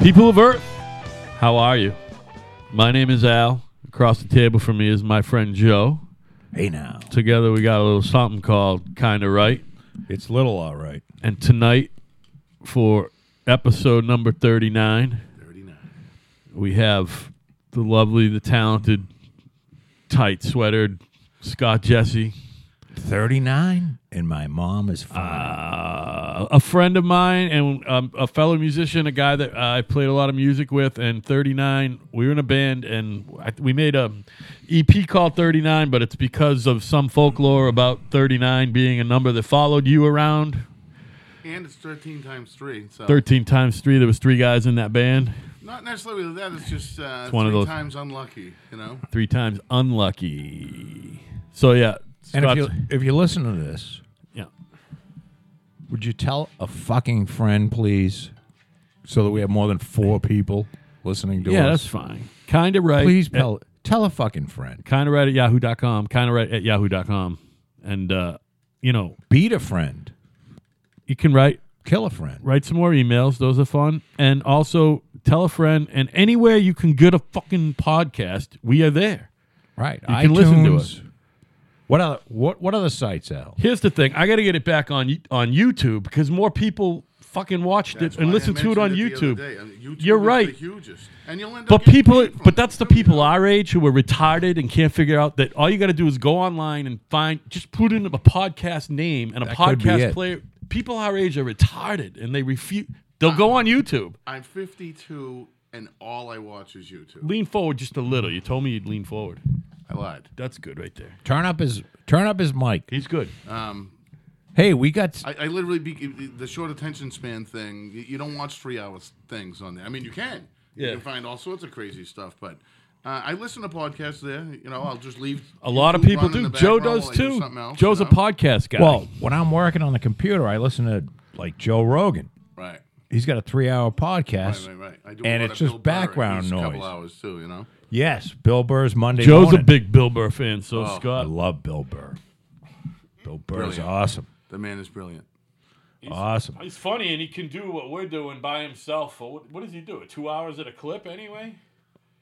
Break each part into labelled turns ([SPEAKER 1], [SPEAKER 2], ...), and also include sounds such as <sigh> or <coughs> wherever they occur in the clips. [SPEAKER 1] People of Earth, how are you? My name is Al. Across the table from me is my friend Joe.
[SPEAKER 2] Hey now.
[SPEAKER 1] Together we got a little something called Kinda Right.
[SPEAKER 2] It's little all right.
[SPEAKER 1] And tonight, for episode number 39, we have the lovely, the talented, tight sweatered Scott Jesse,
[SPEAKER 2] 39 and my mom is fine.
[SPEAKER 1] uh, a friend of mine and um, a fellow musician, a guy that I played a lot of music with. And 39, we were in a band and I, we made a EP called 39, but it's because of some folklore about 39 being a number that followed you around.
[SPEAKER 3] And it's 13 times 3. So
[SPEAKER 1] 13 times three, there was three guys in that band.
[SPEAKER 3] Not necessarily that, it's just uh,
[SPEAKER 1] one
[SPEAKER 3] three
[SPEAKER 1] of those-
[SPEAKER 3] times unlucky, you know?
[SPEAKER 1] three times unlucky. So yeah,
[SPEAKER 2] and if
[SPEAKER 1] Scott's-
[SPEAKER 2] you if you listen to this,
[SPEAKER 1] yeah,
[SPEAKER 2] would you tell a fucking friend please so that we have more than 4 people listening to
[SPEAKER 1] yeah,
[SPEAKER 2] us?
[SPEAKER 1] that's fine. Kind of right.
[SPEAKER 2] please tell tell a fucking friend.
[SPEAKER 1] Kind of right at yahoo.com. Kind of right at yahoo.com. And uh, you know,
[SPEAKER 2] Beat a friend.
[SPEAKER 1] you can write
[SPEAKER 2] Kill a friend.
[SPEAKER 1] write some more emails. Those are fun. And also tell a friend. And anywhere you can get a fucking podcast, we are there.
[SPEAKER 2] Right.
[SPEAKER 1] You can listen to us.
[SPEAKER 2] What other what what other sites, Al?
[SPEAKER 1] Here's the thing: I got to get it back on y- on YouTube because more people fucking watched
[SPEAKER 3] That's
[SPEAKER 1] it and
[SPEAKER 3] why I
[SPEAKER 1] listened to it
[SPEAKER 3] mentioned
[SPEAKER 1] on
[SPEAKER 3] the other
[SPEAKER 1] YouTube.
[SPEAKER 3] day. I mean, YouTube
[SPEAKER 1] You're
[SPEAKER 3] is the
[SPEAKER 1] right.
[SPEAKER 3] hugest. And you'll end up
[SPEAKER 1] But
[SPEAKER 3] getting
[SPEAKER 1] people,
[SPEAKER 3] paid from
[SPEAKER 1] but
[SPEAKER 3] it,
[SPEAKER 1] that's the
[SPEAKER 3] too, you
[SPEAKER 1] people
[SPEAKER 3] know?
[SPEAKER 1] our age who are retarded and can't figure out that all you got to do is go online and find, just put in a podcast name and a
[SPEAKER 2] That could be
[SPEAKER 1] podcast
[SPEAKER 2] it.
[SPEAKER 1] player. People our age are retarded and they refuse. They'll go on YouTube.
[SPEAKER 3] I'm 52 and all I watch is YouTube.
[SPEAKER 1] Lean forward just a little. You told me you'd lean forward.
[SPEAKER 3] I lied.
[SPEAKER 1] That's good right there.
[SPEAKER 2] Turn up his turn up his mic.
[SPEAKER 1] He's good.
[SPEAKER 3] Um,
[SPEAKER 2] Hey, we got
[SPEAKER 3] I, I literally, be, the short attention span thing, you, you don't watch three hours things on there. I mean, you can. You
[SPEAKER 1] Yeah.
[SPEAKER 3] can find all sorts of crazy stuff, but. Uh, I listen to podcasts there. You know, I'll just leave.
[SPEAKER 1] A lot of
[SPEAKER 3] YouTube
[SPEAKER 1] people
[SPEAKER 3] running in
[SPEAKER 1] do.
[SPEAKER 3] the
[SPEAKER 1] Joe
[SPEAKER 3] background
[SPEAKER 1] does
[SPEAKER 3] while I do
[SPEAKER 1] too.
[SPEAKER 3] something else,
[SPEAKER 1] Joe's
[SPEAKER 3] you
[SPEAKER 1] a
[SPEAKER 3] know?
[SPEAKER 1] podcast guy.
[SPEAKER 2] Well, when I'm working on the computer, I listen to like Joe Rogan.
[SPEAKER 3] Right.
[SPEAKER 2] He's got a three-hour podcast.
[SPEAKER 3] Right, right, right. I do
[SPEAKER 2] And
[SPEAKER 3] a
[SPEAKER 2] it's
[SPEAKER 3] lot of
[SPEAKER 2] just
[SPEAKER 3] Bill Burr at
[SPEAKER 2] background
[SPEAKER 3] least A couple
[SPEAKER 2] noise.
[SPEAKER 3] hours too, you know.
[SPEAKER 2] Yes, Bill Burr's Monday.
[SPEAKER 1] Joe's a
[SPEAKER 2] morning.
[SPEAKER 1] big Bill Burr fan, so
[SPEAKER 3] Oh.
[SPEAKER 2] I
[SPEAKER 1] Scott.
[SPEAKER 2] love Bill Burr. Bill Burr is
[SPEAKER 3] Brilliant.
[SPEAKER 2] awesome.
[SPEAKER 3] The man is brilliant.
[SPEAKER 2] Awesome.
[SPEAKER 1] He's funny and he can do what we're doing by himself. What, what does he do? Two hours at a clip anyway?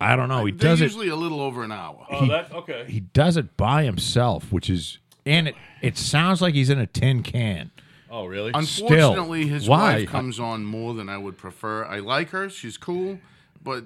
[SPEAKER 2] I don't know. He
[SPEAKER 3] They're
[SPEAKER 2] does it.
[SPEAKER 3] usually a little over an hour.
[SPEAKER 1] Oh, that's okay.
[SPEAKER 2] He does it by himself, which is and it it sounds like he's in a tin can.
[SPEAKER 1] Oh, really?
[SPEAKER 3] Unfortunately, his
[SPEAKER 2] why?
[SPEAKER 3] wife comes on more than I would prefer. I like her; she's cool, but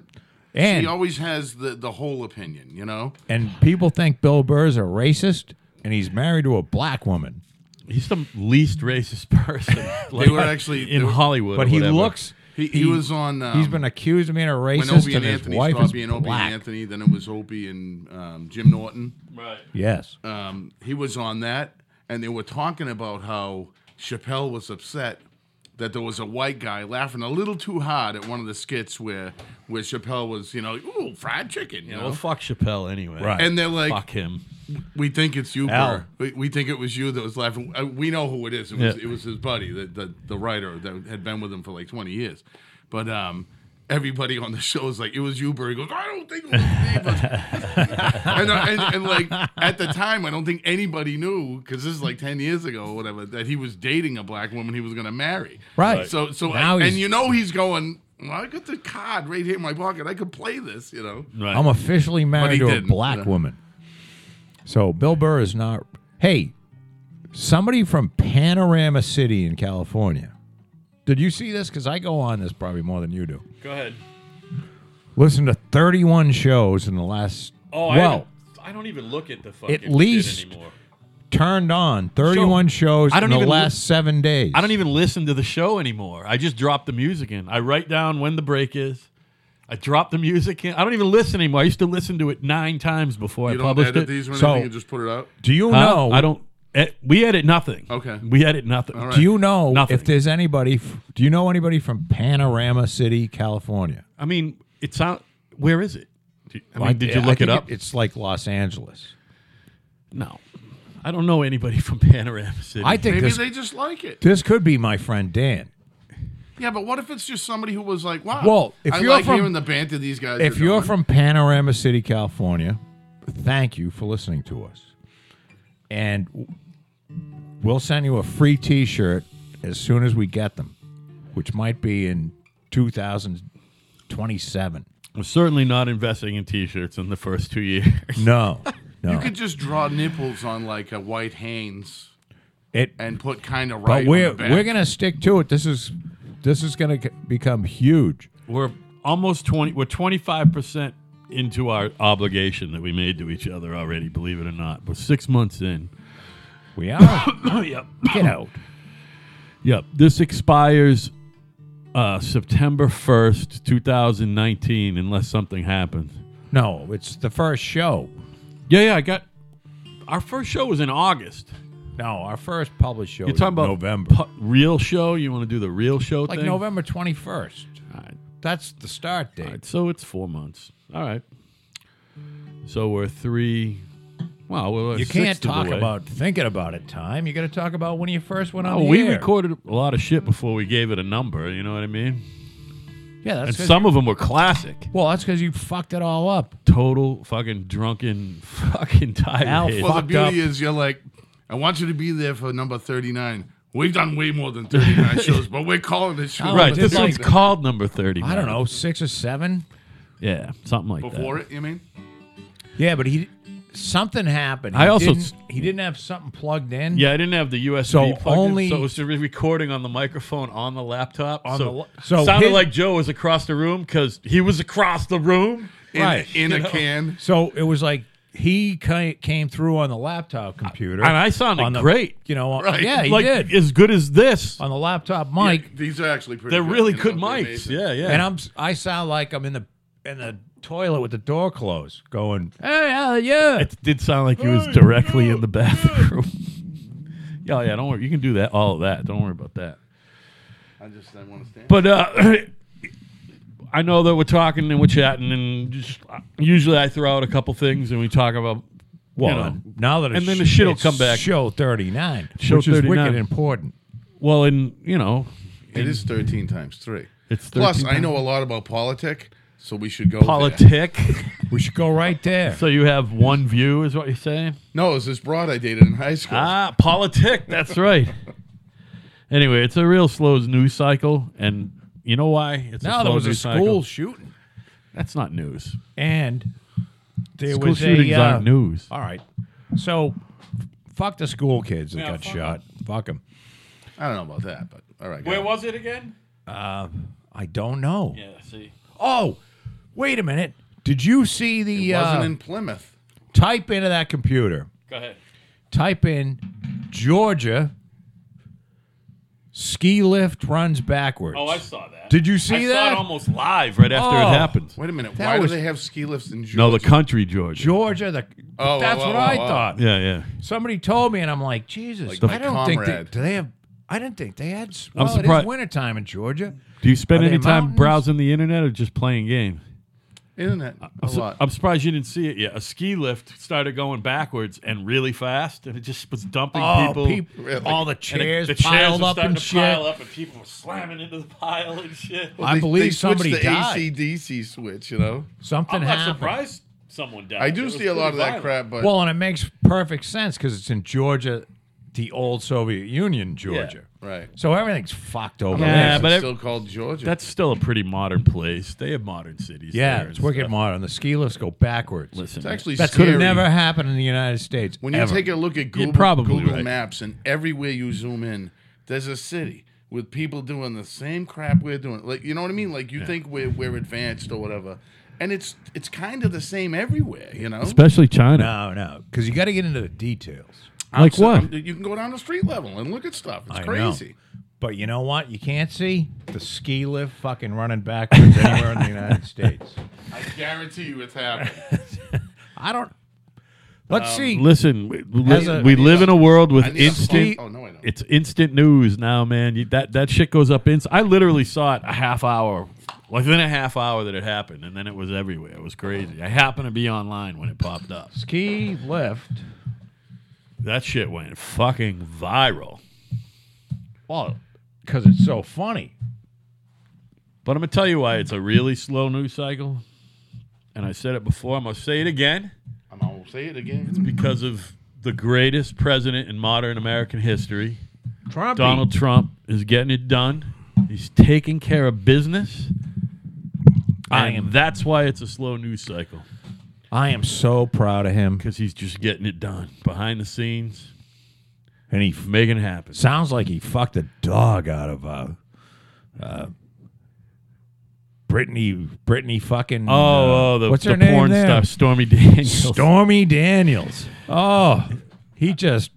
[SPEAKER 2] And
[SPEAKER 3] she always has the the whole opinion. You know,
[SPEAKER 2] and people think Bill Burr's a racist, and he's married to a black woman.
[SPEAKER 1] He's the least racist <laughs> person. like,
[SPEAKER 3] They were actually-
[SPEAKER 1] in
[SPEAKER 3] they were-
[SPEAKER 1] Hollywood,
[SPEAKER 2] But
[SPEAKER 1] or
[SPEAKER 2] he
[SPEAKER 1] whatever.
[SPEAKER 2] looks.
[SPEAKER 3] he, he, was on. Um,
[SPEAKER 2] He's been accused of being a
[SPEAKER 3] when
[SPEAKER 2] racist,
[SPEAKER 3] Opie
[SPEAKER 2] and
[SPEAKER 3] and
[SPEAKER 2] his
[SPEAKER 3] Anthony
[SPEAKER 2] wife
[SPEAKER 3] stopped
[SPEAKER 2] is
[SPEAKER 3] being Opie
[SPEAKER 2] black.
[SPEAKER 3] and Anthony, then it was Opie and um, Jim Norton.
[SPEAKER 1] right.
[SPEAKER 2] Yes.
[SPEAKER 3] Um, he was on that, and they were talking about how Chappelle was upset that there was a white guy laughing a little too hard at one of the skits where where Chappelle was, you know, ooh, fried chicken, you
[SPEAKER 1] Yeah,
[SPEAKER 3] know.
[SPEAKER 1] well, fuck Chappelle anyway.
[SPEAKER 2] Right.
[SPEAKER 3] and they're like,
[SPEAKER 1] fuck him.
[SPEAKER 3] We think it's you,
[SPEAKER 2] Al.
[SPEAKER 3] Burr. We, we think it was you that was laughing. Uh, We know who it is. It was,
[SPEAKER 1] Yeah.
[SPEAKER 3] it was his buddy, the, the the writer that had been with him for like 20 years. But um, everybody on the show is like, it was you, Burr. He goes, I don't think it was me. But... <laughs> and, uh, and, and like at the time, I don't think anybody knew because this is like 10 years ago or whatever that he was dating a black woman he was going to marry.
[SPEAKER 2] Right.
[SPEAKER 3] So so
[SPEAKER 2] Now
[SPEAKER 3] and
[SPEAKER 2] he's-
[SPEAKER 3] you know he's going. Well, I got the card right here in my pocket. I could play this, you know.
[SPEAKER 1] Right.
[SPEAKER 2] I'm officially married
[SPEAKER 3] he
[SPEAKER 2] to a
[SPEAKER 3] didn't,
[SPEAKER 2] black
[SPEAKER 3] yeah.
[SPEAKER 2] woman. So Bill Burr is not. Hey, somebody from Panorama City in California. Did you see this? Because I go on this probably more than you do.
[SPEAKER 1] Go ahead.
[SPEAKER 2] Listen to 31 shows in the last.
[SPEAKER 1] Oh, I,
[SPEAKER 2] well,
[SPEAKER 1] haven't- I don't even look at the fucking shit
[SPEAKER 2] least-
[SPEAKER 1] anymore.
[SPEAKER 2] turned on 31 shows
[SPEAKER 1] I don't
[SPEAKER 2] in the
[SPEAKER 1] even
[SPEAKER 2] last
[SPEAKER 1] li-
[SPEAKER 2] seven days.
[SPEAKER 1] I don't even listen to the show anymore. I just drop the music in. I write down when the break is. I drop the music in. I don't even listen anymore. I used to listen to it nine times before
[SPEAKER 3] You
[SPEAKER 1] I
[SPEAKER 3] don't
[SPEAKER 1] published
[SPEAKER 3] edit
[SPEAKER 1] it.
[SPEAKER 3] these or anything.
[SPEAKER 2] So-
[SPEAKER 3] you just put it out.
[SPEAKER 2] Do you
[SPEAKER 1] Huh?
[SPEAKER 2] know?
[SPEAKER 1] I don't. eh, we edit nothing.
[SPEAKER 3] Okay.
[SPEAKER 1] We edit nothing.
[SPEAKER 3] All right.
[SPEAKER 2] Do you know
[SPEAKER 1] Nothing.
[SPEAKER 2] if there's anybody? f- Do you know anybody from Panorama City, California?
[SPEAKER 1] I mean, it's out. Where is it? Do- I mean,
[SPEAKER 2] Like,
[SPEAKER 1] did you
[SPEAKER 2] I
[SPEAKER 1] look it
[SPEAKER 2] think
[SPEAKER 1] up?
[SPEAKER 2] It's like Los Angeles.
[SPEAKER 1] No. I don't know anybody <laughs> from Panorama City.
[SPEAKER 2] I think
[SPEAKER 3] Maybe
[SPEAKER 2] this,
[SPEAKER 3] they just like it.
[SPEAKER 2] this could be my friend Dan.
[SPEAKER 3] Yeah, but what if it's just somebody who was like, "Wow,
[SPEAKER 2] Well, if
[SPEAKER 3] I
[SPEAKER 2] you're
[SPEAKER 3] like
[SPEAKER 2] from-
[SPEAKER 3] hearing the banter these guys."
[SPEAKER 2] If
[SPEAKER 3] are
[SPEAKER 2] you're
[SPEAKER 3] doing.
[SPEAKER 2] from Panorama City, California, thank you for listening to us. And w- we'll send you a free t shirt as soon as we get them, which might be in 2000,
[SPEAKER 3] <laughs>
[SPEAKER 2] 27.
[SPEAKER 1] I'm certainly not investing in T-shirts in the first two years.
[SPEAKER 2] No, no.
[SPEAKER 3] You could just draw nipples on like a white Hanes
[SPEAKER 2] it,
[SPEAKER 3] and put kind of right.
[SPEAKER 2] but we're
[SPEAKER 3] on the back.
[SPEAKER 2] we're gonna stick to it. This is this is gonna c- become huge.
[SPEAKER 1] we're almost twenty. We're twenty five percent into our obligation that we made to each other already. Believe it or not, we're six months in.
[SPEAKER 2] We are.
[SPEAKER 1] yep.
[SPEAKER 2] Get out.
[SPEAKER 1] Yep. This expires uh, September 1st, 2019, unless something happens.
[SPEAKER 2] No, it's the first show.
[SPEAKER 1] Yeah, yeah. I got our first show was in August.
[SPEAKER 2] No, our first published show.
[SPEAKER 1] You're talking about
[SPEAKER 2] November,
[SPEAKER 1] pu- real show? You want to do the real show
[SPEAKER 2] like
[SPEAKER 1] thing?
[SPEAKER 2] November twenty first.
[SPEAKER 1] All right.
[SPEAKER 2] That's the start date.
[SPEAKER 1] All right, so it's four months. All right. So we're three. Wow, well,
[SPEAKER 2] You
[SPEAKER 1] six
[SPEAKER 2] can't
[SPEAKER 1] to the
[SPEAKER 2] talk
[SPEAKER 1] way.
[SPEAKER 2] about thinking about it time. You got to talk about when you first went on
[SPEAKER 1] Oh,
[SPEAKER 2] the
[SPEAKER 1] we
[SPEAKER 2] air.
[SPEAKER 1] recorded a lot of shit before we gave it a number. You know what I mean?
[SPEAKER 2] Yeah, that's
[SPEAKER 1] And
[SPEAKER 2] 'cause
[SPEAKER 1] some of them were classic.
[SPEAKER 2] you- well, that's because you fucked it all up.
[SPEAKER 1] Total fucking drunken, <laughs> fucking tired.
[SPEAKER 2] Al
[SPEAKER 1] head.
[SPEAKER 3] Well, the
[SPEAKER 2] fucked
[SPEAKER 3] beauty
[SPEAKER 2] up.
[SPEAKER 3] is you're like, I want you to be there for number thirty nine. We've done way more than
[SPEAKER 2] <laughs>
[SPEAKER 3] thirty nine shows, but we're calling this show
[SPEAKER 2] Oh,
[SPEAKER 1] Right,
[SPEAKER 2] but
[SPEAKER 1] this
[SPEAKER 2] it's
[SPEAKER 1] one's
[SPEAKER 2] like-
[SPEAKER 1] called number 30.
[SPEAKER 2] I don't know, six or seven.
[SPEAKER 1] Yeah, something like
[SPEAKER 3] before
[SPEAKER 1] that.
[SPEAKER 3] it. You mean?
[SPEAKER 2] Yeah, but he something happened.
[SPEAKER 1] I
[SPEAKER 2] He
[SPEAKER 1] also-
[SPEAKER 2] didn't, he didn't have something plugged in.
[SPEAKER 1] Yeah, I didn't have the USB
[SPEAKER 2] So
[SPEAKER 1] plugged in,
[SPEAKER 2] only-
[SPEAKER 1] so it was just recording on the microphone on the laptop.
[SPEAKER 2] On
[SPEAKER 1] so,
[SPEAKER 2] the la- so
[SPEAKER 1] sounded
[SPEAKER 2] his-
[SPEAKER 1] like Joe was across the room because he was across the room.
[SPEAKER 3] In,
[SPEAKER 2] Right.
[SPEAKER 3] In a can.
[SPEAKER 2] So it was like he ca- came through on the laptop computer,
[SPEAKER 1] And I sounded
[SPEAKER 2] on the,
[SPEAKER 1] great.
[SPEAKER 2] You know, on-
[SPEAKER 3] Right.
[SPEAKER 2] yeah, he
[SPEAKER 1] like
[SPEAKER 2] did
[SPEAKER 1] as good as this.
[SPEAKER 2] on the laptop mic.
[SPEAKER 3] These are actually pretty.
[SPEAKER 1] They're
[SPEAKER 3] good,
[SPEAKER 1] really
[SPEAKER 3] you know,
[SPEAKER 1] good
[SPEAKER 3] they're
[SPEAKER 1] mics.
[SPEAKER 3] amazing.
[SPEAKER 1] Yeah, yeah.
[SPEAKER 2] and I'm s- I sound like I'm in the in the toilet with the door closed, going, "Hey, uh, yeah."
[SPEAKER 1] it did sound like he was directly in the bathroom. <laughs> yeah, yeah. Don't worry. You can do that. All of that. Don't worry about that.
[SPEAKER 3] I just I want to stand.
[SPEAKER 1] But uh, <clears throat> I know that we're talking and we're chatting, and just, uh, usually I throw out a couple things and we talk about
[SPEAKER 2] well,
[SPEAKER 1] you know.
[SPEAKER 2] now that it's,
[SPEAKER 1] and then the shit'll
[SPEAKER 2] it's
[SPEAKER 1] come back.
[SPEAKER 2] Show thirty nine,
[SPEAKER 1] Show
[SPEAKER 2] which is
[SPEAKER 1] 39.
[SPEAKER 2] wicked important.
[SPEAKER 1] Well, and you know,
[SPEAKER 3] it is thirteen times three.
[SPEAKER 1] It's 13
[SPEAKER 3] plus. I
[SPEAKER 1] times-
[SPEAKER 3] know a lot about politic, so we should go there.
[SPEAKER 1] politic.
[SPEAKER 2] We should go right
[SPEAKER 1] <laughs>
[SPEAKER 2] there.
[SPEAKER 1] so you have one view, is what you're saying?
[SPEAKER 3] No, it was this broad I dated in high school.
[SPEAKER 1] Ah, politic. That's right. Anyway, it's a real slow news cycle, and you know why? It's
[SPEAKER 2] now
[SPEAKER 1] slow
[SPEAKER 2] there was a
[SPEAKER 1] news
[SPEAKER 2] school
[SPEAKER 1] cycle.
[SPEAKER 2] shooting,
[SPEAKER 1] That's not news.
[SPEAKER 2] and there
[SPEAKER 1] School
[SPEAKER 2] was
[SPEAKER 1] shootings
[SPEAKER 2] a uh,
[SPEAKER 1] aren't news.
[SPEAKER 2] All right, so f- fuck the school kids that got shot. Fuck them.
[SPEAKER 3] I don't know about that, but all right. go ahead.
[SPEAKER 1] was it again?
[SPEAKER 2] I don't know.
[SPEAKER 1] Yeah. See.
[SPEAKER 2] Oh, wait a minute. Did you see the
[SPEAKER 3] It
[SPEAKER 2] uh,
[SPEAKER 3] wasn't in Plymouth.
[SPEAKER 2] type into that computer?
[SPEAKER 1] Go ahead.
[SPEAKER 2] type in Georgia ski lift runs backwards.
[SPEAKER 1] Oh,
[SPEAKER 3] Oh,
[SPEAKER 1] saw that.
[SPEAKER 2] Did you see that?
[SPEAKER 1] almost live right after
[SPEAKER 2] Oh.
[SPEAKER 1] it happened.
[SPEAKER 3] Wait a minute.
[SPEAKER 2] That
[SPEAKER 3] Why
[SPEAKER 2] was-
[SPEAKER 3] do they have ski lifts in Georgia?
[SPEAKER 1] No, the country, Georgia.
[SPEAKER 2] Georgia, the
[SPEAKER 3] Oh,
[SPEAKER 2] that's
[SPEAKER 3] wow,
[SPEAKER 2] what
[SPEAKER 3] wow,
[SPEAKER 2] I
[SPEAKER 3] wow.
[SPEAKER 2] thought.
[SPEAKER 1] Yeah, yeah.
[SPEAKER 2] Somebody told me, and I'm like, Jesus,
[SPEAKER 3] Like
[SPEAKER 2] I
[SPEAKER 3] my
[SPEAKER 2] don't think they,
[SPEAKER 3] comrade.
[SPEAKER 2] do they have. I didn't think they had. s- Well, it is
[SPEAKER 1] surprised-
[SPEAKER 2] wintertime in Georgia.
[SPEAKER 1] Do you spend
[SPEAKER 2] Are they
[SPEAKER 1] any time
[SPEAKER 2] mountains?
[SPEAKER 1] browsing the internet or just playing games?
[SPEAKER 3] internet a
[SPEAKER 1] So-
[SPEAKER 3] lot.
[SPEAKER 1] I'm surprised you didn't see it yet. A ski lift started going backwards and really fast, and it just was dumping
[SPEAKER 2] Oh,
[SPEAKER 1] people.
[SPEAKER 2] peop-
[SPEAKER 3] Really?
[SPEAKER 2] all the
[SPEAKER 1] and it-
[SPEAKER 2] chairs
[SPEAKER 1] the
[SPEAKER 2] piled
[SPEAKER 1] were
[SPEAKER 2] up
[SPEAKER 1] starting
[SPEAKER 2] and
[SPEAKER 1] to
[SPEAKER 2] shit.
[SPEAKER 1] Pile up, and people were slamming into the pile and shit.
[SPEAKER 3] Well,
[SPEAKER 2] I
[SPEAKER 3] they-
[SPEAKER 2] believe
[SPEAKER 3] they switched
[SPEAKER 2] somebody
[SPEAKER 3] the
[SPEAKER 2] died.
[SPEAKER 3] ACDC switch. You know,
[SPEAKER 1] I'm
[SPEAKER 2] Something
[SPEAKER 1] not
[SPEAKER 2] happened.
[SPEAKER 1] surprised someone died.
[SPEAKER 3] I
[SPEAKER 1] It
[SPEAKER 3] do
[SPEAKER 1] was
[SPEAKER 3] see a lot
[SPEAKER 1] pretty
[SPEAKER 3] of
[SPEAKER 1] violent.
[SPEAKER 3] that crap, but
[SPEAKER 2] Well, and it makes perfect sense because it's in Georgia, the old Soviet Union, Georgia.
[SPEAKER 3] right.
[SPEAKER 2] So everything's fucked over
[SPEAKER 1] Yeah,
[SPEAKER 2] there.
[SPEAKER 3] It's
[SPEAKER 1] but it-
[SPEAKER 3] still called Georgia.
[SPEAKER 1] That's still a pretty modern place. They have modern cities.
[SPEAKER 2] Yeah,
[SPEAKER 1] there
[SPEAKER 2] it's
[SPEAKER 1] and
[SPEAKER 2] wicked
[SPEAKER 1] stuff.
[SPEAKER 2] modern. The ski lifts go backwards.
[SPEAKER 1] Listen,
[SPEAKER 3] it's actually
[SPEAKER 2] that could
[SPEAKER 3] scary.
[SPEAKER 2] have never happened in the United States.
[SPEAKER 3] When you
[SPEAKER 2] ever.
[SPEAKER 3] take a look at Google,
[SPEAKER 1] probably
[SPEAKER 3] Google
[SPEAKER 1] right.
[SPEAKER 3] Maps and everywhere you zoom in, there's a city with people doing the same crap we're doing. Like you know what I mean? Like you think we're we're advanced or whatever, and it's it's kind of the same everywhere. You know,
[SPEAKER 1] especially China.
[SPEAKER 2] no, no, because you got to get into the details.
[SPEAKER 1] Like
[SPEAKER 3] So,
[SPEAKER 1] what?
[SPEAKER 3] um, you can go down the street level and look at stuff. It's
[SPEAKER 2] I know.
[SPEAKER 3] crazy.
[SPEAKER 2] But you know what? You can't see the ski lift fucking running backwards anywhere in
[SPEAKER 1] <laughs>
[SPEAKER 2] the United States.
[SPEAKER 3] I guarantee you, it's happening.
[SPEAKER 2] I don't.
[SPEAKER 1] Um,
[SPEAKER 2] Let's see.
[SPEAKER 1] Listen, we,
[SPEAKER 2] As
[SPEAKER 1] we,
[SPEAKER 2] a-
[SPEAKER 1] we live in a world with
[SPEAKER 3] I need a phone-
[SPEAKER 1] instant.
[SPEAKER 3] Oh no, I don't.
[SPEAKER 1] It's instant news now, man. You, that that shit goes up. Inst- I literally saw it a half hour, within a half hour that it happened, and then it was everywhere. It was crazy. I happened to be online when it popped up.
[SPEAKER 2] ski lift.
[SPEAKER 1] That shit went fucking viral.
[SPEAKER 2] Well, because it's so funny.
[SPEAKER 1] But I'm gonna tell you why it's a really slow news cycle. And I said it before. I'm gonna say it again
[SPEAKER 3] I'm gonna say it again.
[SPEAKER 1] because of the greatest president in modern American history.
[SPEAKER 2] Trump.
[SPEAKER 1] Donald Trump is getting it done. He's taking care of business.
[SPEAKER 2] I
[SPEAKER 1] And
[SPEAKER 2] am-
[SPEAKER 1] That's why it's a slow news cycle
[SPEAKER 2] I am so proud of him.
[SPEAKER 1] because he's just getting it done behind the scenes,
[SPEAKER 2] And he f-
[SPEAKER 1] making it happen.
[SPEAKER 2] sounds like he fucked a dog out of uh, uh, Brittany. Brittany fucking.
[SPEAKER 1] Oh,
[SPEAKER 2] uh,
[SPEAKER 1] oh, the,
[SPEAKER 2] what's
[SPEAKER 1] the
[SPEAKER 2] her name
[SPEAKER 1] porn
[SPEAKER 2] there?
[SPEAKER 1] stuff, Stormy <laughs> Daniels.
[SPEAKER 2] Stormy Daniels. Oh, he just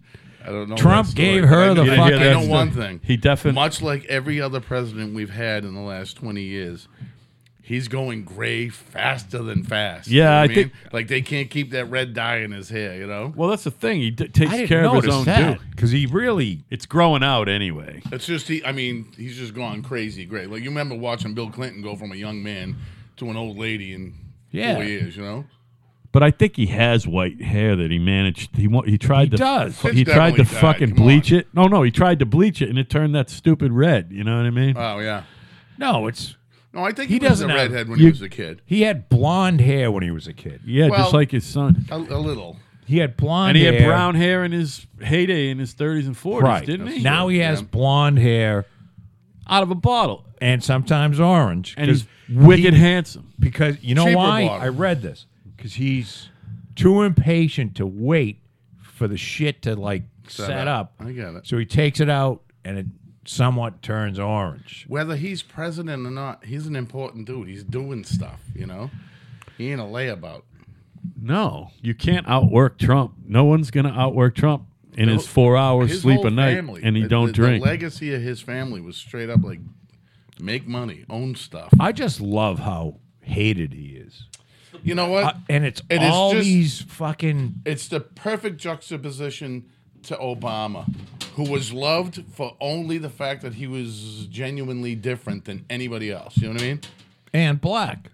[SPEAKER 3] I don't know.
[SPEAKER 2] Trump
[SPEAKER 3] that story,
[SPEAKER 2] gave
[SPEAKER 3] but
[SPEAKER 2] her
[SPEAKER 3] I
[SPEAKER 2] the
[SPEAKER 3] know-
[SPEAKER 1] fucking-
[SPEAKER 3] I know
[SPEAKER 1] that's
[SPEAKER 3] one
[SPEAKER 1] the-
[SPEAKER 3] thing.
[SPEAKER 1] he defin-
[SPEAKER 3] much like every other president we've had in the last twenty years. He's going gray faster than fast. you
[SPEAKER 1] Yeah,
[SPEAKER 3] know what
[SPEAKER 1] I
[SPEAKER 3] mean?
[SPEAKER 1] think-
[SPEAKER 3] like they can't keep that red dye in his hair. You know,
[SPEAKER 1] Well, that's the thing. He d- takes care of his own dude.
[SPEAKER 2] because he really.
[SPEAKER 1] It's growing out anyway.
[SPEAKER 3] it's just he. I mean, he's just gone crazy gray. Like you remember watching Bill Clinton go from a young man to an old lady in
[SPEAKER 2] Yeah.
[SPEAKER 3] four years. You know,
[SPEAKER 1] But I think he has white hair that he managed. He wa- he tried to
[SPEAKER 2] does.
[SPEAKER 1] fu- he
[SPEAKER 3] It's
[SPEAKER 1] tried to
[SPEAKER 3] definitely dyed,
[SPEAKER 1] fucking
[SPEAKER 3] come on.
[SPEAKER 1] bleach it. No, no, he tried to bleach it and it turned that stupid red. You know what I mean?
[SPEAKER 3] oh yeah.
[SPEAKER 2] No, it's
[SPEAKER 3] No, I think
[SPEAKER 2] He
[SPEAKER 3] he, was
[SPEAKER 2] doesn't
[SPEAKER 3] a
[SPEAKER 2] have-
[SPEAKER 3] redhead when
[SPEAKER 1] you-
[SPEAKER 3] he was a kid.
[SPEAKER 2] he had blonde hair when he was a kid.
[SPEAKER 1] yeah, just
[SPEAKER 3] well-
[SPEAKER 1] like his son.
[SPEAKER 3] A, a little.
[SPEAKER 2] He had blonde
[SPEAKER 1] And he
[SPEAKER 2] hair.
[SPEAKER 1] had brown hair in his heyday in his 30s and 40s,
[SPEAKER 2] right.
[SPEAKER 1] didn't he?
[SPEAKER 2] Now he has blonde hair
[SPEAKER 1] out of a bottle.
[SPEAKER 2] and sometimes orange.
[SPEAKER 1] And he's
[SPEAKER 2] 'cause-
[SPEAKER 1] wicked handsome.
[SPEAKER 2] because you know
[SPEAKER 3] Cheaper
[SPEAKER 2] why
[SPEAKER 3] bottle.
[SPEAKER 2] I read this because he's too impatient to wait for the shit to like set, up.
[SPEAKER 3] I get it.
[SPEAKER 2] So he takes it out and it somewhat turns orange.
[SPEAKER 3] Whether he's president or not, he's an important dude. He's doing stuff, you know? He ain't a layabout.
[SPEAKER 1] No, you can't outwork Trump. No one's going to outwork Trump in his four hours
[SPEAKER 3] His
[SPEAKER 1] sleep
[SPEAKER 3] whole
[SPEAKER 1] a night
[SPEAKER 3] family,
[SPEAKER 1] and he
[SPEAKER 3] the-
[SPEAKER 1] don't
[SPEAKER 3] the-
[SPEAKER 1] drink.
[SPEAKER 3] The legacy of his family was straight up like make money, own stuff.
[SPEAKER 2] I just love how hated he is,
[SPEAKER 3] You know what?
[SPEAKER 2] Uh, and it's
[SPEAKER 3] It is
[SPEAKER 2] all
[SPEAKER 3] just-
[SPEAKER 2] these fucking
[SPEAKER 3] it's the perfect juxtaposition to Obama, who was loved for only the fact that he was genuinely different than anybody else. You know what I mean?
[SPEAKER 2] and black.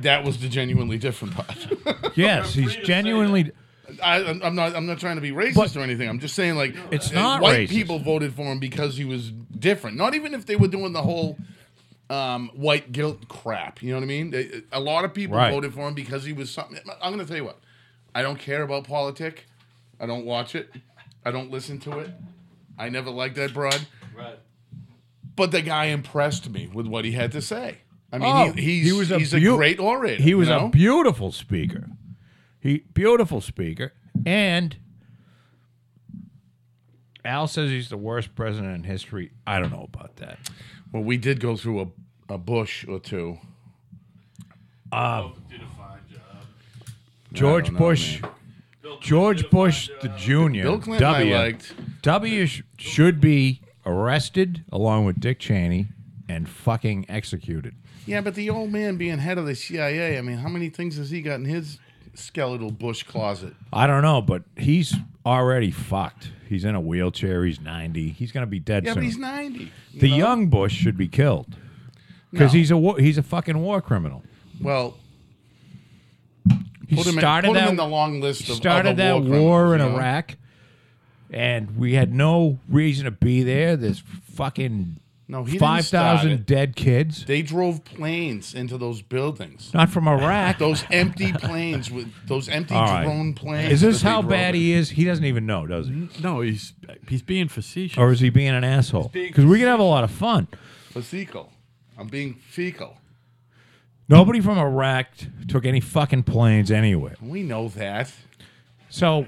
[SPEAKER 3] That was the genuinely different part.
[SPEAKER 2] Yes, he's genuinely.
[SPEAKER 3] I, I'm I'm not. I'm not trying to be racist
[SPEAKER 2] But-
[SPEAKER 3] or anything. I'm just saying, like,
[SPEAKER 2] It's
[SPEAKER 3] uh,
[SPEAKER 2] not racist.
[SPEAKER 3] white people voted for him because he was different. Not even if they were doing the whole um, white guilt crap. You know what I mean? They- A lot of people
[SPEAKER 2] Right.
[SPEAKER 3] voted for him because he was something. I'm going to tell you what. I don't care about politic. I don't watch it. I don't listen to it. I never liked that broad. But the guy impressed me with what he had to say. I mean,
[SPEAKER 2] Oh,
[SPEAKER 3] he, he's,
[SPEAKER 2] he was a
[SPEAKER 3] he's
[SPEAKER 2] beau-
[SPEAKER 3] a great orator.
[SPEAKER 2] He was
[SPEAKER 3] you
[SPEAKER 2] a
[SPEAKER 3] know?
[SPEAKER 2] beautiful speaker. He beautiful speaker, and Al says he's the worst president in history. I don't know about that.
[SPEAKER 3] well, we did go through a, a bush or two.
[SPEAKER 2] George
[SPEAKER 3] know,
[SPEAKER 2] Bush, George Bush the Junior,
[SPEAKER 3] uh, Bill Clinton,
[SPEAKER 2] W.
[SPEAKER 3] I liked.
[SPEAKER 2] W sh- should be arrested along with Dick Cheney and fucking executed.
[SPEAKER 3] Yeah, but the old man being head of the CIA, I mean, how many things has he got in his skeletal bush closet?
[SPEAKER 2] I don't know, but he's already fucked. He's in a wheelchair. He's ninety. He's gonna be dead
[SPEAKER 3] Yeah,
[SPEAKER 2] soon.
[SPEAKER 3] but he's 90. you
[SPEAKER 2] The
[SPEAKER 3] know?
[SPEAKER 2] young Bush should be killed because
[SPEAKER 3] No.
[SPEAKER 2] he's a war, he's a fucking war criminal.
[SPEAKER 3] Well,
[SPEAKER 2] He
[SPEAKER 3] put him,
[SPEAKER 2] started
[SPEAKER 3] in, put
[SPEAKER 2] that
[SPEAKER 3] him in the long list of
[SPEAKER 2] started
[SPEAKER 3] other
[SPEAKER 2] that
[SPEAKER 3] war,
[SPEAKER 2] war,
[SPEAKER 3] criminals,
[SPEAKER 2] in
[SPEAKER 3] you know?
[SPEAKER 2] Iraq, and we had no reason to be there. There's fucking
[SPEAKER 3] No, he didn't
[SPEAKER 2] five
[SPEAKER 3] start
[SPEAKER 2] thousand
[SPEAKER 3] it.
[SPEAKER 2] dead kids,
[SPEAKER 3] They drove planes into those buildings.
[SPEAKER 2] not from Iraq.
[SPEAKER 3] <laughs> Those
[SPEAKER 2] <laughs>
[SPEAKER 3] empty planes with those empty
[SPEAKER 2] All right.
[SPEAKER 3] drone planes.
[SPEAKER 2] is this
[SPEAKER 3] that they
[SPEAKER 2] how
[SPEAKER 3] drove
[SPEAKER 2] bad
[SPEAKER 3] in.
[SPEAKER 2] he is? He doesn't even know, does
[SPEAKER 3] Mm-hmm.
[SPEAKER 2] he?
[SPEAKER 1] No, he's he's being facetious.
[SPEAKER 2] Or is he being an asshole?
[SPEAKER 1] being-
[SPEAKER 2] Because we can have a lot of fun.
[SPEAKER 3] Fecal. I'm being fecal.
[SPEAKER 2] Nobody from Iraq took any fucking planes anywhere.
[SPEAKER 3] We know that.
[SPEAKER 2] So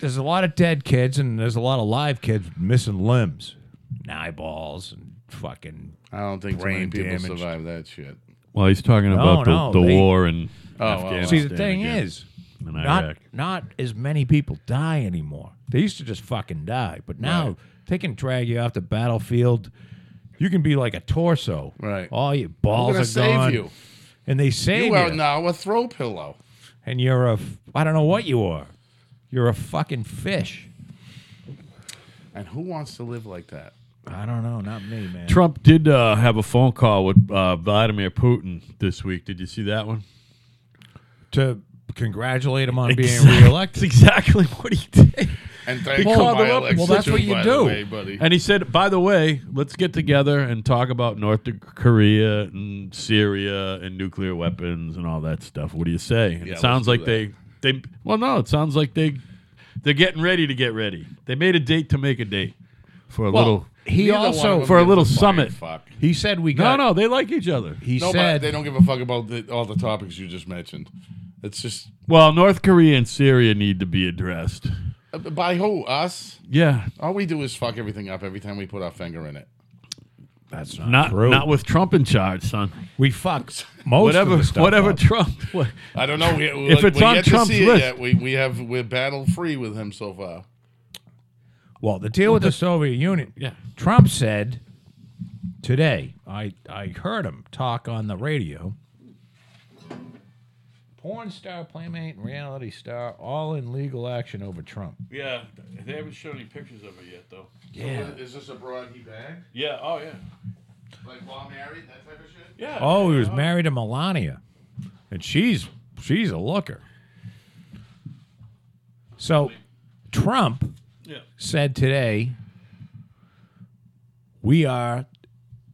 [SPEAKER 2] there's a lot of dead kids and there's a lot of live kids missing limbs, and eyeballs, and fucking
[SPEAKER 3] I don't think too
[SPEAKER 2] Brain
[SPEAKER 3] many people
[SPEAKER 2] damage.
[SPEAKER 3] survive that shit.
[SPEAKER 1] well, he's talking about the,
[SPEAKER 2] no,
[SPEAKER 1] the
[SPEAKER 2] they-
[SPEAKER 1] war and
[SPEAKER 3] oh.
[SPEAKER 2] See,
[SPEAKER 1] Afghanistan.
[SPEAKER 2] the thing
[SPEAKER 1] again
[SPEAKER 2] is,
[SPEAKER 1] and
[SPEAKER 2] not
[SPEAKER 1] Iraq.
[SPEAKER 2] not as many people die anymore. They used to just fucking die, but now
[SPEAKER 3] Right.
[SPEAKER 2] they can drag you off the battlefield. You can be like a torso,
[SPEAKER 3] Right.
[SPEAKER 2] All your balls
[SPEAKER 3] gonna
[SPEAKER 2] are
[SPEAKER 3] save
[SPEAKER 2] gone,
[SPEAKER 3] you.
[SPEAKER 2] and they save
[SPEAKER 3] You
[SPEAKER 2] you.
[SPEAKER 3] are now a throw pillow.
[SPEAKER 2] and you're a f- I don't know what you are. You're a fucking fish.
[SPEAKER 3] And who wants to live like that?
[SPEAKER 2] I don't know, not me, man.
[SPEAKER 1] Trump did uh, have a phone call with uh, Vladimir Putin this week. Did you see that one?
[SPEAKER 2] to congratulate him on
[SPEAKER 1] <laughs>
[SPEAKER 2] being
[SPEAKER 1] Exact- That's
[SPEAKER 2] reelected.
[SPEAKER 1] exactly <laughs> what he did.
[SPEAKER 3] And thank
[SPEAKER 1] Well,
[SPEAKER 3] you,
[SPEAKER 1] called
[SPEAKER 3] my
[SPEAKER 1] him up.
[SPEAKER 3] Alexa,
[SPEAKER 2] Well, that's
[SPEAKER 3] too,
[SPEAKER 2] what you
[SPEAKER 3] by the
[SPEAKER 2] do.
[SPEAKER 3] way, buddy.
[SPEAKER 1] And he said, by the way, let's get together and talk about North Korea and Syria and nuclear weapons and all that stuff. What do you say? And
[SPEAKER 3] Yeah,
[SPEAKER 1] it sounds
[SPEAKER 3] let's
[SPEAKER 1] like
[SPEAKER 3] do that.
[SPEAKER 1] they they well no, it sounds like they they're getting ready to get ready. They made a date to make a date. for a
[SPEAKER 2] Well,
[SPEAKER 1] little.
[SPEAKER 2] he
[SPEAKER 3] Neither one of
[SPEAKER 2] also
[SPEAKER 3] them
[SPEAKER 1] for a
[SPEAKER 3] gives
[SPEAKER 1] little
[SPEAKER 3] flying
[SPEAKER 1] summit.
[SPEAKER 3] Fuck.
[SPEAKER 2] he said we
[SPEAKER 1] No,
[SPEAKER 2] got
[SPEAKER 1] no, they like each other.
[SPEAKER 2] He
[SPEAKER 3] No, but
[SPEAKER 2] said
[SPEAKER 3] they don't give a fuck about the, all the topics you just mentioned. It's just
[SPEAKER 1] Well, North Korea and Syria need to be addressed.
[SPEAKER 3] uh, by who us.
[SPEAKER 1] Yeah,
[SPEAKER 3] All we do is fuck everything up every time we put our finger in it.
[SPEAKER 2] that's not,
[SPEAKER 1] not
[SPEAKER 2] true.
[SPEAKER 1] not with Trump in charge, son.
[SPEAKER 2] we fucked most
[SPEAKER 1] whatever,
[SPEAKER 2] of the stuff
[SPEAKER 1] whatever
[SPEAKER 2] up.
[SPEAKER 1] Trump. What,
[SPEAKER 3] I don't know. We, we,
[SPEAKER 1] If it's
[SPEAKER 3] we
[SPEAKER 1] on
[SPEAKER 3] yet to
[SPEAKER 1] Trump's
[SPEAKER 3] see it
[SPEAKER 1] list.
[SPEAKER 3] yet. we we have we're battle free with him so far.
[SPEAKER 2] Well, the deal with the Soviet Union.
[SPEAKER 1] <laughs> Yeah.
[SPEAKER 2] Trump said today, I, I heard him talk on the radio. Porn star, playmate, and reality star, all in legal action over Trump.
[SPEAKER 1] yeah, they haven't shown any pictures of her yet, though.
[SPEAKER 2] Yeah.
[SPEAKER 3] Is this a broad he bagged?
[SPEAKER 1] Yeah. Oh, yeah.
[SPEAKER 3] Like while married, that type of shit?
[SPEAKER 1] Yeah.
[SPEAKER 2] Oh, he was married to Melania, and she's she's a looker. So, Trump
[SPEAKER 1] Yeah.
[SPEAKER 2] said today, we are,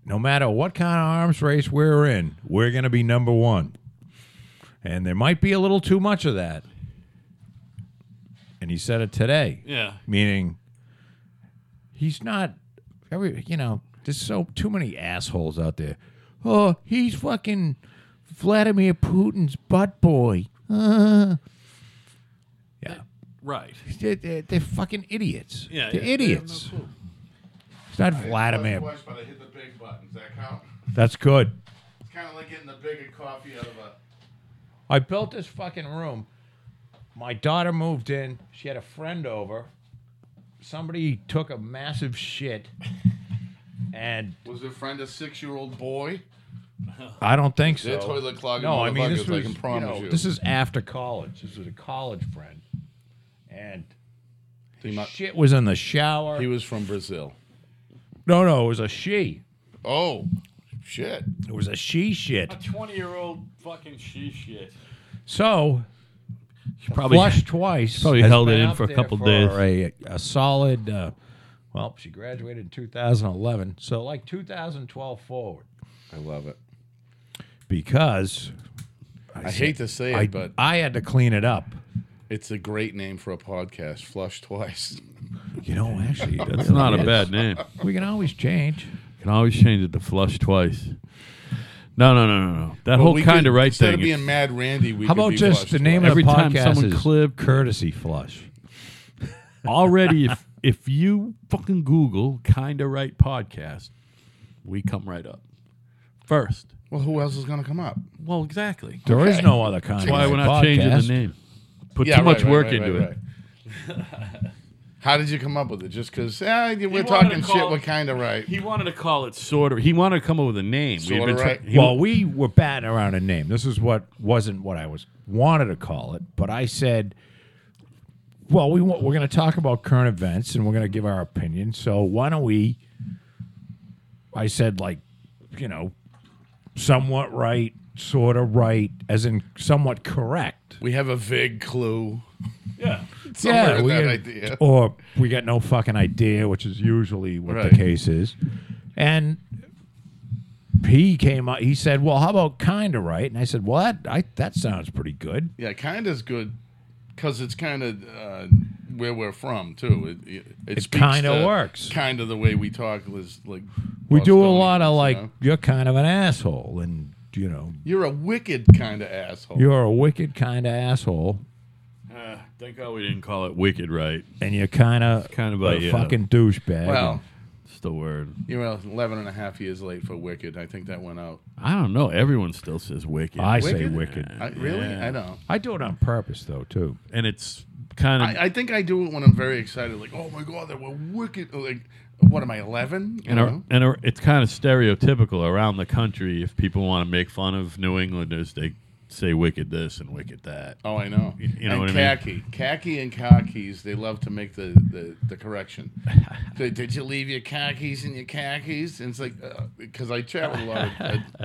[SPEAKER 2] no matter what kind of arms race we're in, we're going to be number one. And there might be a little too much of that. And he said it today,
[SPEAKER 1] Yeah.
[SPEAKER 2] meaning he's not, every, you know, there's so too many assholes out there. Oh, he's fucking Vladimir Putin's butt boy. <laughs> Uh. Yeah.
[SPEAKER 1] Right.
[SPEAKER 2] They're, they're, they're fucking idiots.
[SPEAKER 1] Yeah,
[SPEAKER 2] they're
[SPEAKER 1] yeah. They
[SPEAKER 2] idiots. it's not Vladimir.
[SPEAKER 3] Twice, but I hit the big button. Does that count?
[SPEAKER 2] That's good.
[SPEAKER 3] It's kind of like getting the bigger coffee out of a.
[SPEAKER 2] I built this fucking room. My daughter moved in. She had a friend over. Somebody took a massive
[SPEAKER 3] <laughs>
[SPEAKER 2] shit. And
[SPEAKER 3] Was it friend a six-year-old boy?
[SPEAKER 2] I don't think so.
[SPEAKER 3] They're toilet clogging
[SPEAKER 2] No, I mean this
[SPEAKER 3] motherfuckers,
[SPEAKER 2] was
[SPEAKER 3] I can promise
[SPEAKER 2] you know,
[SPEAKER 3] you.
[SPEAKER 2] this is after college. This was a college friend, and shit was in the shower.
[SPEAKER 3] He was from Brazil.
[SPEAKER 2] no, no, it was a she.
[SPEAKER 3] Oh, shit.
[SPEAKER 2] It was a she shit.
[SPEAKER 1] Twenty-year-old fucking she shit.
[SPEAKER 2] So
[SPEAKER 1] Probably.
[SPEAKER 2] flushed twice.
[SPEAKER 1] probably
[SPEAKER 2] has
[SPEAKER 1] held
[SPEAKER 2] been
[SPEAKER 1] it in
[SPEAKER 2] up
[SPEAKER 1] for a
[SPEAKER 2] there
[SPEAKER 1] couple
[SPEAKER 2] for
[SPEAKER 1] days.
[SPEAKER 2] A, a solid. Uh, well, she graduated in 2011, so like 2012 forward,
[SPEAKER 3] I love it.
[SPEAKER 2] because
[SPEAKER 3] I, hate to say it,
[SPEAKER 2] I
[SPEAKER 3] but
[SPEAKER 2] I had to clean it up.
[SPEAKER 3] it's a great name for a podcast. Flush twice.
[SPEAKER 2] You know, actually,
[SPEAKER 1] That's not a bad name.
[SPEAKER 2] We can always change.
[SPEAKER 1] Can always change it to flush twice. No, no, no, no, no. That
[SPEAKER 3] Well,
[SPEAKER 1] whole
[SPEAKER 3] we
[SPEAKER 1] kind
[SPEAKER 3] could-
[SPEAKER 1] of right
[SPEAKER 3] instead
[SPEAKER 1] thing.
[SPEAKER 3] of
[SPEAKER 1] is-
[SPEAKER 3] being <laughs> Mad Randy, we
[SPEAKER 2] How
[SPEAKER 3] could
[SPEAKER 2] about
[SPEAKER 3] be
[SPEAKER 2] just
[SPEAKER 3] Flush
[SPEAKER 2] the name
[SPEAKER 3] Twice.
[SPEAKER 1] Every
[SPEAKER 2] of the podcast
[SPEAKER 1] time someone
[SPEAKER 2] is
[SPEAKER 1] clip-
[SPEAKER 2] courtesy flush?
[SPEAKER 1] already if if you fucking google kind of right podcast we come right up first
[SPEAKER 3] Well, who else is gonna come up?
[SPEAKER 1] well exactly
[SPEAKER 2] There is no other kind.
[SPEAKER 1] that's why
[SPEAKER 2] of
[SPEAKER 1] we're not
[SPEAKER 2] podcast.
[SPEAKER 1] changing the name put
[SPEAKER 3] Yeah,
[SPEAKER 1] too much
[SPEAKER 3] right, right,
[SPEAKER 1] work
[SPEAKER 3] right,
[SPEAKER 1] into
[SPEAKER 3] right,
[SPEAKER 1] it
[SPEAKER 3] right. How did you come up with it? Just because we're
[SPEAKER 1] wanted
[SPEAKER 3] talking
[SPEAKER 1] to
[SPEAKER 3] shit,
[SPEAKER 1] call-
[SPEAKER 3] we're kind of right.
[SPEAKER 1] he wanted to call it sort of he wanted to come up with a name We've
[SPEAKER 3] Sorta
[SPEAKER 1] been try-
[SPEAKER 3] right.
[SPEAKER 1] he-
[SPEAKER 2] well, we were batting around a name. This is what wasn't what I was wanted to call it, but I said, "Well, we want, we're going to talk about current events and we're going to give our opinion. So why don't we?" I said, like, you know, somewhat right, sort of right, as in somewhat correct.
[SPEAKER 3] We have a vague clue.
[SPEAKER 1] yeah
[SPEAKER 3] Somewhere in
[SPEAKER 2] we
[SPEAKER 3] that
[SPEAKER 2] got-
[SPEAKER 3] idea.
[SPEAKER 2] Or we got no fucking idea, which is usually what
[SPEAKER 3] Right.
[SPEAKER 2] the case is. And he came up. He said, "Well, how about kind of right?" And I said, "Well, that I, that sounds pretty good."
[SPEAKER 3] Yeah, kind is good because it's kind of uh, where we're from too. It, it,
[SPEAKER 2] It kinda works.
[SPEAKER 3] Kind of the way we talk was like.
[SPEAKER 2] We do a
[SPEAKER 3] Bostonians,
[SPEAKER 2] lot of
[SPEAKER 3] you
[SPEAKER 2] like,
[SPEAKER 3] know?
[SPEAKER 2] "You're kind of an asshole," and you know,
[SPEAKER 3] You're a wicked kind of asshole.
[SPEAKER 2] "You're a wicked kind of asshole,"
[SPEAKER 1] uh, thank god we didn't call it wicked right
[SPEAKER 2] and "You're kind of
[SPEAKER 1] kind of
[SPEAKER 2] a
[SPEAKER 1] a, yeah,
[SPEAKER 2] fucking douchebag."
[SPEAKER 3] well,
[SPEAKER 1] it's the word
[SPEAKER 3] you were 11 and a half years late for Wicked. I think that went out.
[SPEAKER 1] i don't know everyone still says wicked
[SPEAKER 2] I say
[SPEAKER 3] Wicked?
[SPEAKER 2] wicked.
[SPEAKER 3] I, really? I don't.
[SPEAKER 2] I do it on purpose though, too.
[SPEAKER 1] and it's kind of
[SPEAKER 3] I, I think I do it when I'm very excited. Like, oh my god, they were wicked. Like, what am I 11?
[SPEAKER 1] And, ar- and ar- it's kind of stereotypical around the country. If people want to make fun of New Englanders, they say wicked this and wicked that.
[SPEAKER 3] Oh, I know.
[SPEAKER 1] You- you know
[SPEAKER 3] and
[SPEAKER 1] what I mean?
[SPEAKER 3] khaki. Khaki and khakis, they love to make the, the, the correction.
[SPEAKER 1] <laughs>
[SPEAKER 3] They, Did you leave your khakis in your khakis? And it's like, because I chat with a lot of uh,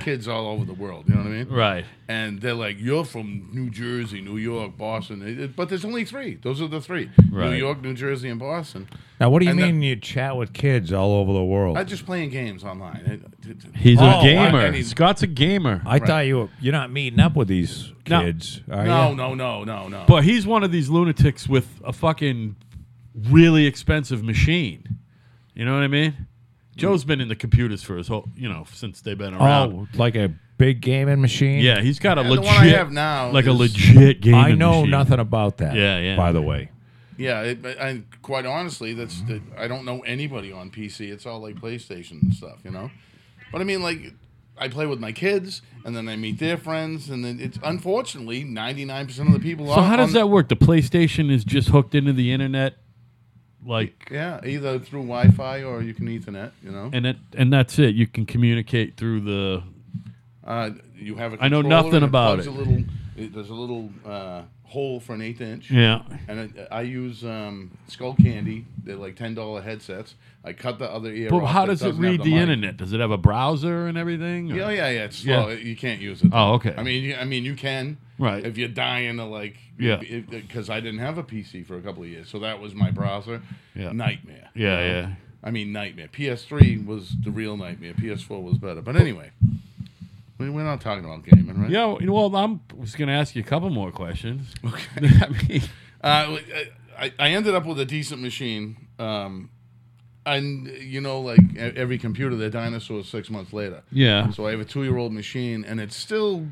[SPEAKER 1] <laughs>
[SPEAKER 3] kids all over the world, you know what I mean?
[SPEAKER 1] Right.
[SPEAKER 3] And they're like, you're from New Jersey, New York, Boston. It- it- but there's only three. Those are the three New
[SPEAKER 1] Right.
[SPEAKER 3] York, New Jersey, and Boston.
[SPEAKER 2] Now, what do you
[SPEAKER 3] And the-
[SPEAKER 2] mean you chat with kids all over the world?
[SPEAKER 3] I'm just playing games online. It- it- it-
[SPEAKER 1] He's
[SPEAKER 2] Oh,
[SPEAKER 1] a gamer.
[SPEAKER 3] and he's-
[SPEAKER 1] Scott's a gamer.
[SPEAKER 2] I thought you were you're not meeting up with these
[SPEAKER 1] No.
[SPEAKER 2] kids. Are
[SPEAKER 3] no,
[SPEAKER 2] you?
[SPEAKER 3] no, no, no, no.
[SPEAKER 1] but he's one of these lunatics with a fucking really expensive machine. You know what I mean? Joe's been in the computers for his whole, you know, since they've been around.
[SPEAKER 2] Oh, like a big gaming machine.
[SPEAKER 1] Yeah, he's got a
[SPEAKER 3] Yeah, the
[SPEAKER 1] legit,
[SPEAKER 3] one I have now
[SPEAKER 1] like a
[SPEAKER 3] is-
[SPEAKER 1] legit game.
[SPEAKER 2] I know nothing about that.
[SPEAKER 1] Yeah, yeah.
[SPEAKER 2] By the way,
[SPEAKER 3] Yeah, it, but I, quite honestly, that's that I don't know anybody on PC. It's all like PlayStation and stuff, you know. But I mean, like, I play with my kids, and then I meet their friends, and then it's unfortunately ninety nine percent of the people.
[SPEAKER 1] So how does that work? The PlayStation is just hooked into the internet, like,
[SPEAKER 3] Yeah, either through Wi Fi or you can Ethernet. You know,
[SPEAKER 1] and it, and that's it. You can communicate through the.
[SPEAKER 3] uh, you have a.
[SPEAKER 1] I know
[SPEAKER 3] controller,
[SPEAKER 1] nothing
[SPEAKER 3] and
[SPEAKER 1] about
[SPEAKER 3] plugs
[SPEAKER 1] it.
[SPEAKER 3] A little, it- there's a little uh, hole for an eighth inch.
[SPEAKER 1] Yeah.
[SPEAKER 3] And I, I use um, Skull Candy. They're like ten dollar headsets. I cut the other ear.
[SPEAKER 1] But
[SPEAKER 3] off
[SPEAKER 1] how
[SPEAKER 3] that
[SPEAKER 1] does it
[SPEAKER 3] doesn't have
[SPEAKER 1] read the,
[SPEAKER 3] mic.
[SPEAKER 1] internet? Does it have a browser and everything? or-
[SPEAKER 3] Yeah, yeah, yeah. It's
[SPEAKER 1] Yeah.
[SPEAKER 3] slow. You can't use it.
[SPEAKER 1] Oh, okay.
[SPEAKER 3] I mean, you- I mean, you can.
[SPEAKER 1] Right.
[SPEAKER 3] If you're dying to like.
[SPEAKER 1] Yeah.
[SPEAKER 3] Because I didn't have a PC for a couple of years, so that was my browser.
[SPEAKER 1] Yeah.
[SPEAKER 3] Nightmare.
[SPEAKER 1] Yeah,
[SPEAKER 3] You know?
[SPEAKER 1] yeah.
[SPEAKER 3] I mean, nightmare. PS3 was the real nightmare. PS4 was better. But anyway, we, we're not talking about gaming, right?
[SPEAKER 1] Yeah, well, you know, well, I'm was going to ask you a couple more questions. <laughs>
[SPEAKER 3] <laughs> Okay.
[SPEAKER 1] I mean,
[SPEAKER 3] Uh, I, I ended up with a decent machine. Um, and you know, like e- every computer, they're dinosaurs six months later.
[SPEAKER 1] yeah.
[SPEAKER 3] So I have a two-year-old machine, and it's still,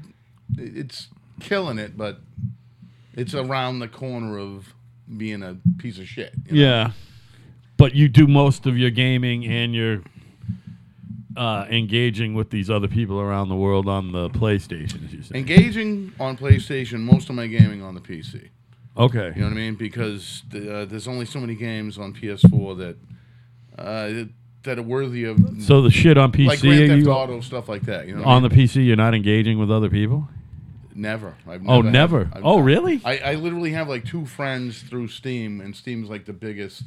[SPEAKER 3] it's killing it, but it's around the corner of being a piece of shit. you know?
[SPEAKER 1] Yeah. uh, But you do most of your gaming and your uh, engaging with these other people around the world on the PlayStation, as you say.
[SPEAKER 3] Engaging on PlayStation, most of my gaming on the PC.
[SPEAKER 1] Okay.
[SPEAKER 3] You know what I mean? Because the, uh, there's only so many games on PS4 that uh, that are worthy of
[SPEAKER 1] So the shit on PC,
[SPEAKER 3] like Grand
[SPEAKER 1] are
[SPEAKER 3] Theft
[SPEAKER 1] you-
[SPEAKER 3] Auto stuff like that. You know, what I
[SPEAKER 1] on
[SPEAKER 3] mean?
[SPEAKER 1] the PC, you're not engaging with other people.
[SPEAKER 3] never. I've
[SPEAKER 1] Oh,
[SPEAKER 3] had-
[SPEAKER 1] never.
[SPEAKER 3] I've-
[SPEAKER 1] Oh, really?
[SPEAKER 3] I, I literally have like two friends through Steam, and Steam's like the biggest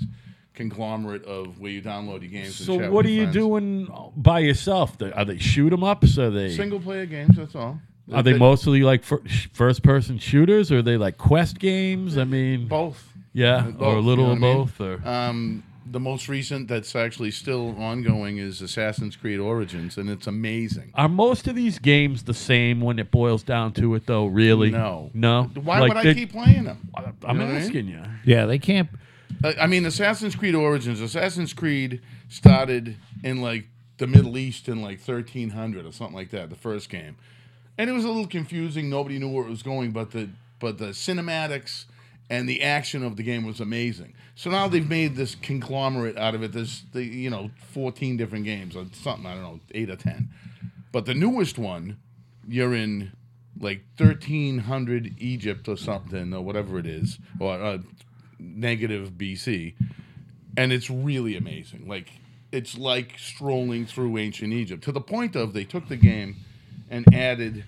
[SPEAKER 3] conglomerate of where you download your games. and
[SPEAKER 1] So
[SPEAKER 3] chat
[SPEAKER 1] what are
[SPEAKER 3] with your
[SPEAKER 1] you
[SPEAKER 3] friends.
[SPEAKER 1] doing by yourself? Th- Are they shoot 'em ups? Are they
[SPEAKER 3] Single player games. That's all.
[SPEAKER 1] are they mostly like fir- sh- first person shooters? Or are they like quest games? I mean,
[SPEAKER 3] both?
[SPEAKER 1] yeah,
[SPEAKER 3] both,
[SPEAKER 1] or a
[SPEAKER 3] you
[SPEAKER 1] little
[SPEAKER 3] know
[SPEAKER 1] of
[SPEAKER 3] what I mean?
[SPEAKER 1] both. Or
[SPEAKER 3] Um, the most recent that's actually still ongoing is Assassin's Creed Origins, and it's amazing.
[SPEAKER 1] are most of these games the same when it boils down to it? Though, really?
[SPEAKER 3] No.
[SPEAKER 1] no.
[SPEAKER 3] Why
[SPEAKER 1] Like,
[SPEAKER 3] would I
[SPEAKER 1] they-
[SPEAKER 3] keep playing them?
[SPEAKER 1] I'm
[SPEAKER 3] You know what I mean?
[SPEAKER 1] asking you.
[SPEAKER 2] yeah, they can't.
[SPEAKER 3] I I mean, Assassin's Creed Origins. Assassin's Creed started in like the Middle East in like 1300 or something like that. The first game, and it was a little confusing. Nobody knew where it was going, but the but the cinematics and the action of the game was amazing. So now they've made this conglomerate out of it. There's the you know 14 different games or something. I don't know, eight or ten. But the newest one, you're in like 1300 Egypt or something or whatever it is, or uh, negative BC, and it's really amazing. Like it's like strolling through ancient Egypt to the point of they took the game and added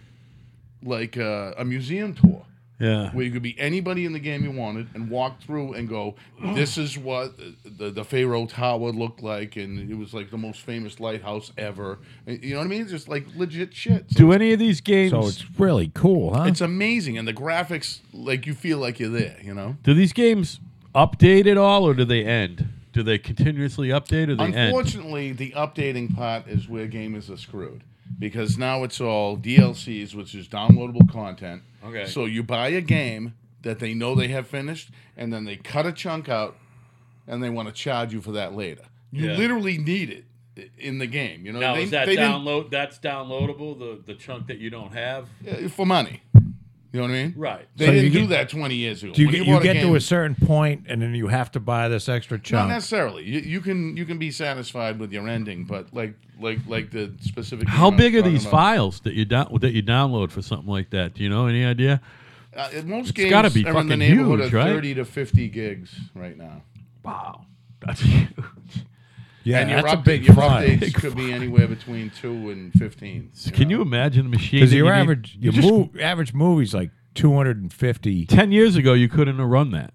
[SPEAKER 3] like uh, a museum tour
[SPEAKER 1] Yeah.
[SPEAKER 3] where you could be anybody in the game you wanted and walk through and go, this is what the, the Pharaoh Tower looked like, and it was like the most famous lighthouse ever. And You know what I mean? It's just like legit shit. So
[SPEAKER 1] Do any of these games?
[SPEAKER 2] So it's really cool, huh?
[SPEAKER 3] it's amazing, and the graphics, like you feel like you're there. You know.
[SPEAKER 1] do these games update at all, or do they end? Do they continuously update, or they end?
[SPEAKER 3] Unfortunately, the updating part is where gamers are screwed because now it's all DLCs, which is downloadable content.
[SPEAKER 1] Okay.
[SPEAKER 3] So you buy a game that they know they have finished, and then they cut a chunk out, and they want to charge you for that later. You
[SPEAKER 1] Yeah.
[SPEAKER 3] literally need it i- in the game. You know,
[SPEAKER 1] Now
[SPEAKER 3] they,
[SPEAKER 1] is that
[SPEAKER 3] they didn't-
[SPEAKER 1] download? That's downloadable. The the chunk that you don't have.
[SPEAKER 3] uh, for money. You know what I mean?
[SPEAKER 1] Right.
[SPEAKER 3] They
[SPEAKER 2] So you
[SPEAKER 3] didn't do
[SPEAKER 2] get-
[SPEAKER 3] that 20 years ago.
[SPEAKER 2] Do you,
[SPEAKER 3] When
[SPEAKER 2] get, you
[SPEAKER 3] bought
[SPEAKER 2] get to
[SPEAKER 3] game-
[SPEAKER 2] a certain point, and then you have to buy this extra
[SPEAKER 3] Not
[SPEAKER 2] chunk.
[SPEAKER 3] necessarily. You, you can you can be satisfied with your ending, but like like like the specific.
[SPEAKER 1] How
[SPEAKER 3] game I was
[SPEAKER 1] big are
[SPEAKER 3] talking
[SPEAKER 1] these
[SPEAKER 3] about.
[SPEAKER 1] files that you down, that you download for something like that? Do you know any idea?
[SPEAKER 3] Uh, it- most
[SPEAKER 1] It's
[SPEAKER 3] games
[SPEAKER 1] gotta be
[SPEAKER 3] are in the
[SPEAKER 1] fucking
[SPEAKER 3] neighborhood
[SPEAKER 1] huge,
[SPEAKER 3] of
[SPEAKER 1] right?
[SPEAKER 3] 30 to 50 gigs right now.
[SPEAKER 1] Wow, that's <laughs> huge.
[SPEAKER 2] yeah,
[SPEAKER 3] and your,
[SPEAKER 2] that's a
[SPEAKER 3] upda-
[SPEAKER 2] big
[SPEAKER 3] your
[SPEAKER 2] file. <laughs>
[SPEAKER 3] updates could be anywhere between 2 and 15.
[SPEAKER 1] Can you imagine the machine?
[SPEAKER 2] Because
[SPEAKER 1] that
[SPEAKER 2] your
[SPEAKER 1] you need-
[SPEAKER 2] average
[SPEAKER 1] you
[SPEAKER 2] your
[SPEAKER 1] just-
[SPEAKER 2] mo- average movie's like two hundred and fifty.
[SPEAKER 1] ten years ago, you couldn't have run that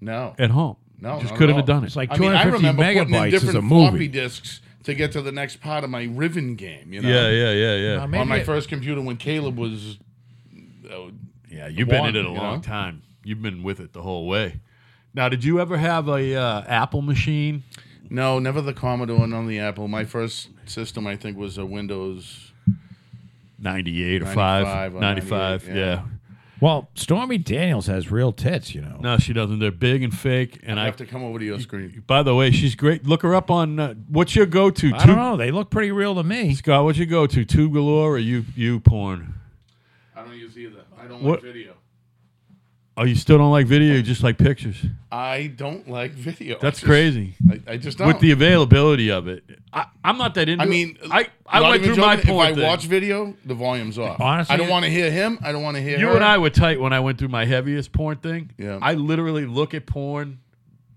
[SPEAKER 3] No.
[SPEAKER 1] at home.
[SPEAKER 3] No,
[SPEAKER 1] just
[SPEAKER 3] not
[SPEAKER 1] couldn't
[SPEAKER 3] at
[SPEAKER 1] have
[SPEAKER 3] all.
[SPEAKER 1] done it.
[SPEAKER 2] It's like
[SPEAKER 3] I
[SPEAKER 2] two
[SPEAKER 3] mean, I
[SPEAKER 2] hundred fifty
[SPEAKER 3] remember putting in
[SPEAKER 2] megabytes is
[SPEAKER 3] different
[SPEAKER 2] a
[SPEAKER 3] floppy
[SPEAKER 2] movie.
[SPEAKER 3] disks to get to the next part of my Riven game, you know?
[SPEAKER 1] yeah, yeah, yeah, yeah.
[SPEAKER 2] Now, maybe
[SPEAKER 3] On my
[SPEAKER 2] it-
[SPEAKER 3] first computer when Caleb was. Oh,
[SPEAKER 1] yeah, you've been
[SPEAKER 3] One,
[SPEAKER 1] in it a
[SPEAKER 3] you
[SPEAKER 1] long
[SPEAKER 3] know?
[SPEAKER 1] time. You've been with it the whole way. Now, did you ever have a uh, Apple machine?
[SPEAKER 3] no, never the Commodore, none the Apple. My first system, I think, was a Windows.
[SPEAKER 1] Ninety eight or
[SPEAKER 3] 95
[SPEAKER 1] five?
[SPEAKER 3] or
[SPEAKER 1] Ninety five.
[SPEAKER 3] 98, yeah.
[SPEAKER 1] Yeah.
[SPEAKER 2] Well, Stormy Daniels has real tits, you know.
[SPEAKER 1] No, she doesn't. They're big and fake. And
[SPEAKER 3] I
[SPEAKER 1] I,
[SPEAKER 3] have to come over to your screen.
[SPEAKER 1] by the way, she's great. Look her up on uh, what's your go to?
[SPEAKER 2] I don't know. They look pretty real to me.
[SPEAKER 1] Scott, what's your go to? Tube galore or you you porn?
[SPEAKER 3] I don't use either. I don't
[SPEAKER 1] What-
[SPEAKER 3] like video.
[SPEAKER 1] Oh, you still don't like video? You just like pictures?
[SPEAKER 3] I don't like <laughs> video.
[SPEAKER 1] That's
[SPEAKER 3] I just-
[SPEAKER 1] crazy.
[SPEAKER 3] I, I just don't.
[SPEAKER 1] With the availability of it, I, I'm not that into.
[SPEAKER 3] I mean,
[SPEAKER 1] it. I I
[SPEAKER 3] not
[SPEAKER 1] went
[SPEAKER 3] even
[SPEAKER 1] through my
[SPEAKER 3] joking,
[SPEAKER 1] porn.
[SPEAKER 3] If
[SPEAKER 1] thing.
[SPEAKER 3] I watch video, the volume's off.
[SPEAKER 2] Honestly,
[SPEAKER 3] I don't
[SPEAKER 2] it-
[SPEAKER 3] want to hear him. I don't want to hear
[SPEAKER 1] you
[SPEAKER 3] her.
[SPEAKER 1] and I were tight when I went through my heaviest porn thing.
[SPEAKER 3] Yeah.
[SPEAKER 1] I literally look at porn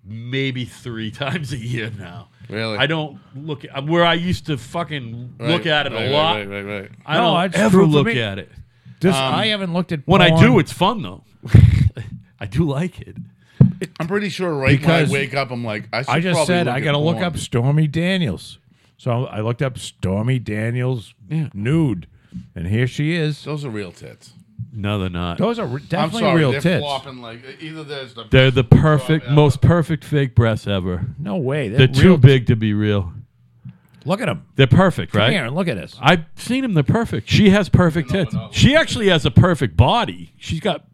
[SPEAKER 1] maybe three <laughs> times a year now.
[SPEAKER 3] Really?
[SPEAKER 1] I don't look at where I used to fucking
[SPEAKER 3] Right,
[SPEAKER 1] look at it
[SPEAKER 3] right,
[SPEAKER 1] a lot.
[SPEAKER 3] Right, right, right.
[SPEAKER 1] I
[SPEAKER 2] No,
[SPEAKER 1] don't
[SPEAKER 2] that's
[SPEAKER 1] ever
[SPEAKER 2] true for
[SPEAKER 1] look
[SPEAKER 2] me.
[SPEAKER 1] at it.
[SPEAKER 2] This, I haven't looked at
[SPEAKER 1] When I
[SPEAKER 2] porn.
[SPEAKER 1] do, it's fun though. <laughs> I do like it.
[SPEAKER 3] I'm pretty sure right
[SPEAKER 2] Because-
[SPEAKER 3] when I wake up, I'm like, I, should
[SPEAKER 2] I just
[SPEAKER 3] probably
[SPEAKER 2] said
[SPEAKER 3] look
[SPEAKER 2] I
[SPEAKER 3] at
[SPEAKER 2] got to look
[SPEAKER 3] porn.
[SPEAKER 2] up Stormy Daniels. So I looked up Stormy Daniels
[SPEAKER 1] Yeah.
[SPEAKER 2] nude, and here she is.
[SPEAKER 3] Those are real tits.
[SPEAKER 1] No, they're not.
[SPEAKER 2] Those are re-
[SPEAKER 3] I'm
[SPEAKER 2] definitely
[SPEAKER 3] sorry,
[SPEAKER 2] real
[SPEAKER 3] they're
[SPEAKER 2] tits.
[SPEAKER 3] flopping like e-, either there's the
[SPEAKER 1] They're the perfect,
[SPEAKER 3] Yeah.
[SPEAKER 1] most perfect fake breasts ever.
[SPEAKER 2] No way. They're,
[SPEAKER 1] They're
[SPEAKER 2] real
[SPEAKER 1] too big to be real.
[SPEAKER 2] Look at them.
[SPEAKER 1] They're perfect, right?
[SPEAKER 2] Here, look at this.
[SPEAKER 1] I've seen them. They're perfect. She has perfect
[SPEAKER 3] Even though
[SPEAKER 1] tits.
[SPEAKER 3] we're not
[SPEAKER 1] She actually has a perfect body. She's got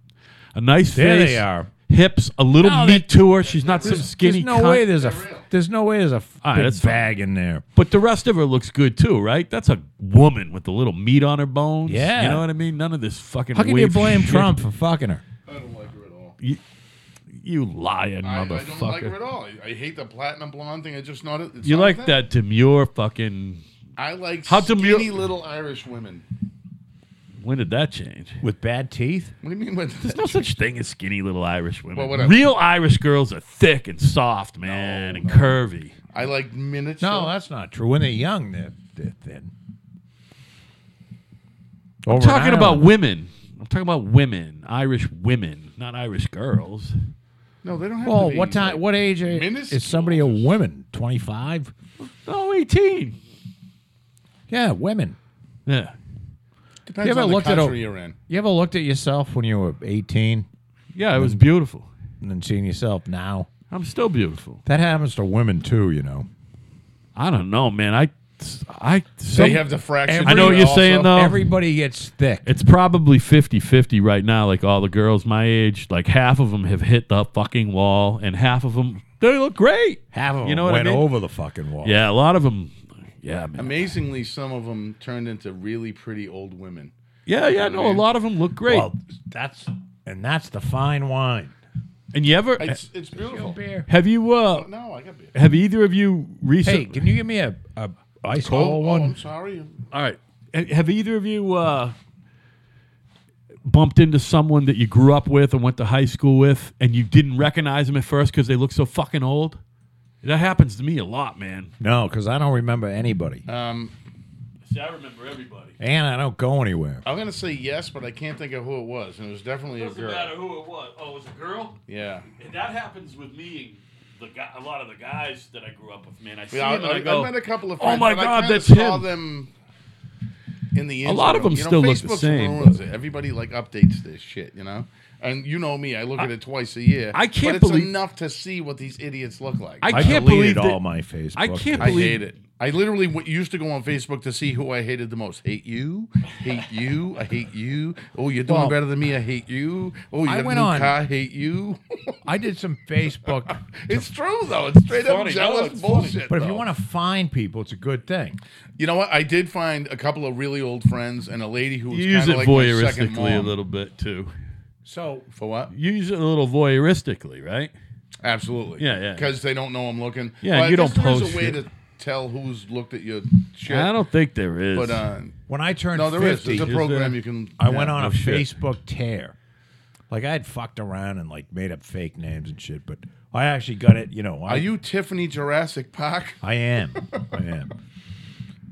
[SPEAKER 1] a nice
[SPEAKER 2] There
[SPEAKER 1] face.
[SPEAKER 2] they are.
[SPEAKER 1] Hips, a little
[SPEAKER 2] No,
[SPEAKER 1] meat to her. She's not some skinny.
[SPEAKER 2] There's no
[SPEAKER 1] cunt.
[SPEAKER 2] way there's a
[SPEAKER 3] They're real.
[SPEAKER 2] there's no way there's a
[SPEAKER 1] right,
[SPEAKER 2] big
[SPEAKER 1] that's fine.
[SPEAKER 2] bag in there.
[SPEAKER 1] But the rest of her looks good too, right? That's a woman with a little meat on her bones.
[SPEAKER 2] Yeah.
[SPEAKER 1] you know what I mean. None of this fucking.
[SPEAKER 2] How can you
[SPEAKER 1] weak
[SPEAKER 2] blame <laughs>
[SPEAKER 1] shit.
[SPEAKER 2] Trump for fucking her?
[SPEAKER 3] I don't like her at all.
[SPEAKER 1] You lying
[SPEAKER 3] I, I
[SPEAKER 1] motherfucker.
[SPEAKER 3] don't like her at all. I, I hate the platinum blonde thing. I just not. It's
[SPEAKER 1] You
[SPEAKER 3] not a
[SPEAKER 1] like
[SPEAKER 3] thing.
[SPEAKER 1] that demure fucking?
[SPEAKER 3] I like
[SPEAKER 1] How come you-
[SPEAKER 3] skinny little Irish women.
[SPEAKER 1] When did that change?
[SPEAKER 2] With bad teeth?
[SPEAKER 3] What do you mean? With
[SPEAKER 1] There's no such thing as skinny little Irish women.
[SPEAKER 3] Well, whatever.
[SPEAKER 1] Real Irish girls are thick and soft, man, and curvy.
[SPEAKER 3] I like miniature.
[SPEAKER 2] No, that's not true. When they're young, they're, they're thin. Over
[SPEAKER 1] I'm
[SPEAKER 2] in
[SPEAKER 1] talking about
[SPEAKER 2] Ireland.
[SPEAKER 1] women. I'm talking about women, Irish women, not Irish girls.
[SPEAKER 3] no, they don't have.
[SPEAKER 2] Well,
[SPEAKER 3] to
[SPEAKER 2] Oh, what
[SPEAKER 3] be,
[SPEAKER 2] time?
[SPEAKER 3] like-
[SPEAKER 2] What age are,
[SPEAKER 3] Minuscule.
[SPEAKER 2] is somebody a woman? Twenty five?
[SPEAKER 1] Oh, 18.
[SPEAKER 2] Yeah, women.
[SPEAKER 1] Yeah.
[SPEAKER 3] Depends
[SPEAKER 2] You ever
[SPEAKER 3] on the
[SPEAKER 2] looked at a-
[SPEAKER 3] country you're in.
[SPEAKER 2] You ever looked at yourself when you were eighteen
[SPEAKER 1] Yeah, it was beautiful.
[SPEAKER 2] and then seen yourself now?
[SPEAKER 1] I'm still beautiful.
[SPEAKER 2] That happens to women too, you know.
[SPEAKER 1] I don't know, man. I I
[SPEAKER 3] They
[SPEAKER 1] some-
[SPEAKER 3] have the fraction.
[SPEAKER 1] I know what you're saying though.
[SPEAKER 2] Everybody gets thick.
[SPEAKER 1] It's probably 50-50 right now like all the girls my age, like half of them have hit the fucking wall and half of them they look great.
[SPEAKER 2] Half of
[SPEAKER 1] You know
[SPEAKER 2] them
[SPEAKER 1] what I
[SPEAKER 2] went
[SPEAKER 1] mean?
[SPEAKER 2] over the fucking wall.
[SPEAKER 1] Yeah, a lot of them yeah, man.
[SPEAKER 3] Amazingly, some of them turned into really pretty old women.
[SPEAKER 1] yeah, yeah, no, a lot of them look great.
[SPEAKER 2] Well, that's and that's the fine wine.
[SPEAKER 1] and you ever
[SPEAKER 3] It's it's beautiful.
[SPEAKER 1] have you uh
[SPEAKER 3] No, I got beer.
[SPEAKER 1] have either of you
[SPEAKER 2] Hey,
[SPEAKER 1] recently
[SPEAKER 2] can you give me a, a ice
[SPEAKER 3] Oh,
[SPEAKER 2] cold one?
[SPEAKER 3] I'm sorry.
[SPEAKER 1] All right. Ha- Have either of you uh, bumped into someone that you grew up with and went to high school with, and you didn't recognize them at first because they look so fucking old? That happens to me a lot, man.
[SPEAKER 2] No, because I don't remember anybody,
[SPEAKER 3] Um,
[SPEAKER 1] See, I remember everybody.
[SPEAKER 2] and I don't go anywhere.
[SPEAKER 3] I'm gonna say yes, but I can't think of who it was, and it was definitely a girl.
[SPEAKER 1] who it was. Oh, it was a girl.
[SPEAKER 3] Yeah.
[SPEAKER 1] And that happens with me. The guy, a lot of the guys that I grew up with, man. I see
[SPEAKER 3] Yeah, I, I, I met a couple of
[SPEAKER 1] "Oh
[SPEAKER 3] friends.
[SPEAKER 1] my
[SPEAKER 3] but I
[SPEAKER 1] God,
[SPEAKER 3] kinda
[SPEAKER 1] that's
[SPEAKER 3] saw
[SPEAKER 1] him."
[SPEAKER 3] them in the
[SPEAKER 1] A lot of
[SPEAKER 3] Instagram.
[SPEAKER 1] them
[SPEAKER 3] you know,
[SPEAKER 1] still look
[SPEAKER 3] Facebook's
[SPEAKER 1] the same,
[SPEAKER 3] Ruins
[SPEAKER 1] but-
[SPEAKER 3] it. Everybody like updates this shit, you know. And you know me, I look at it twice a year.
[SPEAKER 1] I can't
[SPEAKER 3] but it's
[SPEAKER 1] believe-
[SPEAKER 3] enough to see what these idiots look like.
[SPEAKER 1] I
[SPEAKER 2] I
[SPEAKER 1] can't believe
[SPEAKER 2] deleted
[SPEAKER 1] that-
[SPEAKER 2] all my Facebook.
[SPEAKER 1] I can't
[SPEAKER 3] I
[SPEAKER 1] believe-
[SPEAKER 3] hate it. I literally w- used to go on Facebook to see who I hated the most. Hate you, hate you, I hate you. Oh, you're doing
[SPEAKER 2] Well,
[SPEAKER 3] better than me. I hate you. Oh, you
[SPEAKER 2] I
[SPEAKER 3] got
[SPEAKER 2] went
[SPEAKER 3] a new
[SPEAKER 2] on-
[SPEAKER 3] car. Hate you. <laughs>
[SPEAKER 2] I did some Facebook,
[SPEAKER 3] it's true though. It's straight up
[SPEAKER 1] funny. No,
[SPEAKER 3] jealous
[SPEAKER 1] it's funny.
[SPEAKER 3] bullshit.
[SPEAKER 2] but if you want to find people, it's a good thing.
[SPEAKER 3] You know what? I did find a couple of really old friends and a lady who was
[SPEAKER 1] You use
[SPEAKER 3] kind
[SPEAKER 1] it
[SPEAKER 3] of like my second
[SPEAKER 1] voyeuristically
[SPEAKER 3] mom.
[SPEAKER 1] a little bit too.
[SPEAKER 2] So
[SPEAKER 3] For what?
[SPEAKER 1] You use it a little voyeuristically, right?
[SPEAKER 3] Absolutely.
[SPEAKER 1] Yeah, yeah.
[SPEAKER 3] Because they don't know I'm looking.
[SPEAKER 1] Yeah,
[SPEAKER 3] Well, I
[SPEAKER 1] you
[SPEAKER 3] guess
[SPEAKER 1] don't
[SPEAKER 3] there is
[SPEAKER 1] post
[SPEAKER 3] a way
[SPEAKER 1] shit.
[SPEAKER 3] to tell who's looked at your shit.
[SPEAKER 1] I don't think there is.
[SPEAKER 3] But uh,
[SPEAKER 2] when I turned
[SPEAKER 3] no, there is.
[SPEAKER 2] 50,
[SPEAKER 3] There's a
[SPEAKER 1] there?
[SPEAKER 3] program you can.
[SPEAKER 2] I went on
[SPEAKER 1] no
[SPEAKER 2] a
[SPEAKER 1] shit.
[SPEAKER 2] Facebook tear. Like I had fucked around and like made up fake names and shit, but I actually got it. You know, I,
[SPEAKER 3] Are you Tiffany Jurassic Park?
[SPEAKER 2] I am. I am.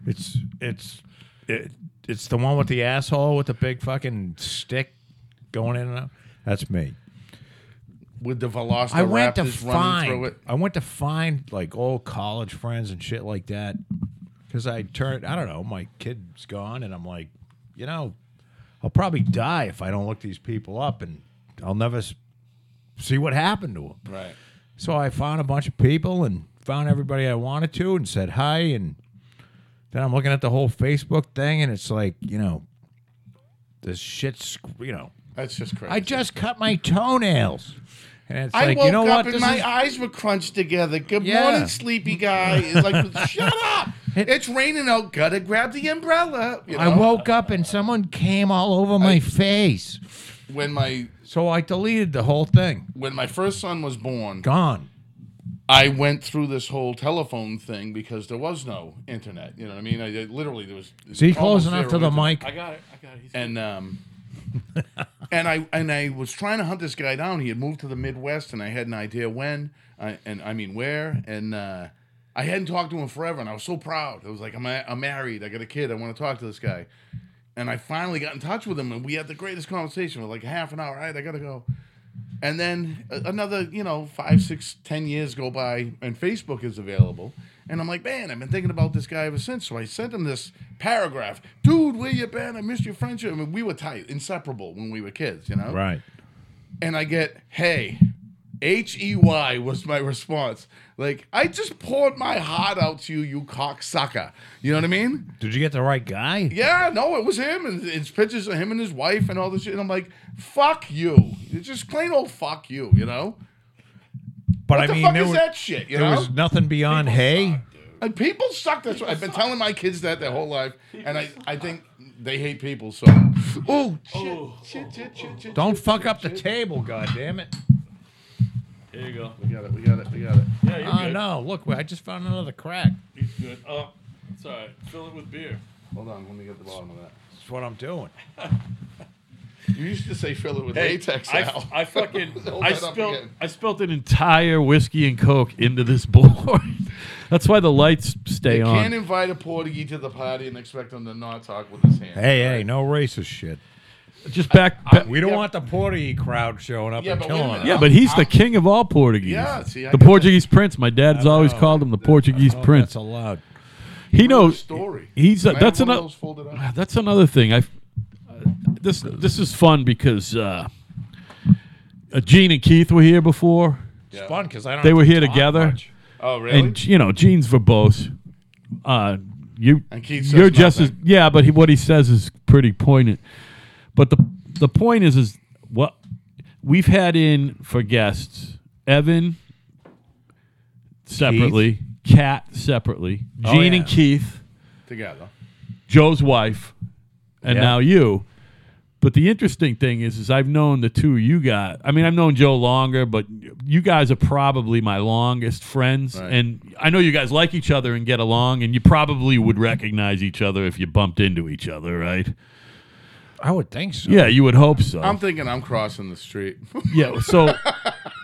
[SPEAKER 2] It's it's it, it's the one with the asshole with the big fucking stick going in and out. That's me.
[SPEAKER 3] with the Velociraptors
[SPEAKER 2] I went to
[SPEAKER 3] running through
[SPEAKER 2] find.
[SPEAKER 3] it.
[SPEAKER 2] I went to find like old college friends and shit like that. Because I turned. I don't know. My kid's gone, and I'm like, you know, I'll probably die if I don't look these people up, and I'll never s- see what happened to them.
[SPEAKER 3] Right.
[SPEAKER 2] So I found a bunch of people and found everybody I wanted to and said hi. And then I'm looking at the whole Facebook thing and it's like, you know, this shit's, you know,
[SPEAKER 3] That's just crazy.
[SPEAKER 2] I just cut my toenails. And it's
[SPEAKER 3] I
[SPEAKER 2] like,
[SPEAKER 3] woke
[SPEAKER 2] you know what?
[SPEAKER 3] up and
[SPEAKER 2] This
[SPEAKER 3] my
[SPEAKER 2] is-
[SPEAKER 3] eyes were crunched together. Good
[SPEAKER 2] Yeah.
[SPEAKER 3] morning, sleepy guy. It's like, <laughs> shut up. It's raining out. Gotta grab the umbrella. You know?
[SPEAKER 2] I woke up and someone came all over my face.
[SPEAKER 3] when my
[SPEAKER 2] So I deleted the whole thing.
[SPEAKER 3] when my first son was born,
[SPEAKER 2] Gone.
[SPEAKER 3] I went through this whole telephone thing because there was no internet. You know what I mean? I, I- literally there was.
[SPEAKER 2] See, close
[SPEAKER 3] almost
[SPEAKER 2] enough
[SPEAKER 3] zero
[SPEAKER 2] to the
[SPEAKER 3] internet.
[SPEAKER 2] mic.
[SPEAKER 1] I got it. I got it. He's
[SPEAKER 3] and um, <laughs> and I and I was trying to hunt this guy down. He had moved to the Midwest, and I had an idea when, I, and I mean where, and uh, I hadn't talked to him forever, and I was so proud. I was like, I'm, i I'm married, I got a kid, I want to talk to this guy, and I finally got in touch with him, and we had the greatest conversation for like half an hour. All right, I gotta go. And then a- another, you know, five, six, ten years go by, and Facebook is available. And I'm like, man, I've been thinking about this guy ever since. So I sent him this paragraph, dude, where you been? I missed your friendship. I mean, we were tight, inseparable when we were kids, you know.
[SPEAKER 2] Right.
[SPEAKER 3] And I get, hey, H E Y was my response. Like, I just poured my heart out to you, you cocksucker. You know what I mean?
[SPEAKER 2] Did you get the right guy?
[SPEAKER 3] Yeah, no, it was him, and it's pictures of him and his wife and all this shit. And I'm like, fuck you, it's just plain old fuck you, you know.
[SPEAKER 2] But
[SPEAKER 3] What
[SPEAKER 2] I
[SPEAKER 3] the
[SPEAKER 2] mean,
[SPEAKER 3] fuck
[SPEAKER 2] there,
[SPEAKER 3] is
[SPEAKER 2] was,
[SPEAKER 3] that shit? You
[SPEAKER 2] there
[SPEAKER 3] know,
[SPEAKER 2] was nothing beyond hay.
[SPEAKER 3] and people suck. That's what I've been telling my kids that their whole life, and I, I think they hate people.
[SPEAKER 1] <laughs>
[SPEAKER 3] So, oh shit, shit, shit, shit, shit.
[SPEAKER 2] Don't fuck up the table, goddammit.
[SPEAKER 1] There you go.
[SPEAKER 3] We got it, we got it, we got it.
[SPEAKER 1] Yeah, you're
[SPEAKER 2] Oh,
[SPEAKER 1] good.
[SPEAKER 2] no. Look, I just found another crack.
[SPEAKER 1] He's good. Oh, it's all right. Fill it with beer.
[SPEAKER 3] Hold on, let me get the bottom of that.
[SPEAKER 2] That's what I'm doing.
[SPEAKER 3] You used to say fill it with latex.
[SPEAKER 1] I,
[SPEAKER 3] Al.
[SPEAKER 1] I fucking
[SPEAKER 3] <laughs> Hold
[SPEAKER 1] I
[SPEAKER 3] that up
[SPEAKER 1] spilled
[SPEAKER 3] again.
[SPEAKER 1] I spilled an entire whiskey and coke into this <laughs> board. That's why the lights stay
[SPEAKER 3] You
[SPEAKER 1] on.
[SPEAKER 3] can't invite a Portuguese to the party and expect him to not talk with his hand.
[SPEAKER 2] Hey, hey, no racist shit.
[SPEAKER 1] Just back. back-
[SPEAKER 2] We don't
[SPEAKER 3] Yeah.
[SPEAKER 2] want the Porty crowd showing up
[SPEAKER 3] Yeah,
[SPEAKER 2] and
[SPEAKER 3] but
[SPEAKER 2] killing
[SPEAKER 3] wait a
[SPEAKER 2] us.
[SPEAKER 3] minute.
[SPEAKER 1] yeah, but he's the king of all Portuguese.
[SPEAKER 3] Yeah, see, I
[SPEAKER 1] the
[SPEAKER 3] get
[SPEAKER 1] Portuguese prince. My dad's always called him the Portuguese
[SPEAKER 2] Oh,
[SPEAKER 1] prince.
[SPEAKER 2] That's allowed.
[SPEAKER 1] He
[SPEAKER 3] Real
[SPEAKER 1] knows.
[SPEAKER 3] story.
[SPEAKER 1] He's a,
[SPEAKER 3] Can I have
[SPEAKER 1] that's
[SPEAKER 3] one of
[SPEAKER 1] another.
[SPEAKER 3] those folded up?
[SPEAKER 1] That's another thing. I this this is fun because uh, uh, Gene and Keith were here before,
[SPEAKER 3] Yeah.
[SPEAKER 2] It's fun because I don't.
[SPEAKER 1] They
[SPEAKER 2] have
[SPEAKER 1] were
[SPEAKER 2] to
[SPEAKER 1] here
[SPEAKER 2] talk
[SPEAKER 1] together.
[SPEAKER 2] much.
[SPEAKER 3] Oh, really?
[SPEAKER 1] and you know Gene's verbose. Uh, you
[SPEAKER 3] And Keith says
[SPEAKER 1] you're just as
[SPEAKER 3] nothing.
[SPEAKER 1] yeah, but he, what he says is pretty poignant. But the the point is is what we've had in for guests Evan separately, Kat separately, Gene
[SPEAKER 2] Oh, yeah.
[SPEAKER 1] and Keith.
[SPEAKER 3] Together.
[SPEAKER 1] Joe's wife, and
[SPEAKER 2] Yeah.
[SPEAKER 1] now you. But the interesting thing is, is I've known the two you got. I mean, I've known Joe longer, but you guys are probably my longest friends,
[SPEAKER 3] Right.
[SPEAKER 1] and I know you guys like each other and get along, and you probably would recognize each other if you bumped into each other, right?
[SPEAKER 2] I would think so.
[SPEAKER 1] Yeah, you would hope so.
[SPEAKER 3] I'm thinking I'm crossing the street. <laughs>
[SPEAKER 1] yeah, so,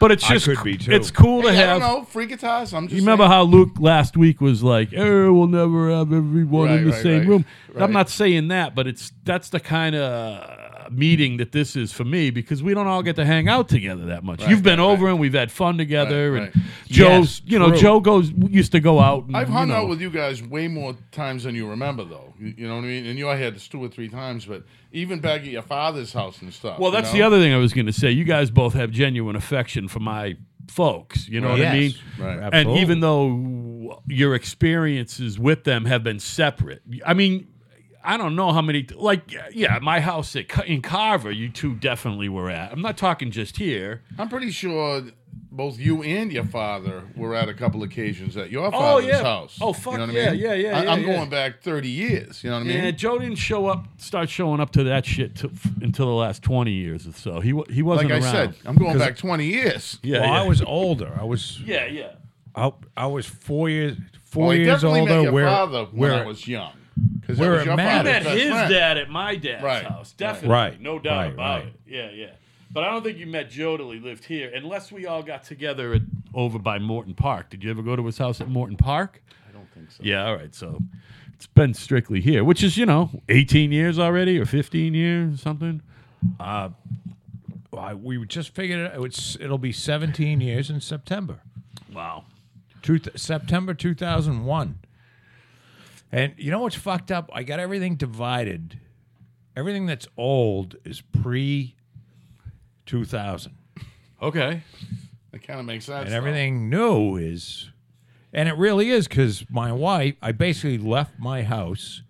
[SPEAKER 1] but it's
[SPEAKER 2] <laughs> I
[SPEAKER 1] just
[SPEAKER 2] could be, too.
[SPEAKER 1] it's cool to
[SPEAKER 3] I
[SPEAKER 1] have.
[SPEAKER 3] don't know, freakatize. I'm just
[SPEAKER 1] You remember
[SPEAKER 3] saying.
[SPEAKER 1] how Luke last week was like, "Oh, we'll never have everyone
[SPEAKER 3] Right,
[SPEAKER 1] in the
[SPEAKER 3] right,
[SPEAKER 1] same
[SPEAKER 3] right,
[SPEAKER 1] room."
[SPEAKER 3] right.
[SPEAKER 1] I'm not saying that, but it's that's the kind of meeting that this is for me because we don't all get to hang out together that much. You've been
[SPEAKER 3] right,
[SPEAKER 1] over and we've had fun together,
[SPEAKER 3] Right,
[SPEAKER 1] and
[SPEAKER 3] right.
[SPEAKER 1] Joe's,
[SPEAKER 2] Yes,
[SPEAKER 1] you know,
[SPEAKER 2] true.
[SPEAKER 1] Joe goes used to go out. And,
[SPEAKER 3] I've
[SPEAKER 1] you
[SPEAKER 3] hung
[SPEAKER 1] know,
[SPEAKER 3] out with you guys way more times than you remember, though. You, you know what I mean? And you, I had this two or three times, but even back at your father's house and stuff.
[SPEAKER 1] Well,
[SPEAKER 3] you
[SPEAKER 1] that's
[SPEAKER 3] know?
[SPEAKER 1] the other thing I was going to say. You guys both have genuine affection for my folks. You know what I mean?
[SPEAKER 2] Yes.
[SPEAKER 3] Right.
[SPEAKER 1] And
[SPEAKER 2] Absolutely.
[SPEAKER 1] even though your experiences with them have been separate, I mean, I don't know how many. Like, yeah, my house at, Ca- in Carver, you two definitely were at. I'm not talking just here.
[SPEAKER 3] I'm pretty sure both you and your father were at a couple occasions at your
[SPEAKER 1] Oh,
[SPEAKER 3] father's
[SPEAKER 1] yeah.
[SPEAKER 3] house.
[SPEAKER 1] Oh, fuck,
[SPEAKER 3] You know what
[SPEAKER 1] yeah,
[SPEAKER 3] I mean?
[SPEAKER 1] yeah, yeah,
[SPEAKER 3] I,
[SPEAKER 1] yeah,
[SPEAKER 3] I'm
[SPEAKER 1] yeah.
[SPEAKER 3] going back 30 years. You know what I mean?
[SPEAKER 1] Yeah, Joe didn't show up, start showing up to that shit t- until the last 20 years or so. He wa- he
[SPEAKER 3] like
[SPEAKER 1] wasn't
[SPEAKER 3] I
[SPEAKER 1] around.
[SPEAKER 3] said, I'm going
[SPEAKER 2] 'Cause-
[SPEAKER 3] back 20 years.
[SPEAKER 1] yeah,
[SPEAKER 2] well,
[SPEAKER 1] yeah.
[SPEAKER 2] I was older. I was
[SPEAKER 1] yeah, yeah.
[SPEAKER 2] I, I was four years four
[SPEAKER 3] Well, I
[SPEAKER 2] years
[SPEAKER 3] definitely met
[SPEAKER 2] older.
[SPEAKER 3] your
[SPEAKER 2] Where
[SPEAKER 3] father when
[SPEAKER 2] where
[SPEAKER 3] I was young. Because
[SPEAKER 2] where
[SPEAKER 3] was
[SPEAKER 2] it
[SPEAKER 3] your
[SPEAKER 1] I
[SPEAKER 2] mattered.
[SPEAKER 1] met
[SPEAKER 3] father's best
[SPEAKER 1] his
[SPEAKER 3] friend.
[SPEAKER 1] dad at my dad's
[SPEAKER 3] Right.
[SPEAKER 1] house.
[SPEAKER 3] Right.
[SPEAKER 1] Definitely.
[SPEAKER 2] Right.
[SPEAKER 1] No doubt
[SPEAKER 2] Right,
[SPEAKER 1] about
[SPEAKER 2] right.
[SPEAKER 1] it. Yeah, yeah. But I don't think you met Joe till he lived here, unless we all got together at, over by Morton Park. Did you ever go to his house at Morton Park?
[SPEAKER 3] I don't think so.
[SPEAKER 1] Yeah, all right. So it's been strictly here, which is, you know, 18 years already or 15 years, something.
[SPEAKER 2] I, we just figured it. out. It's it'll be seventeen years in September.
[SPEAKER 1] Wow.
[SPEAKER 2] Two, September 2001. And you know what's fucked up? I got everything divided. Everything that's old is pre 2000.
[SPEAKER 1] Okay.
[SPEAKER 3] That kind of makes sense.
[SPEAKER 2] And
[SPEAKER 3] though.
[SPEAKER 2] everything new is. And it really is because my wife, I basically left my house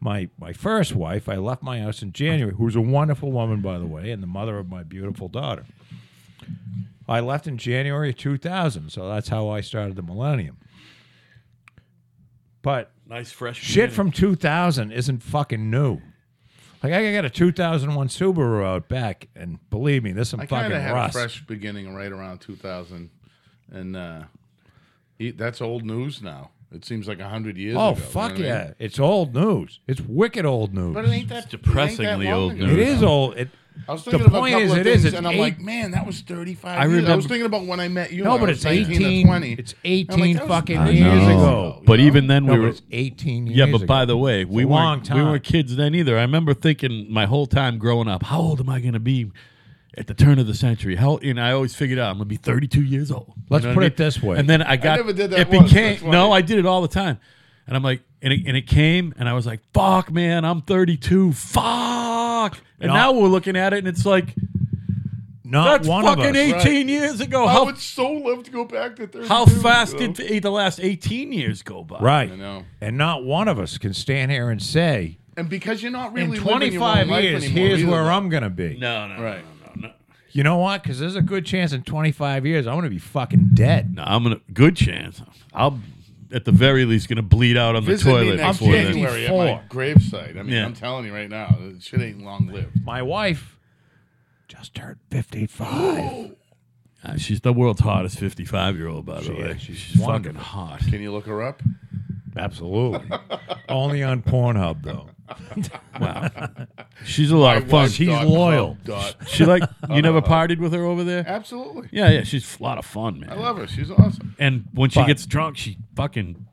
[SPEAKER 2] my my first wife, I left my house in January, who's a wonderful woman by the way, and the mother of my beautiful daughter. I left in January of 2000, so that's how I started the millennium. But
[SPEAKER 1] Nice fresh
[SPEAKER 2] shit from 2000 isn't fucking new. Like I got a 2001 Subaru out back, and believe me, there's some
[SPEAKER 3] I kind
[SPEAKER 2] fucking
[SPEAKER 3] of had
[SPEAKER 2] rust.
[SPEAKER 3] a fresh beginning right around 2000, and uh, he, that's old news now. It seems like hundred years.
[SPEAKER 2] oh
[SPEAKER 3] ago, you know
[SPEAKER 2] fuck
[SPEAKER 3] what I mean?
[SPEAKER 2] yeah, it's old news. It's wicked old news.
[SPEAKER 3] But it ain't that it ain't
[SPEAKER 1] depressingly
[SPEAKER 3] that long
[SPEAKER 1] old
[SPEAKER 3] ago.
[SPEAKER 1] news.
[SPEAKER 2] It is old. It,
[SPEAKER 3] I was
[SPEAKER 2] The
[SPEAKER 3] thinking about
[SPEAKER 2] point
[SPEAKER 3] a couple
[SPEAKER 2] is,
[SPEAKER 3] of
[SPEAKER 2] it is,
[SPEAKER 3] things,
[SPEAKER 2] it's
[SPEAKER 3] and I'm
[SPEAKER 2] eight-
[SPEAKER 3] like, man, that was 35
[SPEAKER 2] I
[SPEAKER 3] years. I was
[SPEAKER 2] remember-
[SPEAKER 3] thinking about when I met you.
[SPEAKER 2] no,
[SPEAKER 3] when
[SPEAKER 2] but
[SPEAKER 3] I was
[SPEAKER 2] it's
[SPEAKER 3] 19 or
[SPEAKER 2] 18.
[SPEAKER 3] 20.
[SPEAKER 2] It's
[SPEAKER 3] I'm
[SPEAKER 2] 18
[SPEAKER 3] like, that was
[SPEAKER 2] fucking
[SPEAKER 3] I
[SPEAKER 2] years
[SPEAKER 3] know.
[SPEAKER 2] ago.
[SPEAKER 1] But
[SPEAKER 3] you know?
[SPEAKER 1] even then,
[SPEAKER 2] No,
[SPEAKER 1] we
[SPEAKER 2] but
[SPEAKER 1] were
[SPEAKER 2] it's 18 years.
[SPEAKER 1] Yeah, but by
[SPEAKER 2] ago.
[SPEAKER 1] the way, we
[SPEAKER 2] a
[SPEAKER 1] weren't
[SPEAKER 2] long
[SPEAKER 1] we
[SPEAKER 2] time.
[SPEAKER 1] weren't kids then either. I remember thinking my whole time growing up, how old am I going to be at the turn of the century? How and I always figured out I'm going to be 32 years old. You
[SPEAKER 2] Let's
[SPEAKER 1] know what
[SPEAKER 2] put
[SPEAKER 1] I
[SPEAKER 2] it this way.
[SPEAKER 1] And then I got
[SPEAKER 3] never did that
[SPEAKER 1] it
[SPEAKER 3] once, that's
[SPEAKER 1] became
[SPEAKER 3] why.
[SPEAKER 1] no, I did it all the time, and I'm like, and it, and it came, and I was like, fuck, man, I'm 32. Fuck. And
[SPEAKER 2] No.
[SPEAKER 1] now we're looking at it, and it's like
[SPEAKER 2] not
[SPEAKER 1] that's
[SPEAKER 2] one of us.
[SPEAKER 1] fucking 18 years ago.
[SPEAKER 3] I
[SPEAKER 1] How
[SPEAKER 3] would so love to go back to 30.
[SPEAKER 1] how fast did the the last 18 years go by?
[SPEAKER 2] Right.
[SPEAKER 3] I know.
[SPEAKER 2] And not one of us can stand here and say,
[SPEAKER 3] And because you're not
[SPEAKER 2] in
[SPEAKER 3] really living your own
[SPEAKER 2] 25
[SPEAKER 3] life
[SPEAKER 2] years,
[SPEAKER 3] anymore
[SPEAKER 2] here's
[SPEAKER 3] either,
[SPEAKER 2] where
[SPEAKER 3] though.
[SPEAKER 2] I'm going to be.
[SPEAKER 1] No, no, no,
[SPEAKER 3] Right.
[SPEAKER 1] no, no, no.
[SPEAKER 2] You know what? Because there's a good chance in 25 years I'm going to be fucking dead.
[SPEAKER 1] No, I'm gonna good chance. I'll at the very least gonna bleed out on the
[SPEAKER 3] Visit me
[SPEAKER 1] toilet
[SPEAKER 3] next
[SPEAKER 1] before then.
[SPEAKER 3] January at
[SPEAKER 2] 54.
[SPEAKER 3] my gravesite. I mean,
[SPEAKER 1] Yeah.
[SPEAKER 3] I'm telling you right now, this shit ain't long lived.
[SPEAKER 2] My wife just turned
[SPEAKER 3] <gasps>
[SPEAKER 2] 55.
[SPEAKER 1] Uh, she's the world's hottest 55 year old, by the way.
[SPEAKER 2] is.
[SPEAKER 1] She's,
[SPEAKER 2] She's
[SPEAKER 1] fucking
[SPEAKER 2] wonderful.
[SPEAKER 1] hot.
[SPEAKER 3] Can you look her up?
[SPEAKER 2] Absolutely. Only on Pornhub, though.
[SPEAKER 1] She's a lot of fun.
[SPEAKER 3] Wife
[SPEAKER 1] She,
[SPEAKER 2] she's
[SPEAKER 3] dot
[SPEAKER 2] loyal.
[SPEAKER 3] com dot-
[SPEAKER 1] <laughs>
[SPEAKER 3] <laughs>
[SPEAKER 1] she like you never partied with her over there.
[SPEAKER 3] Absolutely.
[SPEAKER 1] Yeah, yeah. She's a lot of fun, man.
[SPEAKER 3] I love her. She's awesome.
[SPEAKER 1] and when she
[SPEAKER 2] But-
[SPEAKER 1] gets drunk, she fucking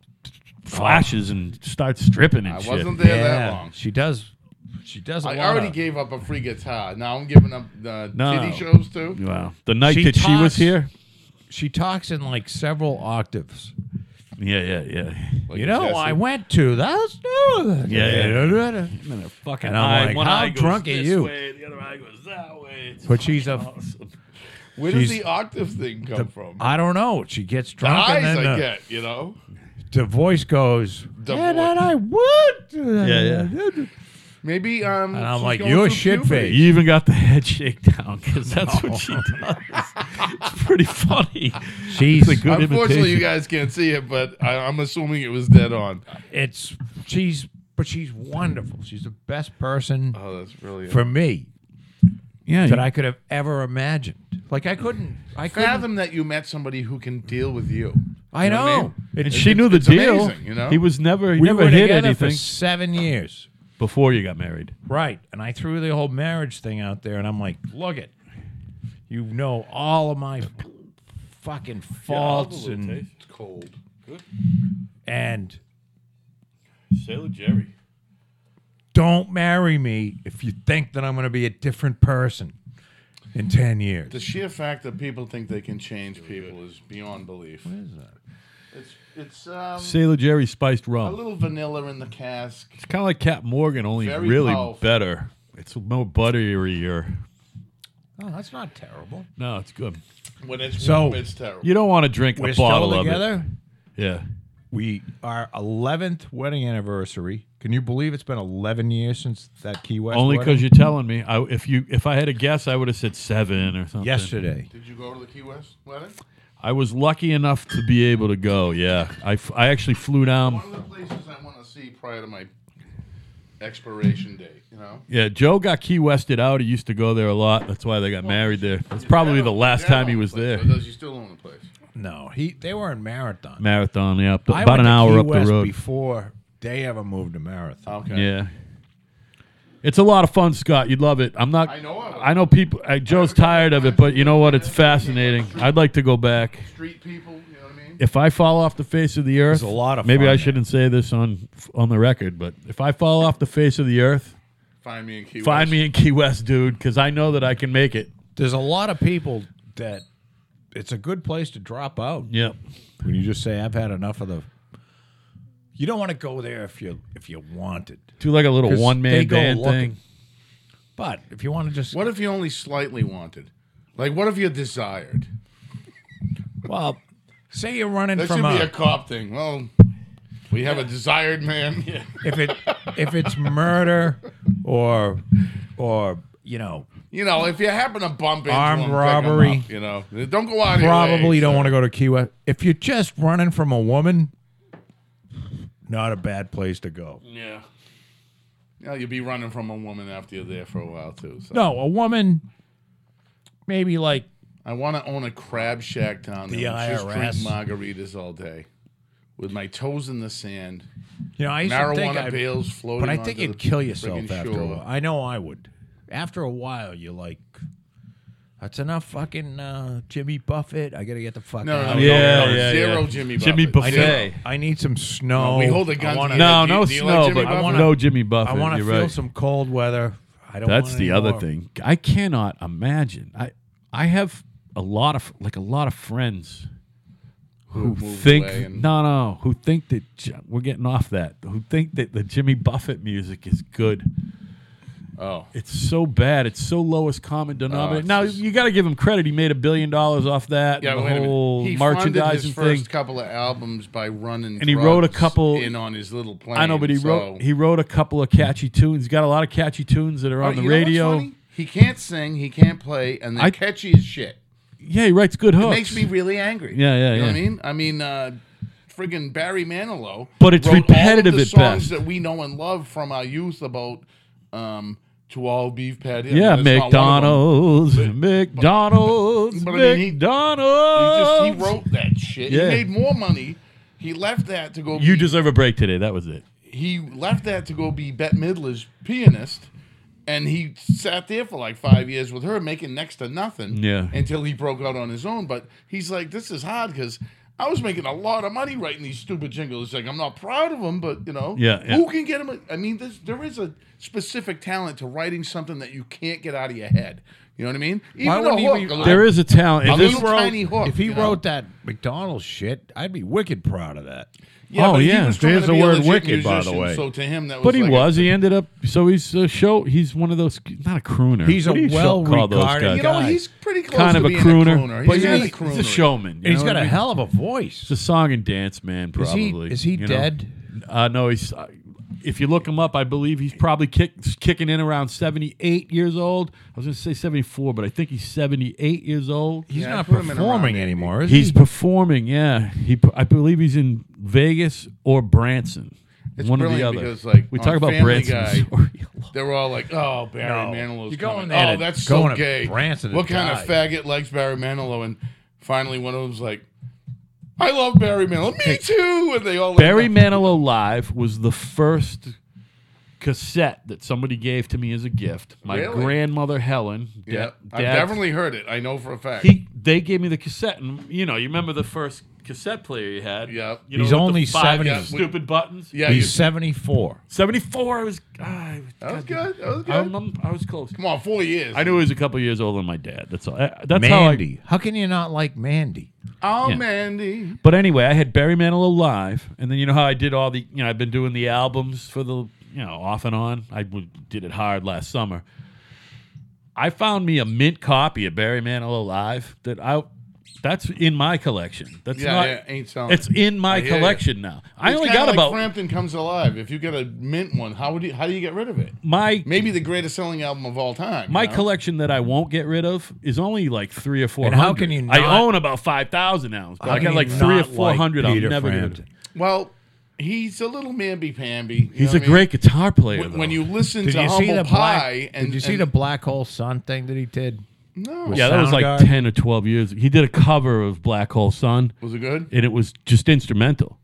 [SPEAKER 1] flashes and starts stripping and
[SPEAKER 3] I
[SPEAKER 1] shit.
[SPEAKER 3] wasn't there that long.
[SPEAKER 2] She does. She does a
[SPEAKER 3] I
[SPEAKER 2] lot
[SPEAKER 3] already
[SPEAKER 2] of-
[SPEAKER 3] gave up a free guitar. Now I'm giving up the
[SPEAKER 1] No.
[SPEAKER 3] titty shows too.
[SPEAKER 1] Wow. The night
[SPEAKER 2] She
[SPEAKER 1] that she was
[SPEAKER 2] talks-
[SPEAKER 1] here.
[SPEAKER 2] She talks in like several octaves.
[SPEAKER 1] Yeah, yeah, yeah.
[SPEAKER 3] Like
[SPEAKER 2] you know,
[SPEAKER 3] Jesse.
[SPEAKER 2] I went to those. Yeah,
[SPEAKER 1] Yeah,
[SPEAKER 2] yeah.
[SPEAKER 1] And her fucking
[SPEAKER 2] And I'm like, how drunk are you?
[SPEAKER 1] way, the other eye goes that way. It's
[SPEAKER 2] But she's
[SPEAKER 1] fucking
[SPEAKER 2] a-
[SPEAKER 1] awesome.
[SPEAKER 3] Where does
[SPEAKER 2] she's-
[SPEAKER 3] the octave thing come from?
[SPEAKER 2] I don't know. She gets
[SPEAKER 3] The
[SPEAKER 2] drunk
[SPEAKER 3] eyes
[SPEAKER 2] and then
[SPEAKER 3] I
[SPEAKER 2] the-
[SPEAKER 3] get, you know.
[SPEAKER 2] the voice goes,
[SPEAKER 3] The
[SPEAKER 2] and
[SPEAKER 3] voice.
[SPEAKER 2] then I would.
[SPEAKER 1] Yeah,
[SPEAKER 2] yeah.
[SPEAKER 3] Maybe um.
[SPEAKER 2] And I'm
[SPEAKER 3] she's
[SPEAKER 2] like,
[SPEAKER 3] going
[SPEAKER 2] you're
[SPEAKER 3] through
[SPEAKER 2] shit
[SPEAKER 3] puberty.
[SPEAKER 2] face.
[SPEAKER 1] You even got the head shake down because that's what she does. it's pretty funny.
[SPEAKER 2] She's
[SPEAKER 1] It's a good-
[SPEAKER 3] Unfortunately,
[SPEAKER 1] imitation.
[SPEAKER 3] you guys can't see it, but I, I'm assuming it was dead on.
[SPEAKER 2] It's she's, but she's wonderful. She's the best person
[SPEAKER 3] Oh, that's brilliant.
[SPEAKER 2] for me
[SPEAKER 1] Yeah,
[SPEAKER 2] that I could have ever imagined. Like I couldn't. I couldn't.
[SPEAKER 3] fathom that you met somebody who can deal with you.
[SPEAKER 2] I know.
[SPEAKER 3] what I mean?
[SPEAKER 2] It-
[SPEAKER 1] and she
[SPEAKER 3] it's-
[SPEAKER 1] knew the
[SPEAKER 3] it's
[SPEAKER 1] deal.
[SPEAKER 3] amazing, you know?
[SPEAKER 1] He was never he
[SPEAKER 2] we
[SPEAKER 1] never
[SPEAKER 2] were
[SPEAKER 1] hid
[SPEAKER 2] together
[SPEAKER 1] anything
[SPEAKER 2] for seven years.
[SPEAKER 1] before you got married.
[SPEAKER 2] Right. And I threw the whole marriage thing out there, and I'm like, look it. You know all of my fucking faults and
[SPEAKER 3] It's cold.
[SPEAKER 2] and
[SPEAKER 1] Sailor Jerry.
[SPEAKER 2] don't marry me if you think that I'm going to be a different person in 10 years.
[SPEAKER 3] The sheer fact that people think they can change people is beyond belief. What is that? It's it's um,
[SPEAKER 1] Sailor Jerry spiced
[SPEAKER 3] a
[SPEAKER 1] rum.
[SPEAKER 3] little vanilla in the cask.
[SPEAKER 1] It's kind of like Cap Morgan, only
[SPEAKER 3] Very
[SPEAKER 1] really
[SPEAKER 3] powerful.
[SPEAKER 1] better. It's more buttery or
[SPEAKER 2] Oh, that's not terrible.
[SPEAKER 1] no, it's good.
[SPEAKER 3] When it's
[SPEAKER 2] So-
[SPEAKER 3] warm, it's terrible.
[SPEAKER 1] You don't want to drink
[SPEAKER 2] We're
[SPEAKER 1] a bottle
[SPEAKER 2] still
[SPEAKER 1] of
[SPEAKER 2] together.
[SPEAKER 1] it. Yeah,
[SPEAKER 2] We our 11th wedding anniversary. Can you believe it's been 11 years since that Key West?
[SPEAKER 1] only
[SPEAKER 2] wedding?
[SPEAKER 1] because you're telling me. I, if you if I had a guess, I would have said seven or something.
[SPEAKER 2] yesterday.
[SPEAKER 3] Did you go to the Key West wedding?
[SPEAKER 1] I was lucky enough to be able to go. Yeah, I, f- I actually flew down.
[SPEAKER 3] One of the places I want to see prior to my expiration date. You know.
[SPEAKER 1] Yeah, Joe got Key Wested out. He used to go there a lot. That's why they got married there. It's probably
[SPEAKER 3] Dad
[SPEAKER 1] the
[SPEAKER 3] owned-
[SPEAKER 1] last
[SPEAKER 3] Dad
[SPEAKER 1] time he
[SPEAKER 3] owned
[SPEAKER 1] was
[SPEAKER 3] the place,
[SPEAKER 1] there.
[SPEAKER 3] or does he still own the place?
[SPEAKER 2] No, he they were in Marathon.
[SPEAKER 1] Marathon, yeah, up the,
[SPEAKER 2] I
[SPEAKER 1] about
[SPEAKER 2] went
[SPEAKER 1] an
[SPEAKER 2] to
[SPEAKER 1] hour
[SPEAKER 2] Key
[SPEAKER 1] up
[SPEAKER 2] West
[SPEAKER 1] the road.
[SPEAKER 2] before they ever moved to Marathon.
[SPEAKER 3] Okay.
[SPEAKER 1] Yeah. It's a lot of fun, Scott. You'd love it. I'm not.
[SPEAKER 3] I know I would.
[SPEAKER 1] I know people. I, Joe's tired of it, but you know what? It's fascinating. I'd like to go back.
[SPEAKER 3] Street people, you know what I mean?
[SPEAKER 1] If I fall off the face of the earth,
[SPEAKER 2] a lot of
[SPEAKER 1] maybe
[SPEAKER 2] fun
[SPEAKER 1] I
[SPEAKER 2] there.
[SPEAKER 1] shouldn't say this on on the record, but if I fall off the face of the earth,
[SPEAKER 3] Find me in Key
[SPEAKER 1] find
[SPEAKER 3] West.
[SPEAKER 1] me in Key West, dude, because I know that I can make it.
[SPEAKER 2] There's a lot of people that it's a good place to drop out.
[SPEAKER 1] Yep.
[SPEAKER 2] when you just say I've had enough of the. You don't want to go there if you if you wanted,
[SPEAKER 1] Do like a little
[SPEAKER 2] 'Cause
[SPEAKER 1] one
[SPEAKER 2] they
[SPEAKER 1] man
[SPEAKER 2] go
[SPEAKER 1] band
[SPEAKER 2] looking.
[SPEAKER 1] thing.
[SPEAKER 2] but if you want to just
[SPEAKER 3] What if you only slightly wanted? Like, what if you desired?
[SPEAKER 2] well, say you're running
[SPEAKER 3] That
[SPEAKER 2] from
[SPEAKER 3] should
[SPEAKER 2] a,
[SPEAKER 3] be a cop thing. Well, we have a desired man.
[SPEAKER 2] if it if it's murder or or you know
[SPEAKER 3] You know, if you happen to bump into
[SPEAKER 2] Armed
[SPEAKER 3] him, pick him
[SPEAKER 2] robbery.
[SPEAKER 3] up, you know, don't go out.
[SPEAKER 2] probably don't want to go to Key West. If you're just running from a woman, not a bad place to go.
[SPEAKER 3] Yeah. Yeah, you'll be running from a woman after you're there for a while too. So.
[SPEAKER 2] No, a woman, maybe like
[SPEAKER 3] I want to own a crab shack down there.
[SPEAKER 2] The
[SPEAKER 3] and
[SPEAKER 2] IRS.
[SPEAKER 3] Just drink margaritas all day, with my toes in the sand,
[SPEAKER 2] you know I used to think
[SPEAKER 3] marijuana
[SPEAKER 2] I'd-
[SPEAKER 3] bales floating.
[SPEAKER 2] but I
[SPEAKER 3] onto
[SPEAKER 2] think
[SPEAKER 3] the
[SPEAKER 2] you'd kill yourself
[SPEAKER 3] friggin'
[SPEAKER 2] after
[SPEAKER 3] shore.
[SPEAKER 2] a while. I know I would. After a while, you're like, that's enough fucking uh, Jimmy Buffett. I gotta get the fuck
[SPEAKER 3] No, no,
[SPEAKER 2] out.
[SPEAKER 3] no,
[SPEAKER 2] of here.
[SPEAKER 1] Yeah,
[SPEAKER 3] no, no,
[SPEAKER 1] yeah,
[SPEAKER 3] zero
[SPEAKER 1] yeah.
[SPEAKER 3] Jimmy Buffett.
[SPEAKER 1] Jimmy
[SPEAKER 2] I,
[SPEAKER 1] Buffett.
[SPEAKER 3] Zero.
[SPEAKER 1] Hey.
[SPEAKER 2] need, I need some snow.
[SPEAKER 3] No, we hold a
[SPEAKER 2] I
[SPEAKER 3] gun to
[SPEAKER 2] wanna-
[SPEAKER 3] the
[SPEAKER 1] No,
[SPEAKER 3] Do you-
[SPEAKER 1] no
[SPEAKER 3] do you like
[SPEAKER 1] snow,
[SPEAKER 3] Jimmy
[SPEAKER 1] but
[SPEAKER 3] Buffett?
[SPEAKER 1] no Jimmy Buffett.
[SPEAKER 2] I want to
[SPEAKER 1] you're
[SPEAKER 2] feel
[SPEAKER 1] right.
[SPEAKER 2] some cold weather. I don't.
[SPEAKER 1] That's
[SPEAKER 2] want
[SPEAKER 1] the
[SPEAKER 2] any
[SPEAKER 1] other
[SPEAKER 2] more.
[SPEAKER 1] thing. I cannot imagine. I I have a lot of like a lot of friends who
[SPEAKER 3] have moved
[SPEAKER 1] think
[SPEAKER 3] away and-
[SPEAKER 1] no no who think that J- we're getting off that who think that the Jimmy Buffett music is good.
[SPEAKER 3] Oh,
[SPEAKER 1] It's so bad. It's so lowest common denominator.
[SPEAKER 3] it's
[SPEAKER 1] now
[SPEAKER 3] just-
[SPEAKER 1] you got to give him credit. He made a billion dollars off that.
[SPEAKER 3] yeah.
[SPEAKER 1] and
[SPEAKER 3] wait
[SPEAKER 1] the
[SPEAKER 3] a
[SPEAKER 1] whole
[SPEAKER 3] minute. He funded
[SPEAKER 1] merchandising
[SPEAKER 3] his
[SPEAKER 1] thing.
[SPEAKER 3] first couple of albums by running,
[SPEAKER 1] And he wrote a
[SPEAKER 3] drugs
[SPEAKER 1] couple-
[SPEAKER 3] in on his little plane.
[SPEAKER 1] I know, but he
[SPEAKER 3] so-
[SPEAKER 1] wrote he wrote a couple of catchy tunes. He's got a lot of catchy tunes that are
[SPEAKER 3] Oh,
[SPEAKER 1] on
[SPEAKER 3] you
[SPEAKER 1] the
[SPEAKER 3] know what's
[SPEAKER 1] radio.
[SPEAKER 3] funny? He can't sing, he can't play, and they're
[SPEAKER 1] I-
[SPEAKER 3] catchy as shit.
[SPEAKER 1] Yeah, he writes good hooks.
[SPEAKER 3] makes me really angry.
[SPEAKER 1] Yeah, yeah,
[SPEAKER 3] You know
[SPEAKER 1] yeah.
[SPEAKER 3] what I mean? I mean, uh, friggin' Barry Manilow.
[SPEAKER 1] But it's
[SPEAKER 3] wrote all of
[SPEAKER 1] repetitive
[SPEAKER 3] the
[SPEAKER 1] at
[SPEAKER 3] songs
[SPEAKER 1] best.
[SPEAKER 3] that we know and love from our youth about um, to all beef patty. I mean,
[SPEAKER 1] Yeah,
[SPEAKER 3] that's not one of them.
[SPEAKER 1] McDonald's, McDonald's,
[SPEAKER 3] but I mean, he- He
[SPEAKER 1] McDonald's.
[SPEAKER 3] just he wrote that shit.
[SPEAKER 1] Yeah.
[SPEAKER 3] He made more money. He left that to go.
[SPEAKER 1] You
[SPEAKER 3] be,
[SPEAKER 1] deserve a break today. That was it.
[SPEAKER 3] he left that to go be Bette Midler's pianist. And he sat there for like five years with her, making next to nothing.
[SPEAKER 1] Yeah.
[SPEAKER 3] Until he broke out on his own. But he's like, this is hard because I was making a lot of money writing these stupid jingles. Like, I'm not proud of them, but you know,
[SPEAKER 1] Yeah, yeah.
[SPEAKER 3] who can get them? I mean, this, there is a specific talent to writing something that you can't get out of your head. You know what I mean? Even
[SPEAKER 2] wouldn't he be-
[SPEAKER 3] a
[SPEAKER 1] There is a talent.
[SPEAKER 3] A
[SPEAKER 1] If this
[SPEAKER 3] little
[SPEAKER 1] were-
[SPEAKER 3] tiny hook.
[SPEAKER 2] If he
[SPEAKER 3] you know?
[SPEAKER 2] wrote that McDonald's shit, I'd be wicked proud of that.
[SPEAKER 1] Oh,
[SPEAKER 3] but he
[SPEAKER 1] yeah.
[SPEAKER 3] was trying
[SPEAKER 2] There's
[SPEAKER 3] to
[SPEAKER 2] the
[SPEAKER 3] be a
[SPEAKER 2] word
[SPEAKER 3] legit
[SPEAKER 2] wicked, by the
[SPEAKER 3] musician,
[SPEAKER 2] way.
[SPEAKER 3] So to him, that was
[SPEAKER 1] but he
[SPEAKER 3] like a-
[SPEAKER 1] was. He ended up. So he's a show. He's one of those. Not a crooner.
[SPEAKER 2] He's
[SPEAKER 1] What
[SPEAKER 2] a
[SPEAKER 1] do you sh-
[SPEAKER 2] well
[SPEAKER 1] call those
[SPEAKER 2] regarded
[SPEAKER 1] guys?
[SPEAKER 3] You know,
[SPEAKER 2] guy.
[SPEAKER 3] he's pretty close
[SPEAKER 1] Kind
[SPEAKER 3] to
[SPEAKER 1] of a
[SPEAKER 3] being
[SPEAKER 1] crooner,
[SPEAKER 3] a crooner.
[SPEAKER 1] but
[SPEAKER 3] he's,
[SPEAKER 1] he's,
[SPEAKER 3] a crooner.
[SPEAKER 1] he's a showman. you
[SPEAKER 2] He's
[SPEAKER 1] know
[SPEAKER 2] got
[SPEAKER 1] what
[SPEAKER 2] a
[SPEAKER 1] I mean?
[SPEAKER 2] hell of a voice.
[SPEAKER 1] He's a song and dance man.
[SPEAKER 2] he-
[SPEAKER 1] Probably.
[SPEAKER 2] is he
[SPEAKER 1] you know?
[SPEAKER 2] dead?
[SPEAKER 1] Uh, no, he's. Uh, if you look him up, I believe he's probably kick, kicking in around seventy-eight years old. I was going to say seventy-four, but I think he's seventy-eight years old.
[SPEAKER 2] He's
[SPEAKER 3] Yeah,
[SPEAKER 2] not
[SPEAKER 3] put him in around
[SPEAKER 2] performing
[SPEAKER 3] maybe.
[SPEAKER 2] anymore, is
[SPEAKER 1] He's
[SPEAKER 2] he?
[SPEAKER 1] performing, yeah. He, I believe he's in Vegas or Branson,
[SPEAKER 3] It's
[SPEAKER 1] one or the
[SPEAKER 3] brilliant
[SPEAKER 1] other.
[SPEAKER 3] because, like,
[SPEAKER 1] we
[SPEAKER 3] on
[SPEAKER 1] talk about
[SPEAKER 3] Family
[SPEAKER 1] Branson.
[SPEAKER 3] Guy-
[SPEAKER 1] Sorry.
[SPEAKER 3] They were all like, "Oh, Barry
[SPEAKER 2] No.
[SPEAKER 3] Manilow's
[SPEAKER 2] You're going
[SPEAKER 3] coming.
[SPEAKER 2] there
[SPEAKER 3] oh,
[SPEAKER 2] to-
[SPEAKER 3] that's
[SPEAKER 2] going
[SPEAKER 3] so
[SPEAKER 2] to
[SPEAKER 3] gay.
[SPEAKER 2] Branson to
[SPEAKER 3] what kind of
[SPEAKER 2] die.
[SPEAKER 3] faggot likes Barry Manilow?" And finally, one of them's like, "I love Barry Manilow. Me too." And they all like,
[SPEAKER 1] Barry
[SPEAKER 3] "No."
[SPEAKER 1] Manilow Live was the first cassette that somebody gave to me as a gift. My
[SPEAKER 3] Really?
[SPEAKER 1] grandmother Helen, da-
[SPEAKER 3] Yeah, I've
[SPEAKER 1] dad's-
[SPEAKER 3] definitely heard it. I know for a fact.
[SPEAKER 1] he, they gave me the cassette, and you know, you remember the first cassette player you had?
[SPEAKER 3] Yep.
[SPEAKER 1] You know,
[SPEAKER 2] He's
[SPEAKER 1] with the
[SPEAKER 2] only
[SPEAKER 1] five
[SPEAKER 2] 70.
[SPEAKER 1] Stupid buttons.
[SPEAKER 3] yeah,
[SPEAKER 2] He's
[SPEAKER 3] you,
[SPEAKER 2] 74.
[SPEAKER 1] seventy-four. I was. ah, I was,
[SPEAKER 3] that was good. That was
[SPEAKER 1] I,
[SPEAKER 3] good.
[SPEAKER 1] remember, I was close.
[SPEAKER 3] Come on, four years.
[SPEAKER 1] I knew he was a couple years older than my dad. That's all. I- That's how I.
[SPEAKER 2] Mandy. How, can you not like Mandy?
[SPEAKER 3] Oh,
[SPEAKER 1] Yeah.
[SPEAKER 3] Mandy.
[SPEAKER 1] But anyway, I had Barry Manilow live, and then you know how I did all the, you know, I've been doing the albums for the, you know, off and on. I w- did it hard last summer. I found me a mint copy of Barry Manilow live that I, that's in my collection. That's
[SPEAKER 3] Yeah,
[SPEAKER 1] not.
[SPEAKER 3] yeah, ain't selling.
[SPEAKER 1] It's in my
[SPEAKER 3] Oh. hear ya.
[SPEAKER 1] collection now. I
[SPEAKER 3] It's
[SPEAKER 1] only
[SPEAKER 3] kinda
[SPEAKER 1] got
[SPEAKER 3] like
[SPEAKER 1] about
[SPEAKER 3] Frampton comes alive. If you get a mint one, how would you? How do you get rid of it?
[SPEAKER 1] my
[SPEAKER 3] Maybe the greatest selling album of all time. you
[SPEAKER 1] my
[SPEAKER 3] know?
[SPEAKER 1] collection that I won't get rid of is only like three or four.
[SPEAKER 2] And how can you not-
[SPEAKER 1] I own about five thousand ounces, but
[SPEAKER 2] How
[SPEAKER 1] I
[SPEAKER 2] can
[SPEAKER 1] got like
[SPEAKER 2] you
[SPEAKER 1] three or
[SPEAKER 2] not
[SPEAKER 1] four
[SPEAKER 2] like
[SPEAKER 1] hundred.
[SPEAKER 2] Peter
[SPEAKER 1] I'll never get rid of.
[SPEAKER 2] Frampton?
[SPEAKER 3] Well, he's a little mamby pamby.
[SPEAKER 1] He's a great guitar player.
[SPEAKER 3] When,
[SPEAKER 1] though.
[SPEAKER 3] when you listen
[SPEAKER 2] Did
[SPEAKER 3] to
[SPEAKER 2] you
[SPEAKER 3] Humble
[SPEAKER 2] see the
[SPEAKER 3] Pie,
[SPEAKER 2] black?
[SPEAKER 3] and
[SPEAKER 2] did you see
[SPEAKER 3] and-
[SPEAKER 2] the black hole sun thing that he did?
[SPEAKER 3] no,
[SPEAKER 1] Yeah, that was like
[SPEAKER 2] Soundgarden?
[SPEAKER 1] ten or twelve years. He did a cover of Black Hole Sun,
[SPEAKER 3] was it good?
[SPEAKER 1] and it was just instrumental,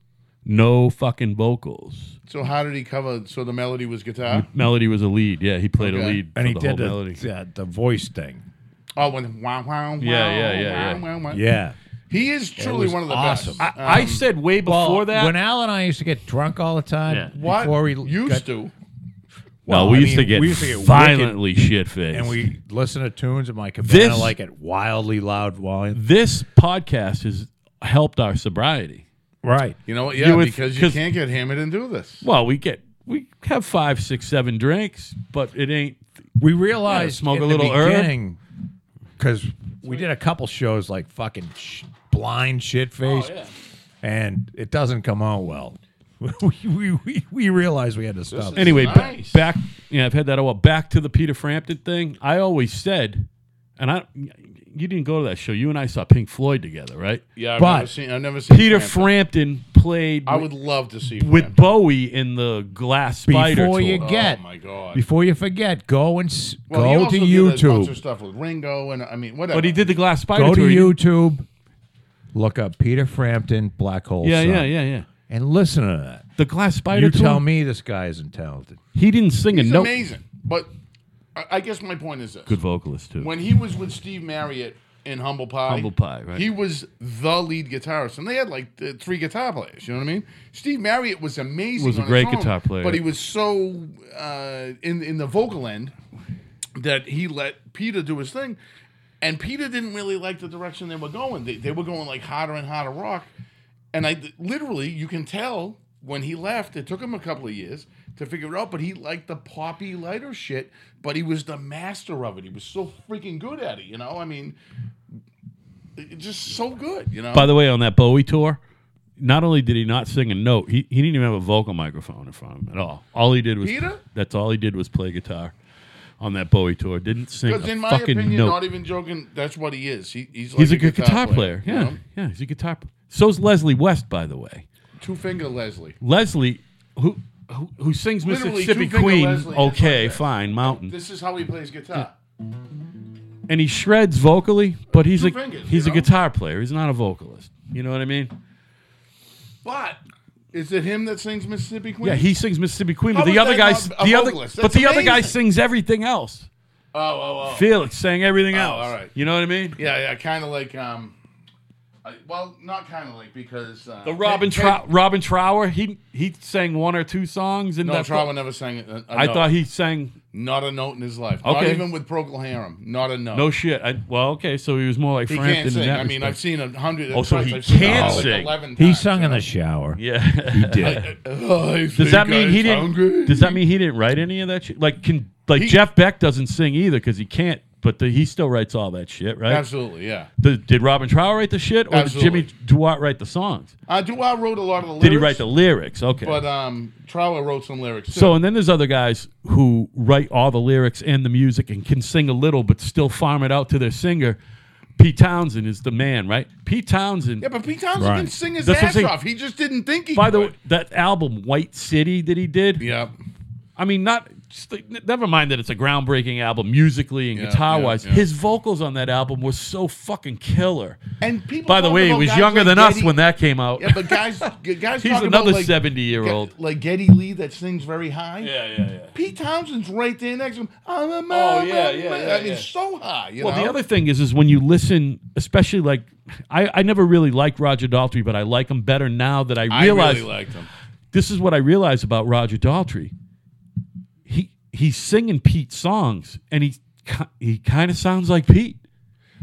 [SPEAKER 1] no fucking vocals.
[SPEAKER 3] So how did he cover? So the melody was guitar.
[SPEAKER 1] Melody was a lead. Yeah, he played a
[SPEAKER 3] Okay.
[SPEAKER 1] lead for
[SPEAKER 2] And he
[SPEAKER 1] the
[SPEAKER 2] did
[SPEAKER 1] whole
[SPEAKER 2] the,
[SPEAKER 1] melody.
[SPEAKER 2] the, the voice thing.
[SPEAKER 3] Oh, when wow, wow, wow,
[SPEAKER 1] Yeah, yeah, yeah,
[SPEAKER 3] wow,
[SPEAKER 1] yeah.
[SPEAKER 3] wow, wow.
[SPEAKER 2] Yeah.
[SPEAKER 3] He is truly
[SPEAKER 2] was
[SPEAKER 3] one of the
[SPEAKER 2] awesome.
[SPEAKER 3] best. Uh,
[SPEAKER 1] I, I said way
[SPEAKER 2] Well,
[SPEAKER 1] before that.
[SPEAKER 2] when Al and I used to get drunk all the time
[SPEAKER 1] Yeah.
[SPEAKER 3] what
[SPEAKER 2] before we
[SPEAKER 3] used
[SPEAKER 2] got,
[SPEAKER 3] to.
[SPEAKER 1] no,
[SPEAKER 2] well,
[SPEAKER 1] we
[SPEAKER 2] I
[SPEAKER 1] used to
[SPEAKER 2] mean,
[SPEAKER 1] get
[SPEAKER 2] we used to get
[SPEAKER 1] violently shit faced. <laughs>
[SPEAKER 2] and we listen to tunes in my cabana
[SPEAKER 1] This-
[SPEAKER 2] like at wildly loud volume.
[SPEAKER 1] this podcast has helped our sobriety.
[SPEAKER 2] Right.
[SPEAKER 3] You know what? Yeah,
[SPEAKER 1] You would-
[SPEAKER 3] because you
[SPEAKER 1] 'cause-
[SPEAKER 3] can't get hammered and do this.
[SPEAKER 1] Well, we get we have five, six, seven drinks, but it ain't.
[SPEAKER 2] We realized
[SPEAKER 1] Yeah, smoke
[SPEAKER 2] in
[SPEAKER 1] a
[SPEAKER 2] the
[SPEAKER 1] little herb.
[SPEAKER 2] beginning because we did a couple shows like
[SPEAKER 3] Oh,
[SPEAKER 2] fucking sh- blind shit face, and it doesn't come out well. <laughs> we, we, we, we realized we had to stop.
[SPEAKER 3] is-
[SPEAKER 1] Anyway, ba-
[SPEAKER 3] Nice.
[SPEAKER 1] back. Yeah, I've had that a while. Back to the Peter Frampton thing. I always said, and I, you didn't go to that show. You and I saw Pink Floyd together, right?
[SPEAKER 3] Yeah, I've
[SPEAKER 2] But-
[SPEAKER 3] never seen. I've never seen
[SPEAKER 1] Peter
[SPEAKER 3] Frampton.
[SPEAKER 1] Frampton played
[SPEAKER 3] I would love to see
[SPEAKER 1] with
[SPEAKER 3] Frampton.
[SPEAKER 1] Bowie in the Glass Spider
[SPEAKER 2] Before you
[SPEAKER 1] tour.
[SPEAKER 2] get-
[SPEAKER 3] Oh my god.
[SPEAKER 2] Before you forget, go and s-
[SPEAKER 3] Well, he
[SPEAKER 2] go
[SPEAKER 3] also
[SPEAKER 2] to
[SPEAKER 3] did a bunch
[SPEAKER 2] YouTube.
[SPEAKER 3] of stuff with Ringo and I mean whatever.
[SPEAKER 1] but he did the Glass Spider
[SPEAKER 2] Go
[SPEAKER 1] tour.
[SPEAKER 2] to YouTube. Look up Peter Frampton Black Hole.
[SPEAKER 1] Yeah,
[SPEAKER 2] Sun,
[SPEAKER 1] yeah, yeah, yeah.
[SPEAKER 2] And listen to that.
[SPEAKER 1] The Glass Spider
[SPEAKER 2] You
[SPEAKER 1] tour.
[SPEAKER 2] tell me this guy isn't talented.
[SPEAKER 1] He didn't sing
[SPEAKER 3] He's
[SPEAKER 1] a note.
[SPEAKER 3] amazing. But I, I guess my point is this:
[SPEAKER 1] Good vocalist too.
[SPEAKER 3] when he was with Steve Marriott in Humble Pie,
[SPEAKER 1] Humble Pie, right.
[SPEAKER 3] He was the lead guitarist, and they had like th- three guitar players. You know what I mean? Steve Marriott was amazing.
[SPEAKER 1] Was a
[SPEAKER 3] on his
[SPEAKER 1] great
[SPEAKER 3] own,
[SPEAKER 1] guitar player.
[SPEAKER 3] but he was so uh, in in the vocal end that he let Peter do his thing, and Peter didn't really like the direction they were going. They, they were going like harder and harder rock, and I literally you can tell when he left. It took him a couple of years to figure it out, but he liked the poppy lighter shit. But he was the master of it. He was so freaking good at it. You know, I mean, it- it's just so good. You know,
[SPEAKER 1] By the way, on that Bowie tour, not only did he not sing a note, he, he didn't even have a vocal microphone in front of him at all. All he did was
[SPEAKER 3] Peter?
[SPEAKER 1] that's all he did was play guitar on that Bowie tour. Didn't sing
[SPEAKER 3] because
[SPEAKER 1] a
[SPEAKER 3] in my
[SPEAKER 1] fucking
[SPEAKER 3] opinion,
[SPEAKER 1] note.
[SPEAKER 3] not even joking, that's what he is. He, he's like
[SPEAKER 1] he's a good guitar, player.
[SPEAKER 3] you
[SPEAKER 1] Yeah,
[SPEAKER 3] know?
[SPEAKER 1] yeah, he's a guitar. Player. So's Leslie West, by the way.
[SPEAKER 3] two finger Leslie.
[SPEAKER 1] Leslie, who who, who sings
[SPEAKER 3] Literally,
[SPEAKER 1] Mississippi
[SPEAKER 3] two-finger
[SPEAKER 1] Queen?
[SPEAKER 3] Leslie, it's
[SPEAKER 1] okay,
[SPEAKER 3] like that.
[SPEAKER 1] fine, Mountain,
[SPEAKER 3] This is how he plays guitar.
[SPEAKER 1] and he shreds vocally, but he's
[SPEAKER 3] Two
[SPEAKER 1] a
[SPEAKER 3] fingers,
[SPEAKER 1] he's
[SPEAKER 3] you
[SPEAKER 1] a
[SPEAKER 3] know?
[SPEAKER 1] guitar player. He's not a vocalist. You know what I mean?
[SPEAKER 3] But is it him that sings Mississippi Queen?
[SPEAKER 1] Yeah, he sings Mississippi Queen,
[SPEAKER 3] How
[SPEAKER 1] but the
[SPEAKER 3] is
[SPEAKER 1] other
[SPEAKER 3] that
[SPEAKER 1] guy,
[SPEAKER 3] not a
[SPEAKER 1] the other,
[SPEAKER 3] vocalist?
[SPEAKER 1] but
[SPEAKER 3] That's
[SPEAKER 1] the other guy
[SPEAKER 3] amazing.
[SPEAKER 1] sings everything else.
[SPEAKER 3] Oh, oh, oh.
[SPEAKER 1] Felix sang everything else.
[SPEAKER 3] all right.
[SPEAKER 1] You know what I mean?
[SPEAKER 3] Yeah, yeah, kind of like um, I, well, not kind of like because uh,
[SPEAKER 1] The Robin
[SPEAKER 3] Ted-
[SPEAKER 1] Trou- Robin Trower, he he sang one or two songs and
[SPEAKER 3] No,
[SPEAKER 1] that's
[SPEAKER 3] Trower never sang it. uh, A, a
[SPEAKER 1] I
[SPEAKER 3] note.
[SPEAKER 1] thought he sang
[SPEAKER 3] not a note in his life. Not
[SPEAKER 1] Okay.
[SPEAKER 3] even with Procol Harum. Not a note.
[SPEAKER 1] no shit. I, well, okay, so he was more like
[SPEAKER 3] he
[SPEAKER 1] Frampton
[SPEAKER 3] can't sing.
[SPEAKER 1] in that
[SPEAKER 3] I mean, I've
[SPEAKER 1] respect.
[SPEAKER 3] seen a hundred.
[SPEAKER 1] Oh, so
[SPEAKER 3] times.
[SPEAKER 1] he
[SPEAKER 3] I've seen it
[SPEAKER 1] can't
[SPEAKER 3] like
[SPEAKER 1] sing.
[SPEAKER 3] Eleven
[SPEAKER 2] He
[SPEAKER 3] times, <laughs>
[SPEAKER 2] sung
[SPEAKER 3] you
[SPEAKER 2] in
[SPEAKER 3] know?
[SPEAKER 2] the shower.
[SPEAKER 1] yeah. <laughs>
[SPEAKER 3] uh,
[SPEAKER 2] Yeah.
[SPEAKER 3] I
[SPEAKER 1] does that
[SPEAKER 3] think
[SPEAKER 1] mean
[SPEAKER 3] I
[SPEAKER 1] he didn't?
[SPEAKER 3] sound good.
[SPEAKER 1] Does that mean he didn't write any of that shit? Like can like
[SPEAKER 3] He-
[SPEAKER 1] Jeff Beck doesn't sing either because he can't. But the, he still writes all that shit, right?
[SPEAKER 3] Absolutely, yeah.
[SPEAKER 1] The- did Robin Trower write the shit, or
[SPEAKER 3] Absolutely.
[SPEAKER 1] did Jimmy Duart write the songs?
[SPEAKER 3] Uh, Duah wrote a lot of the lyrics.
[SPEAKER 1] Did he write the lyrics? Okay.
[SPEAKER 3] But um, Trower wrote some lyrics. Too.
[SPEAKER 1] So and then there's other guys who write all the lyrics and the music and can sing a little but still farm it out to their singer. Pete Townsend is the man, right? Pete Townsend.
[SPEAKER 3] yeah, but Pete Townsend
[SPEAKER 2] Right.
[SPEAKER 3] can sing his
[SPEAKER 1] That's what I'm
[SPEAKER 3] ass
[SPEAKER 1] saying.
[SPEAKER 3] off. He just didn't think he.
[SPEAKER 1] by the
[SPEAKER 3] could.
[SPEAKER 1] way, that album White City that he did.
[SPEAKER 3] yeah,
[SPEAKER 1] I mean, not just, like, n- never mind that it's a groundbreaking album musically and
[SPEAKER 3] Yeah,
[SPEAKER 1] guitar wise.
[SPEAKER 3] yeah, yeah.
[SPEAKER 1] His vocals on that album were so fucking killer.
[SPEAKER 3] and people.
[SPEAKER 1] By the
[SPEAKER 3] talk
[SPEAKER 1] way, he
[SPEAKER 3] about
[SPEAKER 1] was
[SPEAKER 3] guys
[SPEAKER 1] younger
[SPEAKER 3] like
[SPEAKER 1] than us
[SPEAKER 3] Geddy-
[SPEAKER 1] when that came out.
[SPEAKER 3] Yeah, but guys, g- guys,
[SPEAKER 1] <laughs> He's
[SPEAKER 3] talk
[SPEAKER 1] another
[SPEAKER 3] about like,
[SPEAKER 1] seventy-year-old.
[SPEAKER 3] Ge- like Geddy Lee that sings very high.
[SPEAKER 1] yeah, yeah, yeah.
[SPEAKER 3] Pete Townsend's right there next to him. I'm a man.
[SPEAKER 1] Oh, yeah,
[SPEAKER 3] I'm a
[SPEAKER 1] yeah,
[SPEAKER 3] man.
[SPEAKER 1] yeah,
[SPEAKER 3] I mean,
[SPEAKER 1] yeah.
[SPEAKER 3] so high. You
[SPEAKER 1] Well,
[SPEAKER 3] know?
[SPEAKER 1] the other thing is, is when you listen, especially like, I, I never really liked Roger Daltrey, but I like him better now that I
[SPEAKER 3] I
[SPEAKER 1] realize
[SPEAKER 3] really liked him.
[SPEAKER 1] this is what I realize about Roger Daltrey. He he's singing Pete's songs, and he ki- he kind of sounds like Pete.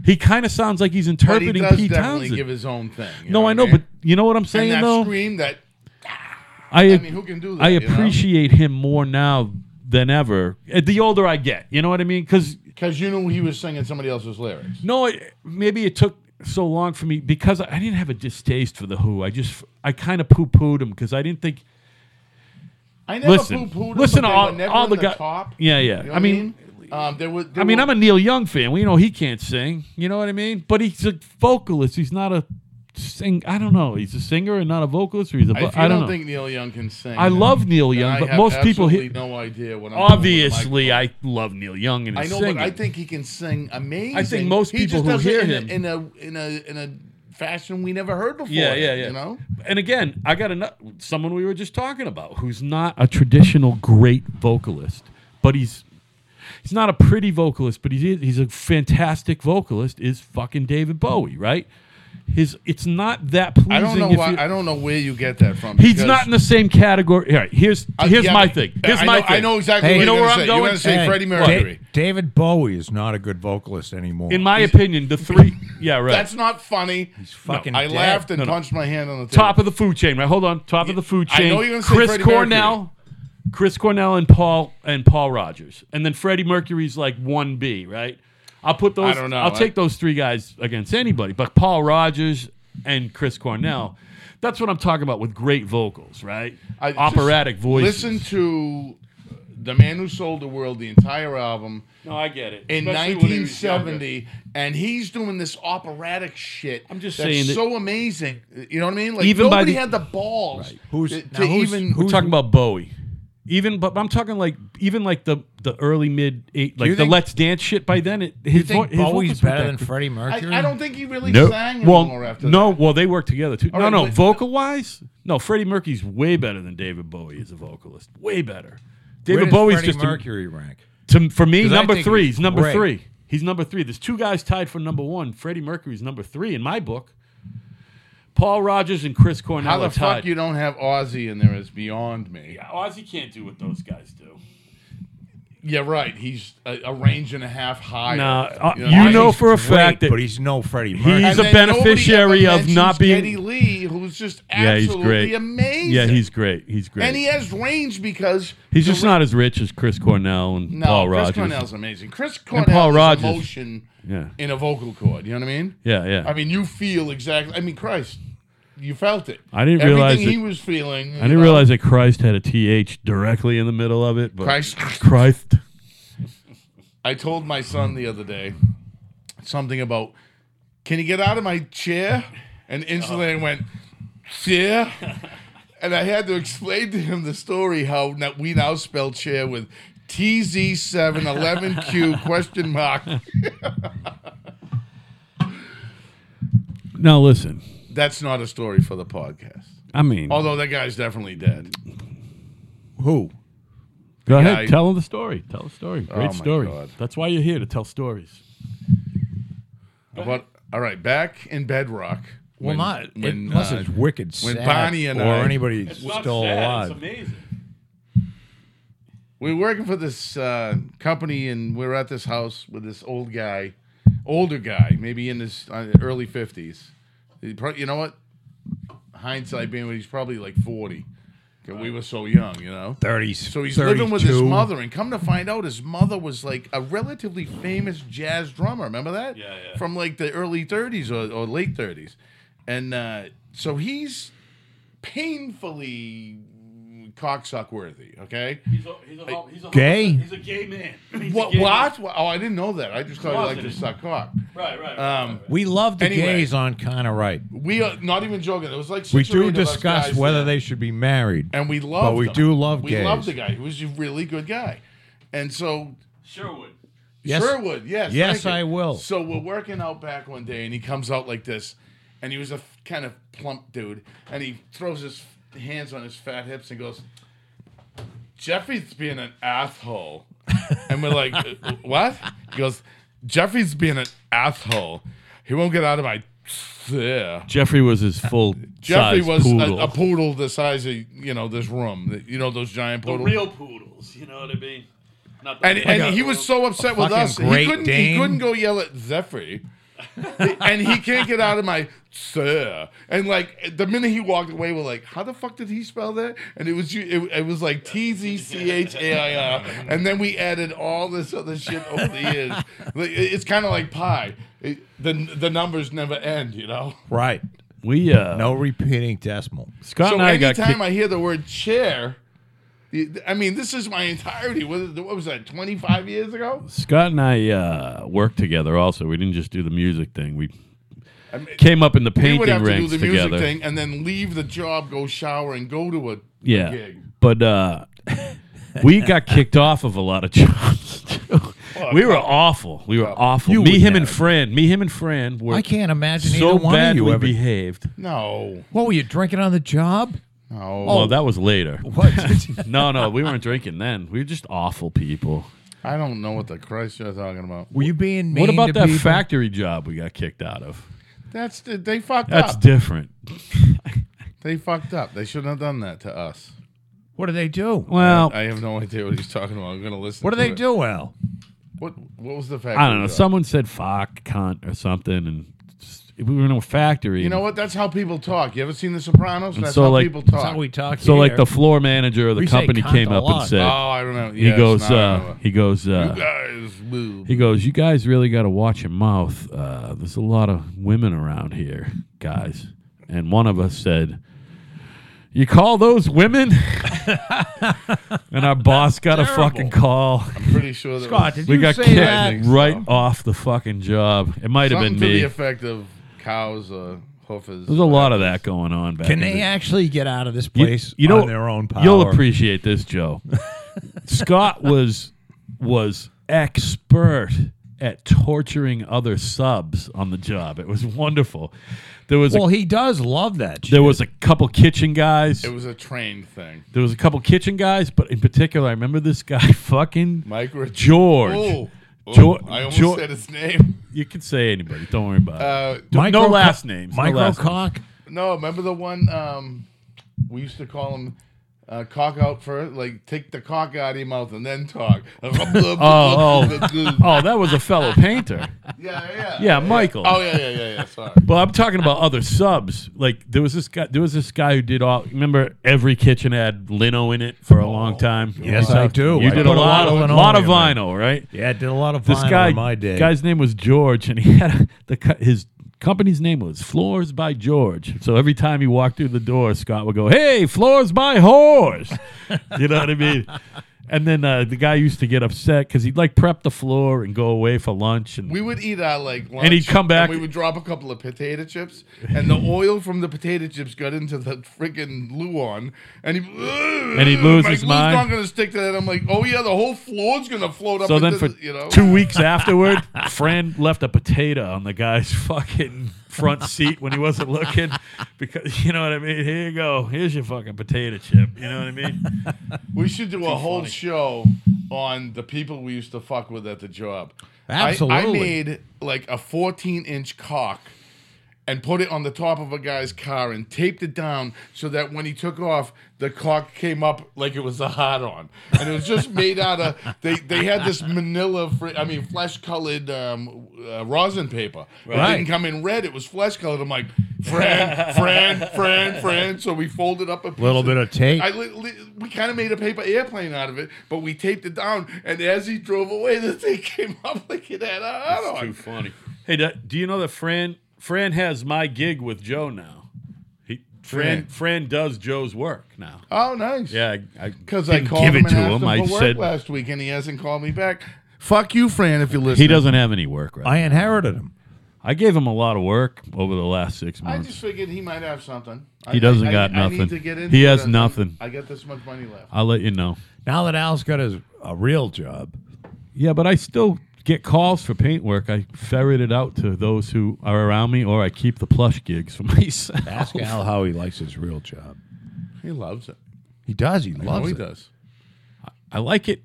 [SPEAKER 1] He kind of sounds like he's
[SPEAKER 3] But he
[SPEAKER 1] interpreting
[SPEAKER 3] does
[SPEAKER 1] Pete
[SPEAKER 3] definitely
[SPEAKER 1] Townsend.
[SPEAKER 3] give his own thing. you
[SPEAKER 1] no,
[SPEAKER 3] what
[SPEAKER 1] I know,
[SPEAKER 3] mean?
[SPEAKER 1] but you know what I'm
[SPEAKER 3] and
[SPEAKER 1] saying
[SPEAKER 3] that
[SPEAKER 1] though.
[SPEAKER 3] scream that
[SPEAKER 1] I
[SPEAKER 3] I mean, who can do that?
[SPEAKER 1] I
[SPEAKER 3] you know?
[SPEAKER 1] appreciate him more now than ever. Uh, The older I get, you know what I mean? Because
[SPEAKER 3] Because you knew he was singing somebody else's lyrics.
[SPEAKER 1] No, it, maybe it took so long for me because I didn't have a distaste for the Who. I just I kind of poo pooed them because I didn't think.
[SPEAKER 3] I never
[SPEAKER 1] Listen,
[SPEAKER 3] poo-pooed him,
[SPEAKER 1] listen
[SPEAKER 3] but
[SPEAKER 1] to
[SPEAKER 3] they
[SPEAKER 1] all-
[SPEAKER 3] were never
[SPEAKER 1] all
[SPEAKER 3] in
[SPEAKER 1] the
[SPEAKER 3] the,
[SPEAKER 1] guy-
[SPEAKER 3] top.
[SPEAKER 1] Yeah, yeah.
[SPEAKER 3] You know
[SPEAKER 1] I
[SPEAKER 3] what
[SPEAKER 1] mean-
[SPEAKER 3] um, there was.
[SPEAKER 1] I mean, I'm a Neil Young fan. We know he can't sing. You know what I mean? But he's a vocalist. He's not a sing. I don't know. He's a singer and not a vocalist, or he's a. Vo-
[SPEAKER 3] If you
[SPEAKER 1] I don't, know.
[SPEAKER 3] think Neil Young can sing,
[SPEAKER 1] I love Neil
[SPEAKER 3] then
[SPEAKER 1] Young,
[SPEAKER 3] I
[SPEAKER 1] but
[SPEAKER 3] have
[SPEAKER 1] most people
[SPEAKER 3] absolutely
[SPEAKER 1] he,
[SPEAKER 3] no idea what I'm doing with a
[SPEAKER 1] obviously I love Neil Young and
[SPEAKER 3] I
[SPEAKER 1] his
[SPEAKER 3] know,
[SPEAKER 1] singing.
[SPEAKER 3] but I think he can sing amazing.
[SPEAKER 1] I think most
[SPEAKER 3] He
[SPEAKER 1] people
[SPEAKER 3] just
[SPEAKER 1] who
[SPEAKER 3] does it
[SPEAKER 1] hear
[SPEAKER 3] in
[SPEAKER 1] him-
[SPEAKER 3] a, in a in a in a fashion we never heard before.
[SPEAKER 1] Yeah, yeah, yeah.
[SPEAKER 3] You know,
[SPEAKER 1] And again, I got another someone we were just talking about who's not a traditional great vocalist, but he's he's not a pretty vocalist, but he's he's a fantastic vocalist. Is fucking David Bowie, right? His it's not that pleasing.
[SPEAKER 3] I don't know
[SPEAKER 1] if
[SPEAKER 3] why.
[SPEAKER 1] you-
[SPEAKER 3] I don't know where you get that from.
[SPEAKER 1] he's
[SPEAKER 3] because-
[SPEAKER 1] not in the same category. All right, here's here's
[SPEAKER 3] Yeah,
[SPEAKER 1] my
[SPEAKER 3] but-
[SPEAKER 1] thing. Here's
[SPEAKER 3] I
[SPEAKER 1] my
[SPEAKER 3] know,
[SPEAKER 1] thing.
[SPEAKER 3] I know exactly.
[SPEAKER 2] Hey,
[SPEAKER 3] what
[SPEAKER 2] you
[SPEAKER 1] know
[SPEAKER 3] you're
[SPEAKER 1] where
[SPEAKER 3] gonna
[SPEAKER 1] I'm
[SPEAKER 3] say. You're
[SPEAKER 1] going?
[SPEAKER 3] to say
[SPEAKER 2] Hey,
[SPEAKER 3] Freddie
[SPEAKER 2] Da-
[SPEAKER 3] Mercury.
[SPEAKER 2] David Bowie is not a good vocalist anymore.
[SPEAKER 1] In my opinion, the three. Yeah, right.
[SPEAKER 3] That's not funny. He's
[SPEAKER 2] fucking
[SPEAKER 3] I
[SPEAKER 2] dead.
[SPEAKER 3] laughed and
[SPEAKER 1] No, no.
[SPEAKER 3] punched my hand on the table.
[SPEAKER 1] top of the food chain, right? Hold on, top of the food
[SPEAKER 3] I
[SPEAKER 1] chain.
[SPEAKER 3] know you're gonna say
[SPEAKER 1] Chris
[SPEAKER 3] Freddie
[SPEAKER 1] Cornell, Chris Cornell, and Paul and Paul Rogers, and then Freddie Mercury's like one B, right? I'll put those.
[SPEAKER 3] don't know.
[SPEAKER 1] I'll
[SPEAKER 3] I-
[SPEAKER 1] take those three guys against anybody, but Paul Rogers and Chris Cornell. That's what I'm talking about with great vocals, right?
[SPEAKER 3] I-
[SPEAKER 1] Operatic
[SPEAKER 3] just
[SPEAKER 1] voices.
[SPEAKER 3] Listen to the man who sold the world, the entire album
[SPEAKER 1] No, I get it.
[SPEAKER 3] in
[SPEAKER 1] Especially when he was younger.
[SPEAKER 3] 1970, and he's doing this operatic shit.
[SPEAKER 1] I'm just
[SPEAKER 3] that's
[SPEAKER 1] saying that-
[SPEAKER 3] so amazing. You know what I mean? Like
[SPEAKER 1] Even by
[SPEAKER 3] nobody
[SPEAKER 1] the-
[SPEAKER 3] had the balls
[SPEAKER 2] Who's-
[SPEAKER 3] to,
[SPEAKER 2] now
[SPEAKER 3] to
[SPEAKER 2] who's-
[SPEAKER 3] even.
[SPEAKER 1] We're talking about Bowie. Even, but I'm talking like even like the the early mid eight, like
[SPEAKER 2] you
[SPEAKER 1] the
[SPEAKER 2] think-
[SPEAKER 1] Let's Dance shit. By then, it his,
[SPEAKER 2] You think
[SPEAKER 1] vo- his
[SPEAKER 2] Bowie's
[SPEAKER 1] vocals were
[SPEAKER 2] better than
[SPEAKER 1] that good.
[SPEAKER 2] Freddie
[SPEAKER 3] I,
[SPEAKER 2] Mercury?
[SPEAKER 3] I don't think he really
[SPEAKER 1] No,
[SPEAKER 3] sang anymore
[SPEAKER 1] well,
[SPEAKER 3] after
[SPEAKER 1] no, well they work together too. No,
[SPEAKER 3] right,
[SPEAKER 1] no,
[SPEAKER 3] but-
[SPEAKER 1] vocal wise, no. Freddie Mercury's way better than David Bowie as a vocalist. Way better.
[SPEAKER 2] Where
[SPEAKER 1] David
[SPEAKER 2] does
[SPEAKER 1] Bowie's
[SPEAKER 2] Freddie
[SPEAKER 1] just a-
[SPEAKER 2] Mercury rank.
[SPEAKER 1] to, for me
[SPEAKER 2] 'Cause I
[SPEAKER 1] number
[SPEAKER 2] think
[SPEAKER 1] three.
[SPEAKER 2] he's
[SPEAKER 1] He's number
[SPEAKER 2] great.
[SPEAKER 1] three. He's number three. There's two guys tied for number one. Freddie Mercury's number three in my book. Paul Rogers and Chris Cornell
[SPEAKER 3] How the
[SPEAKER 1] are tied.
[SPEAKER 3] fuck you don't have Ozzy in there is beyond me.
[SPEAKER 1] Yeah, Ozzy can't do what those guys do.
[SPEAKER 3] Yeah, right. He's a, a range and a half higher.
[SPEAKER 1] Nah, uh,
[SPEAKER 3] You
[SPEAKER 1] you
[SPEAKER 3] I
[SPEAKER 1] know
[SPEAKER 3] think-
[SPEAKER 1] for a
[SPEAKER 2] Great,
[SPEAKER 1] fact that
[SPEAKER 2] but he's no Freddie Mercury.
[SPEAKER 1] he's
[SPEAKER 3] and
[SPEAKER 1] a
[SPEAKER 3] then nobody
[SPEAKER 1] beneficiary
[SPEAKER 3] ever
[SPEAKER 1] of not
[SPEAKER 3] mentions
[SPEAKER 1] being-
[SPEAKER 3] Geddy Lee, who's just
[SPEAKER 1] Yeah, he's
[SPEAKER 3] absolutely
[SPEAKER 1] great.
[SPEAKER 3] amazing.
[SPEAKER 1] yeah, he's great. He's great.
[SPEAKER 3] and he has range because
[SPEAKER 1] he's
[SPEAKER 3] the
[SPEAKER 1] just
[SPEAKER 3] ra-
[SPEAKER 1] not as rich as Chris Cornell and
[SPEAKER 3] No,
[SPEAKER 1] Paul
[SPEAKER 3] Chris
[SPEAKER 1] Rogers.
[SPEAKER 3] Cornell's amazing. Chris Cornell
[SPEAKER 1] Paul
[SPEAKER 3] is
[SPEAKER 1] Rogers.
[SPEAKER 3] emotion
[SPEAKER 1] Yeah.
[SPEAKER 3] in a vocal cord. You know what I mean?
[SPEAKER 1] Yeah, yeah.
[SPEAKER 3] I mean, you feel exactly. I mean, Christ, you felt it.
[SPEAKER 1] I didn't
[SPEAKER 3] Everything
[SPEAKER 1] realize
[SPEAKER 3] he
[SPEAKER 1] that-
[SPEAKER 3] was feeling.
[SPEAKER 1] I didn't realize that Christ had a th directly in the middle of it. But
[SPEAKER 3] Christ.
[SPEAKER 1] Christ.
[SPEAKER 3] I told my son the other day something about, can you get out of my chair? And instantly I went, chair. and I had to explain to him the story how now, we now spell chair with TZ711Q question mark.
[SPEAKER 1] Now listen,
[SPEAKER 3] That's not a story for the podcast.
[SPEAKER 1] I mean,
[SPEAKER 3] Although that guy's definitely dead.
[SPEAKER 2] Who?
[SPEAKER 1] go
[SPEAKER 3] yeah,
[SPEAKER 1] ahead,
[SPEAKER 3] I- Oh,
[SPEAKER 1] tell the story. Tell the story. Great
[SPEAKER 3] my
[SPEAKER 1] story.
[SPEAKER 3] God.
[SPEAKER 1] That's why you're here to tell stories.
[SPEAKER 3] But all right, back in Bedrock.
[SPEAKER 2] Well,
[SPEAKER 3] when-
[SPEAKER 2] not
[SPEAKER 3] when,
[SPEAKER 2] unless
[SPEAKER 3] uh,
[SPEAKER 2] it's wicked
[SPEAKER 3] when
[SPEAKER 2] sad
[SPEAKER 3] Bonnie and
[SPEAKER 2] or
[SPEAKER 3] I-
[SPEAKER 2] anybody still alive.
[SPEAKER 1] amazing.
[SPEAKER 3] we were working for this uh, company and we were at this house with this old guy older guy maybe in his uh, early 50s He pro- you know what hindsight being he's probably like 40 'Cause we were so young you know
[SPEAKER 2] Thirties.
[SPEAKER 3] so he's living with his mother, and come to find out, his mother was like a relatively famous jazz drummer. Remember that?
[SPEAKER 1] Yeah, yeah.
[SPEAKER 3] From like the early 30s or, or late 30s. And uh, so he's painfully cocksuck worthy, okay?
[SPEAKER 1] He's a, he's a, he's a
[SPEAKER 2] Gay?
[SPEAKER 1] He's a gay man. <laughs> He's a
[SPEAKER 3] What?
[SPEAKER 1] gay
[SPEAKER 3] What? Oh, I didn't know that. I just thought he liked to
[SPEAKER 1] Closeted.
[SPEAKER 3] suck cock.
[SPEAKER 1] man. Right, right. right,
[SPEAKER 3] Um,
[SPEAKER 2] We love the
[SPEAKER 3] Anyway.
[SPEAKER 2] gays on kind of right.
[SPEAKER 3] we are not even joking. It was like six
[SPEAKER 2] We
[SPEAKER 3] or eight
[SPEAKER 2] do
[SPEAKER 3] of us
[SPEAKER 2] discuss
[SPEAKER 3] guys
[SPEAKER 2] whether
[SPEAKER 3] there.
[SPEAKER 2] they should be married.
[SPEAKER 3] and we love.
[SPEAKER 2] But we do love
[SPEAKER 3] We
[SPEAKER 2] gays.
[SPEAKER 3] love the guy. He was a really good guy, and so
[SPEAKER 1] Sherwood.
[SPEAKER 2] Yes.
[SPEAKER 3] Sherwood, yes.
[SPEAKER 2] Yes,
[SPEAKER 3] thank you.
[SPEAKER 2] I will.
[SPEAKER 3] So we're working out back one day, and he comes out like this, and he was a f- kind of plump dude, and he throws his f- hands on his fat hips and goes, "Jeffrey's being an asshole," and
[SPEAKER 2] <laughs>
[SPEAKER 3] we're like, "Uh, "What?" He goes, "Jeffrey's being an asshole. He won't get out of my." Yeah.
[SPEAKER 1] Jeffrey was his full
[SPEAKER 3] <laughs> Jeffrey
[SPEAKER 1] size
[SPEAKER 3] was
[SPEAKER 1] poodle.
[SPEAKER 3] A, a poodle the size of you know this room, that- you know those giant
[SPEAKER 1] The
[SPEAKER 3] poodles.
[SPEAKER 1] real poodles. You know what I mean? Not the
[SPEAKER 3] And, and
[SPEAKER 2] a-
[SPEAKER 3] he was so upset with
[SPEAKER 2] fucking
[SPEAKER 3] us. He
[SPEAKER 2] Great
[SPEAKER 3] couldn't, he
[SPEAKER 2] Dane.
[SPEAKER 3] couldn't go yell at Zephyr. and he can't get out of my sir. And like the minute he walked away, we're like, how the fuck did he spell that? And it was you. It, it was like T Z C H A I R. And then we added all this other shit over the years. Like, it- It's kind of like pie. It- the the numbers never end, you know.
[SPEAKER 2] Right.
[SPEAKER 1] we uh,
[SPEAKER 2] No repeating decimal.
[SPEAKER 1] Scott
[SPEAKER 3] So
[SPEAKER 1] and I got kicked.
[SPEAKER 3] anytime I hear the word chair, the- I mean, this is my entirety. What, what was that? Twenty five years ago.
[SPEAKER 1] Scott and I uh, worked together. Also, we didn't just do the music thing. We came up in the
[SPEAKER 3] we
[SPEAKER 1] painting
[SPEAKER 3] would have to do
[SPEAKER 1] ranks
[SPEAKER 3] the
[SPEAKER 1] together.
[SPEAKER 3] music thing and then leave the job, go shower, and go to a a
[SPEAKER 1] yeah,
[SPEAKER 3] gig.
[SPEAKER 1] but uh, we got kicked off of a lot of <laughs> jobs. we were awful. We were awful.
[SPEAKER 2] You
[SPEAKER 1] me,
[SPEAKER 2] would
[SPEAKER 1] him, and
[SPEAKER 2] never.
[SPEAKER 1] Fran. Me, him, and Fran were
[SPEAKER 2] I can't imagine
[SPEAKER 1] so
[SPEAKER 2] either one of
[SPEAKER 1] badly
[SPEAKER 2] you ever.
[SPEAKER 1] behaved.
[SPEAKER 3] No,
[SPEAKER 2] what were you drinking on the job?
[SPEAKER 3] no.
[SPEAKER 1] Well, that was later.
[SPEAKER 2] Oh.
[SPEAKER 3] <laughs>
[SPEAKER 2] What?
[SPEAKER 1] No, no, we weren't drinking then. We were just awful people.
[SPEAKER 3] I don't know what the Christ you're talking about.
[SPEAKER 2] were you being mean?
[SPEAKER 1] what about
[SPEAKER 2] to
[SPEAKER 1] that
[SPEAKER 2] people?
[SPEAKER 1] factory job we got kicked out of?
[SPEAKER 3] That's they fucked
[SPEAKER 1] That's
[SPEAKER 3] up.
[SPEAKER 1] different.
[SPEAKER 3] they fucked up. They shouldn't have done that to us.
[SPEAKER 2] What do they do?
[SPEAKER 1] Well,
[SPEAKER 3] I have no idea what he's talking about. I'm gonna listen.
[SPEAKER 2] What do
[SPEAKER 3] to
[SPEAKER 2] they
[SPEAKER 3] it.
[SPEAKER 2] do, Al?
[SPEAKER 3] What What was the fact?
[SPEAKER 1] I don't know. Someone said fuck, cunt, or something, and just- we were in a factory.
[SPEAKER 3] You know what? That's how people talk. You ever seen The Sopranos? That's
[SPEAKER 1] so,
[SPEAKER 3] how
[SPEAKER 1] like-
[SPEAKER 3] people
[SPEAKER 2] That's
[SPEAKER 3] talk.
[SPEAKER 2] how we talk.
[SPEAKER 1] So like
[SPEAKER 2] here.
[SPEAKER 1] the floor manager of the
[SPEAKER 2] We say
[SPEAKER 1] company
[SPEAKER 2] cunt
[SPEAKER 1] came
[SPEAKER 2] a
[SPEAKER 1] up and
[SPEAKER 2] lot.
[SPEAKER 1] said,
[SPEAKER 3] oh, I remember.
[SPEAKER 1] he,
[SPEAKER 3] Yes,
[SPEAKER 1] goes,
[SPEAKER 3] now I
[SPEAKER 1] uh,
[SPEAKER 3] remember.
[SPEAKER 1] he goes, uh,
[SPEAKER 3] You guys,
[SPEAKER 1] <laughs>
[SPEAKER 3] boo.
[SPEAKER 1] he goes, you guys really got to watch your mouth. Uh, there's a lot of women around here, guys. and one of us said, "You call those
[SPEAKER 2] <laughs>
[SPEAKER 1] women?" and our boss got a
[SPEAKER 2] terrible.
[SPEAKER 1] fucking call.
[SPEAKER 3] I'm pretty sure that
[SPEAKER 2] Scott,
[SPEAKER 3] was
[SPEAKER 2] did
[SPEAKER 1] We
[SPEAKER 2] you
[SPEAKER 1] got
[SPEAKER 2] say
[SPEAKER 1] kicked
[SPEAKER 2] that?
[SPEAKER 3] think so.
[SPEAKER 1] right off the fucking job. It might have
[SPEAKER 3] something
[SPEAKER 1] been
[SPEAKER 3] to the
[SPEAKER 1] me.
[SPEAKER 3] effect of cows or hoofers. Uh,
[SPEAKER 1] There's a lot of that going on back.
[SPEAKER 2] Can
[SPEAKER 1] in
[SPEAKER 2] they
[SPEAKER 1] the-
[SPEAKER 2] actually get out of this
[SPEAKER 1] You-
[SPEAKER 2] place
[SPEAKER 1] you know,
[SPEAKER 2] on their own power?
[SPEAKER 1] You'll appreciate this,
[SPEAKER 2] <laughs>
[SPEAKER 1] Joe. Scott was was expert at torturing other subs on the job. It was wonderful. There was a,
[SPEAKER 2] Well, he does love that. shit.
[SPEAKER 1] there was a couple kitchen guys.
[SPEAKER 3] It was a trained thing.
[SPEAKER 1] There was a couple kitchen guys, but in particular, I remember this guy <laughs> fucking
[SPEAKER 3] Micro
[SPEAKER 1] George.
[SPEAKER 3] Oh, oh,
[SPEAKER 1] Geor-
[SPEAKER 3] I almost
[SPEAKER 1] Geor-
[SPEAKER 3] said his name.
[SPEAKER 1] You can say anybody. Don't worry about it.
[SPEAKER 3] Uh,
[SPEAKER 1] no last names, no
[SPEAKER 2] Micro
[SPEAKER 1] last
[SPEAKER 2] cock.
[SPEAKER 3] no, remember the one um, we used to call him uh, cock out first, like take the cock out of your mouth and then talk. <laughs> oh, <laughs> yeah,
[SPEAKER 1] Oh, that was a fellow
[SPEAKER 2] <laughs>
[SPEAKER 1] painter.
[SPEAKER 3] yeah,
[SPEAKER 1] Yeah, Michael.
[SPEAKER 3] Oh yeah, yeah, yeah, yeah. Sorry.
[SPEAKER 1] Well, I'm talking about other subs. Like there was this guy. There was this guy who did all. Remember, every kitchen had lino in it for a long time.
[SPEAKER 2] Yes,
[SPEAKER 1] You
[SPEAKER 2] I
[SPEAKER 1] talked-
[SPEAKER 2] do.
[SPEAKER 1] You
[SPEAKER 2] I
[SPEAKER 1] did a
[SPEAKER 2] put a
[SPEAKER 1] lot,
[SPEAKER 2] lot
[SPEAKER 1] of
[SPEAKER 2] of
[SPEAKER 1] lot of
[SPEAKER 2] linoleum
[SPEAKER 1] vinyl, right?
[SPEAKER 2] Yeah, did a lot of
[SPEAKER 1] This
[SPEAKER 2] vinyl
[SPEAKER 1] guy,
[SPEAKER 2] in my day.
[SPEAKER 1] guy's name was George, and he had a, the co- his company's name was Floors by George. So every time he walked through the door, Scott would go, "Hey, Floors by Whores," <laughs> you know what I mean? And then uh, the guy used to get upset because he'd like prep the floor and go away for lunch and
[SPEAKER 3] We would eat our like lunch,
[SPEAKER 1] he'd come back-
[SPEAKER 3] And we would drop a couple of potato chips,
[SPEAKER 1] <laughs>
[SPEAKER 3] and the oil from the potato chips got into the freaking luan, and he and
[SPEAKER 1] he'd lose
[SPEAKER 3] my
[SPEAKER 1] his
[SPEAKER 3] glue's
[SPEAKER 1] mind.
[SPEAKER 3] Not gonna stick to that. I'm like, oh yeah, the whole floor's gonna float up.
[SPEAKER 1] So then,
[SPEAKER 3] into
[SPEAKER 1] for
[SPEAKER 3] the, you know,
[SPEAKER 1] two weeks <laughs> afterward, Fran left a potato on the guy's <laughs> fucking front seat when he wasn't looking, because you know what I mean. Here you go. Here's your fucking potato chip. You know what I <laughs> mean?
[SPEAKER 3] we should do a whole show on the people we used to fuck with at the job. I- I,
[SPEAKER 2] Absolutely.
[SPEAKER 3] made like a 14 inch cock. And put it on the top of a guy's car and taped it down so that when he took off, the cock came up like it was a hot on. And it was just made out of, <laughs> they, they had this manila, fr- I mean, flesh colored um, uh, rosin paper. It
[SPEAKER 2] Right.
[SPEAKER 3] didn't come in red, it was flesh colored. I'm like, friend, friend, friend, friend. So we folded up a piece
[SPEAKER 2] Little bit of tape.
[SPEAKER 3] I li- li- we kind of made a paper airplane out of it, but we taped it down. And as he drove away, the thing came <laughs> up like it had a hot on.
[SPEAKER 1] funny. Hey, do, do you know that Fran Fran has my gig with Joe now? He Fran
[SPEAKER 3] Fran.
[SPEAKER 1] Fran does Joe's work now.
[SPEAKER 3] Oh, nice.
[SPEAKER 1] Yeah, I
[SPEAKER 3] Because I
[SPEAKER 1] didn't
[SPEAKER 3] called
[SPEAKER 1] give
[SPEAKER 3] him
[SPEAKER 1] it
[SPEAKER 3] and
[SPEAKER 1] to
[SPEAKER 3] asked
[SPEAKER 1] him.
[SPEAKER 3] him
[SPEAKER 1] I
[SPEAKER 3] for work
[SPEAKER 1] said-
[SPEAKER 3] last week, and he hasn't called me back. Fuck you, Fran, if you listen.
[SPEAKER 1] he doesn't have any work right.
[SPEAKER 2] I inherited him.
[SPEAKER 1] I gave him a lot of work over the last six
[SPEAKER 3] I
[SPEAKER 1] months.
[SPEAKER 3] just figured he might have something. I-
[SPEAKER 1] He doesn't
[SPEAKER 3] I- I-
[SPEAKER 1] got
[SPEAKER 3] I
[SPEAKER 1] nothing.
[SPEAKER 3] need to get in
[SPEAKER 1] He
[SPEAKER 3] here
[SPEAKER 1] has
[SPEAKER 3] to-
[SPEAKER 1] nothing. Uh,
[SPEAKER 3] I got this much money left.
[SPEAKER 1] I'll let you know.
[SPEAKER 2] Now that Al's got his a real job,
[SPEAKER 1] Yeah, but I still get calls for paint work. I ferret it out to those who are around me, or I keep the plush gigs for <laughs> myself.
[SPEAKER 2] ask Al how he likes his real job.
[SPEAKER 3] He loves it.
[SPEAKER 2] He does. He
[SPEAKER 3] Oh,
[SPEAKER 2] loves
[SPEAKER 3] he
[SPEAKER 2] it.
[SPEAKER 3] does.
[SPEAKER 1] I like it.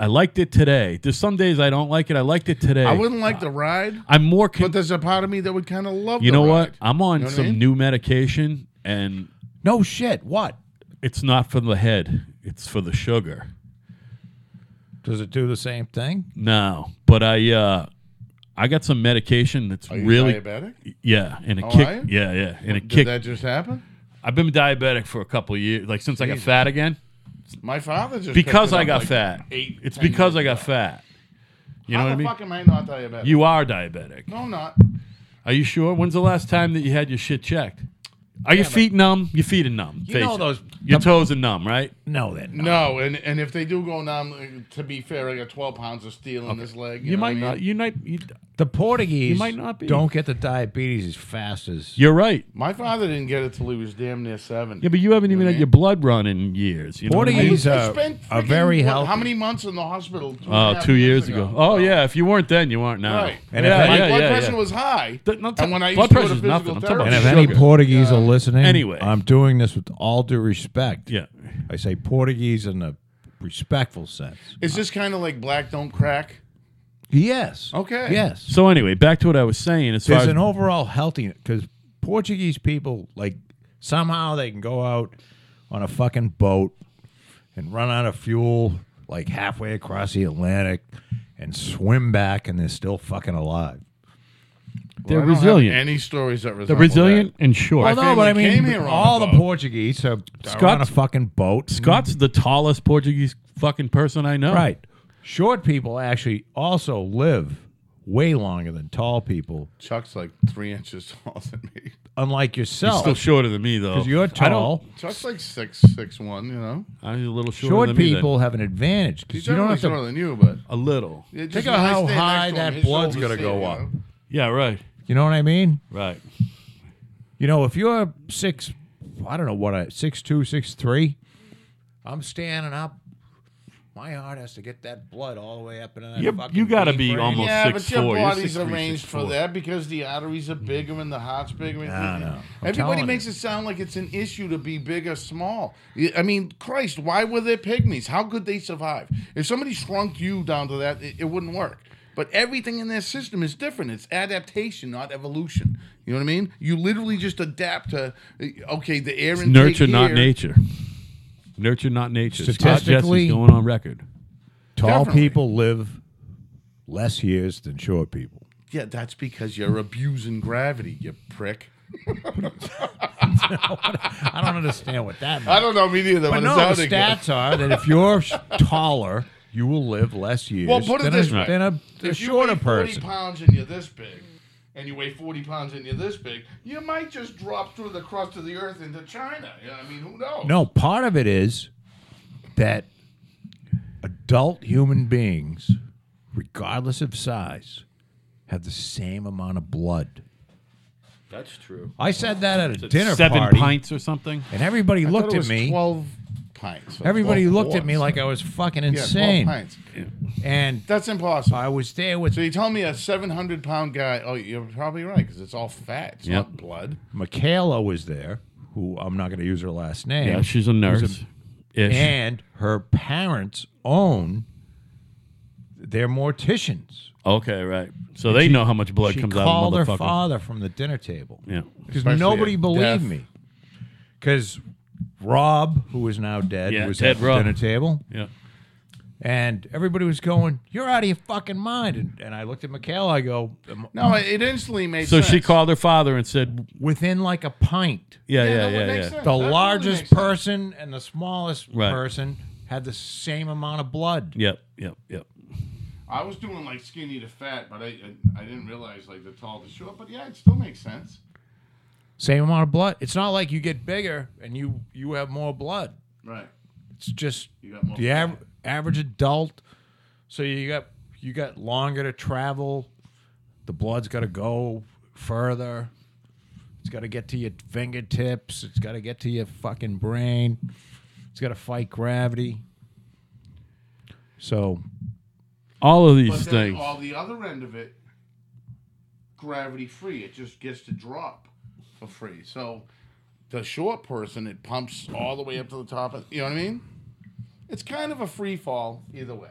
[SPEAKER 1] I liked it today. There's some days I don't like it. I liked it today.
[SPEAKER 3] I wouldn't like the ride,
[SPEAKER 1] I'm more. Con-
[SPEAKER 3] but there's a part of me that would kind of love.
[SPEAKER 1] uh, you
[SPEAKER 3] the
[SPEAKER 1] know what?
[SPEAKER 3] ride.
[SPEAKER 1] I'm on
[SPEAKER 3] Know what I
[SPEAKER 1] some
[SPEAKER 3] mean?
[SPEAKER 1] new medication, and
[SPEAKER 2] No shit. What
[SPEAKER 1] it's not for the head. It's for the sugar.
[SPEAKER 2] does it do? The same thing.
[SPEAKER 1] No, but I uh, I got some medication that's
[SPEAKER 3] Are you
[SPEAKER 1] really
[SPEAKER 3] diabetic?
[SPEAKER 1] yeah, and it
[SPEAKER 3] Oh, are
[SPEAKER 1] kick
[SPEAKER 3] you?
[SPEAKER 1] yeah yeah, and it
[SPEAKER 3] Did
[SPEAKER 1] kicked.
[SPEAKER 3] that just happen?
[SPEAKER 1] I've been diabetic for a couple of years, like since I got fat again.
[SPEAKER 3] My father just
[SPEAKER 1] because
[SPEAKER 3] picked it
[SPEAKER 1] I
[SPEAKER 3] up,
[SPEAKER 1] got
[SPEAKER 3] like,
[SPEAKER 1] fat.
[SPEAKER 3] eight,
[SPEAKER 1] it's
[SPEAKER 3] 10
[SPEAKER 1] because
[SPEAKER 3] years
[SPEAKER 1] I got
[SPEAKER 3] ago.
[SPEAKER 1] fat. You know
[SPEAKER 3] How
[SPEAKER 1] what
[SPEAKER 3] the
[SPEAKER 1] I mean?
[SPEAKER 3] fuck am I not diabetic?
[SPEAKER 1] You are diabetic.
[SPEAKER 3] no, I'm not.
[SPEAKER 1] Are you sure? When's the last time that you had your shit checked? Are your feet numb? Your feet are numb.
[SPEAKER 2] You
[SPEAKER 1] face
[SPEAKER 2] know
[SPEAKER 1] it.
[SPEAKER 2] those-
[SPEAKER 1] Your toes are numb, right?
[SPEAKER 2] No, then
[SPEAKER 3] No, and and if they do go numb, to be fair, I got 12 pounds of steel in this leg. You,
[SPEAKER 1] You
[SPEAKER 3] know
[SPEAKER 1] might
[SPEAKER 3] what I
[SPEAKER 1] not.
[SPEAKER 3] mean?
[SPEAKER 1] You might. You,
[SPEAKER 2] the Portuguese
[SPEAKER 1] You might not be.
[SPEAKER 2] don't get the diabetes as fast as
[SPEAKER 1] you're right.
[SPEAKER 3] My father didn't get it till he was damn near seven.
[SPEAKER 1] Yeah, but you haven't even had
[SPEAKER 3] mean?
[SPEAKER 1] your blood run in years. You know what I mean?
[SPEAKER 2] Portuguese are, are very healthy.
[SPEAKER 3] How many months in the hospital? Two and a
[SPEAKER 1] Uh,
[SPEAKER 3] half
[SPEAKER 1] two years ago. Oh yeah, if you weren't then, you aren't now.
[SPEAKER 3] Right.
[SPEAKER 2] And
[SPEAKER 1] yeah,
[SPEAKER 2] if
[SPEAKER 1] yeah,
[SPEAKER 3] My blood
[SPEAKER 1] yeah,
[SPEAKER 3] pressure
[SPEAKER 1] yeah.
[SPEAKER 3] was high.
[SPEAKER 1] Th- not
[SPEAKER 3] and
[SPEAKER 1] t-
[SPEAKER 3] when I used
[SPEAKER 1] blood
[SPEAKER 3] to go to
[SPEAKER 1] pressu's
[SPEAKER 3] physical
[SPEAKER 1] nothing. I'm talking about
[SPEAKER 2] And if
[SPEAKER 3] therapy-
[SPEAKER 2] any
[SPEAKER 1] Sugar.
[SPEAKER 2] Portuguese are listening,
[SPEAKER 1] Anyway.
[SPEAKER 2] I'm doing this with all due respect.
[SPEAKER 1] Yeah.
[SPEAKER 2] I say Portuguese in a respectful sense.
[SPEAKER 3] It's just kind of like black don't crack.
[SPEAKER 2] Yes.
[SPEAKER 3] Okay.
[SPEAKER 2] Yes.
[SPEAKER 1] So anyway, back to what I was saying. As far
[SPEAKER 2] There's
[SPEAKER 1] as
[SPEAKER 2] an overall healthiness because Portuguese people like somehow they can go out on a fucking boat and run out of fuel like halfway across the Atlantic and swim back and they're still fucking alive.
[SPEAKER 1] they're
[SPEAKER 3] I don't have
[SPEAKER 1] resilient.
[SPEAKER 3] Any stories that
[SPEAKER 1] They're
[SPEAKER 3] resemble
[SPEAKER 1] resilient and short.
[SPEAKER 3] My
[SPEAKER 2] no, but I
[SPEAKER 3] family
[SPEAKER 2] mean,
[SPEAKER 3] came here on a
[SPEAKER 2] all the
[SPEAKER 3] boat.
[SPEAKER 2] Portuguese are, are on a
[SPEAKER 1] Scots-
[SPEAKER 2] fucking boat.
[SPEAKER 1] Scott's the tallest Portuguese fucking person I know.
[SPEAKER 2] Right. Short people actually also live way longer than tall people.
[SPEAKER 3] That. Chuck's like three inches <laughs> taller than me.
[SPEAKER 2] unlike yourself.
[SPEAKER 1] Still shorter than me though.
[SPEAKER 2] 'Cause you're
[SPEAKER 1] I don't-
[SPEAKER 2] tall.
[SPEAKER 3] Chuck's like six six one, you know.
[SPEAKER 1] I'm a little shorter
[SPEAKER 2] Short
[SPEAKER 1] than me then.
[SPEAKER 2] people have an advantage because
[SPEAKER 3] He's
[SPEAKER 2] you don't
[SPEAKER 3] definitely
[SPEAKER 2] have
[SPEAKER 3] shorter
[SPEAKER 2] to.
[SPEAKER 3] than you, but
[SPEAKER 1] A little.
[SPEAKER 3] Yeah, just
[SPEAKER 2] Think
[SPEAKER 3] when
[SPEAKER 2] of
[SPEAKER 3] I
[SPEAKER 2] how
[SPEAKER 3] stand next
[SPEAKER 2] high
[SPEAKER 3] to him,
[SPEAKER 2] that
[SPEAKER 3] his
[SPEAKER 2] blood's
[SPEAKER 3] shoulders
[SPEAKER 2] gonna go
[SPEAKER 3] see, you
[SPEAKER 2] up.
[SPEAKER 3] know?
[SPEAKER 1] Yeah. Right.
[SPEAKER 2] You know what I mean?
[SPEAKER 1] Right.
[SPEAKER 2] You know, if you're six, I don't know what I six two, six three. I'm standing up. My heart has to get that blood all the way up into that
[SPEAKER 1] You-
[SPEAKER 2] fucking.
[SPEAKER 1] you gotta be
[SPEAKER 2] brain.
[SPEAKER 1] almost-
[SPEAKER 3] Yeah, but your
[SPEAKER 1] 6'4", you're
[SPEAKER 3] body's
[SPEAKER 1] 6'3",
[SPEAKER 3] arranged for
[SPEAKER 1] 6'4".
[SPEAKER 3] that because the arteries are bigger and the heart's bigger.
[SPEAKER 2] I know. I'm
[SPEAKER 3] Everybody
[SPEAKER 2] telling
[SPEAKER 3] makes
[SPEAKER 2] you.
[SPEAKER 3] it sound like it's an issue to be big or small. Y- I mean, Christ, why were they pygmies? How could they survive? If somebody shrunk you down to that, it, it wouldn't work. But everything in their system is different. It's adaptation, not evolution. You know what I mean? You literally just adapt to uh, okay, the air intake
[SPEAKER 1] Nurture, not
[SPEAKER 3] here-
[SPEAKER 1] nature. Nurture, not nature. Scott
[SPEAKER 2] Statistically-
[SPEAKER 1] Jesse's going on record.
[SPEAKER 2] Tall
[SPEAKER 3] Definitely.
[SPEAKER 2] people live less years than short people.
[SPEAKER 3] Yeah, that's because you're abusing gravity, you prick.
[SPEAKER 2] I don't understand what that means.
[SPEAKER 3] I don't know me neither.
[SPEAKER 2] But
[SPEAKER 3] it
[SPEAKER 2] no, the
[SPEAKER 3] sounded good.
[SPEAKER 2] stats are that if you're sh- taller, you will live less years
[SPEAKER 3] Well, put it
[SPEAKER 2] than,
[SPEAKER 3] this
[SPEAKER 2] a,
[SPEAKER 3] way.
[SPEAKER 2] than a, a
[SPEAKER 3] if you
[SPEAKER 2] shorter
[SPEAKER 3] weigh 40
[SPEAKER 2] person.
[SPEAKER 3] pounds and you're this big, and you weigh 40 pounds and you're this big, you might just drop through the crust of the earth into China. You know, I mean, who knows?
[SPEAKER 2] No, part of it is that adult human beings, regardless of size, have the same amount of blood.
[SPEAKER 1] That's true.
[SPEAKER 2] I said that at a dinner
[SPEAKER 1] Seven
[SPEAKER 2] party,
[SPEAKER 1] pints or something.
[SPEAKER 2] and everybody
[SPEAKER 3] I thought
[SPEAKER 2] looked
[SPEAKER 3] it
[SPEAKER 2] at
[SPEAKER 3] was
[SPEAKER 2] me.
[SPEAKER 3] 12 pints. or
[SPEAKER 2] Everybody
[SPEAKER 3] 12
[SPEAKER 2] looked at me
[SPEAKER 3] quarts.
[SPEAKER 2] like I was fucking
[SPEAKER 3] yeah, 12
[SPEAKER 2] insane,
[SPEAKER 3] pints.
[SPEAKER 2] and
[SPEAKER 3] That's impossible.
[SPEAKER 2] I was there with
[SPEAKER 3] So you tell me a 700 pound guy, oh, you're probably right, because it's all fat, it's
[SPEAKER 1] Yep.
[SPEAKER 3] not blood.
[SPEAKER 2] Michaela was there, who I'm not going to use her last name.
[SPEAKER 1] Yeah, she's a nurse. Ish.
[SPEAKER 2] and her parents own they're morticians.
[SPEAKER 1] okay, right. So they know how much blood
[SPEAKER 2] she
[SPEAKER 1] comes out of
[SPEAKER 2] called
[SPEAKER 1] a
[SPEAKER 2] her
[SPEAKER 1] motherfucker.
[SPEAKER 2] father from the dinner table
[SPEAKER 1] Yeah.
[SPEAKER 2] because
[SPEAKER 3] Especially
[SPEAKER 2] nobody
[SPEAKER 3] at
[SPEAKER 2] believed
[SPEAKER 3] death.
[SPEAKER 2] me. Because Rob, who is now dead,
[SPEAKER 1] Yeah,
[SPEAKER 2] was
[SPEAKER 1] dead
[SPEAKER 2] at the
[SPEAKER 1] Rob.
[SPEAKER 2] dinner table,
[SPEAKER 1] Yeah.
[SPEAKER 2] and everybody was going, "You're out of your fucking mind." And, and I looked at Michaela. I go, "Am-
[SPEAKER 3] No, it instantly made
[SPEAKER 1] So
[SPEAKER 3] sense.
[SPEAKER 1] she called her father and said,
[SPEAKER 2] "Within like a pint,
[SPEAKER 1] "Yeah,
[SPEAKER 3] Yeah,
[SPEAKER 1] yeah,
[SPEAKER 3] no, it
[SPEAKER 1] yeah,
[SPEAKER 3] makes
[SPEAKER 1] yeah."
[SPEAKER 3] sense.
[SPEAKER 2] the
[SPEAKER 3] That really
[SPEAKER 2] largest
[SPEAKER 3] makes sense.
[SPEAKER 2] person and the smallest
[SPEAKER 1] Right.
[SPEAKER 2] person had the same amount of blood."
[SPEAKER 1] Yep, yep, yep.
[SPEAKER 3] I was doing like skinny to fat, but I, I I didn't realize like the tall to short. But yeah, it still makes sense.
[SPEAKER 2] same amount of blood. It's not like you get bigger and you you have more blood.
[SPEAKER 3] Right.
[SPEAKER 2] It's just
[SPEAKER 3] You got more
[SPEAKER 2] the av- average adult. So you got you got longer to travel. The blood's got to go further. It's got to get to your fingertips. It's got to get to your fucking brain. It's got to fight gravity. So
[SPEAKER 1] All of
[SPEAKER 3] But
[SPEAKER 1] these
[SPEAKER 3] then
[SPEAKER 1] things.
[SPEAKER 3] all the other end of it, gravity free. It just gets to drop for free. So the short person, it pumps all the way up to the top. Of, you know what I mean? It's kind of a free fall either way.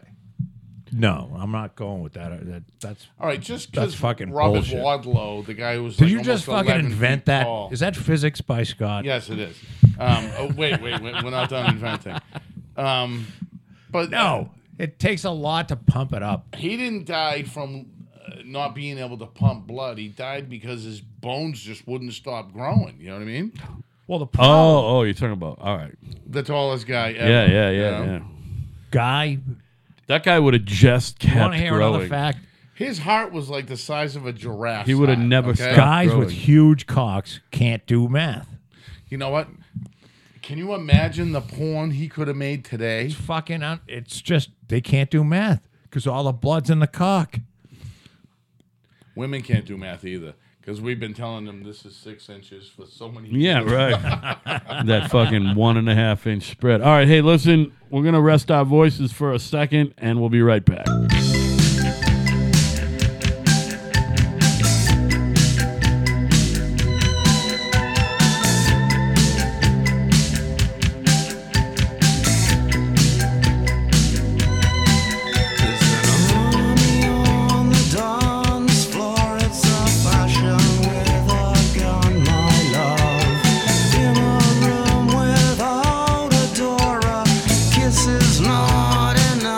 [SPEAKER 2] no, I'm not going with that. that that's
[SPEAKER 3] All right, just
[SPEAKER 2] That's
[SPEAKER 3] because
[SPEAKER 2] fucking
[SPEAKER 3] Robert
[SPEAKER 2] bullshit.
[SPEAKER 3] Wadlow, the guy who was
[SPEAKER 2] did
[SPEAKER 3] like
[SPEAKER 2] you just
[SPEAKER 3] almost
[SPEAKER 2] fucking
[SPEAKER 3] 11
[SPEAKER 2] invent
[SPEAKER 3] feet
[SPEAKER 2] that? Is
[SPEAKER 3] tall.
[SPEAKER 2] that physics by Scott?
[SPEAKER 3] Yes, it is. Um, oh, wait, wait, wait, we're not done inventing. Um, but
[SPEAKER 2] No, it takes a lot to pump it up.
[SPEAKER 3] he didn't die from uh, not being able to pump blood. He died because his bones just wouldn't stop growing. You know what I mean?
[SPEAKER 2] Well, the problem,
[SPEAKER 1] Oh, oh, you're talking about. All right.
[SPEAKER 3] The tallest guy ever.
[SPEAKER 1] Yeah, yeah,
[SPEAKER 3] you
[SPEAKER 1] yeah,
[SPEAKER 3] know?
[SPEAKER 1] yeah.
[SPEAKER 2] guy,
[SPEAKER 1] That guy would have just
[SPEAKER 2] you want
[SPEAKER 1] kept
[SPEAKER 2] to hear another
[SPEAKER 1] growing.
[SPEAKER 2] fact?
[SPEAKER 3] His heart was like the size of a giraffe.
[SPEAKER 1] He would've never stopped.
[SPEAKER 2] Guys
[SPEAKER 1] growing.
[SPEAKER 2] with huge cocks can't do math.
[SPEAKER 3] You know what? Can you imagine the porn he could have made today?
[SPEAKER 2] It's fucking, un- it's just they can't do math because all the blood's in the cock.
[SPEAKER 3] Women can't do math either because we've been telling them this is six inches for so many.
[SPEAKER 1] Yeah,
[SPEAKER 3] <laughs>
[SPEAKER 1] right. that fucking one and a half inch spread. All right, hey, listen, we're gonna rest our voices for a second, and we'll be right back.
[SPEAKER 4] There's an army on the dance floor. It's a fashion with a gun, my love. In a room without a door, a kiss is not enough.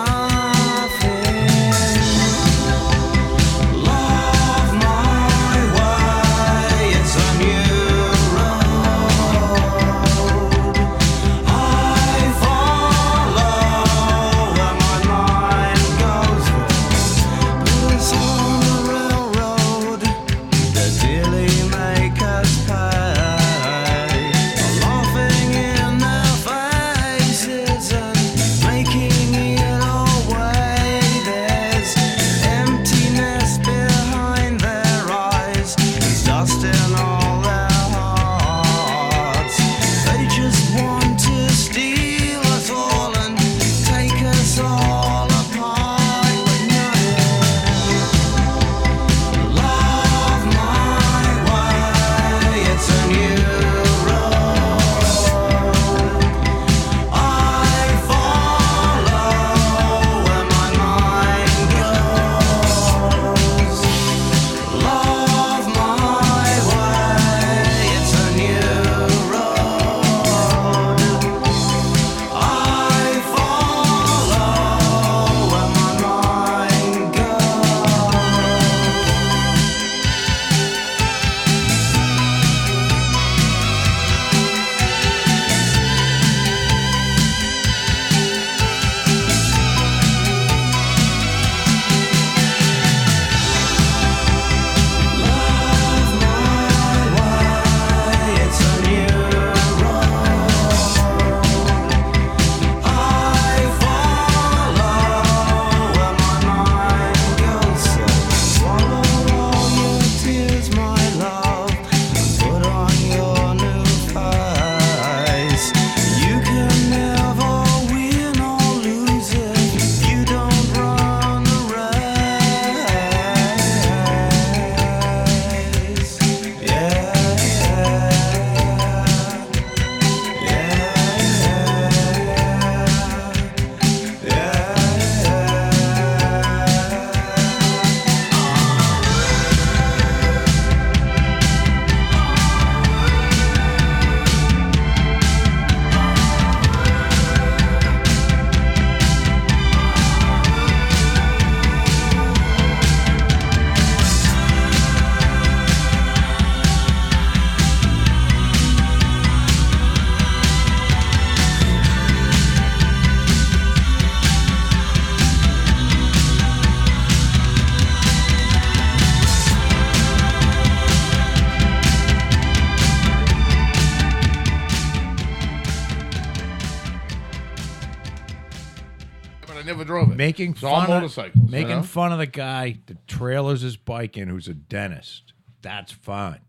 [SPEAKER 3] drove it.
[SPEAKER 2] making
[SPEAKER 3] it's all
[SPEAKER 2] fun
[SPEAKER 3] motorcycles.
[SPEAKER 2] of,
[SPEAKER 3] you
[SPEAKER 2] making
[SPEAKER 3] know?
[SPEAKER 2] fun of the guy that trailers his bike in who's a dentist. That's fine.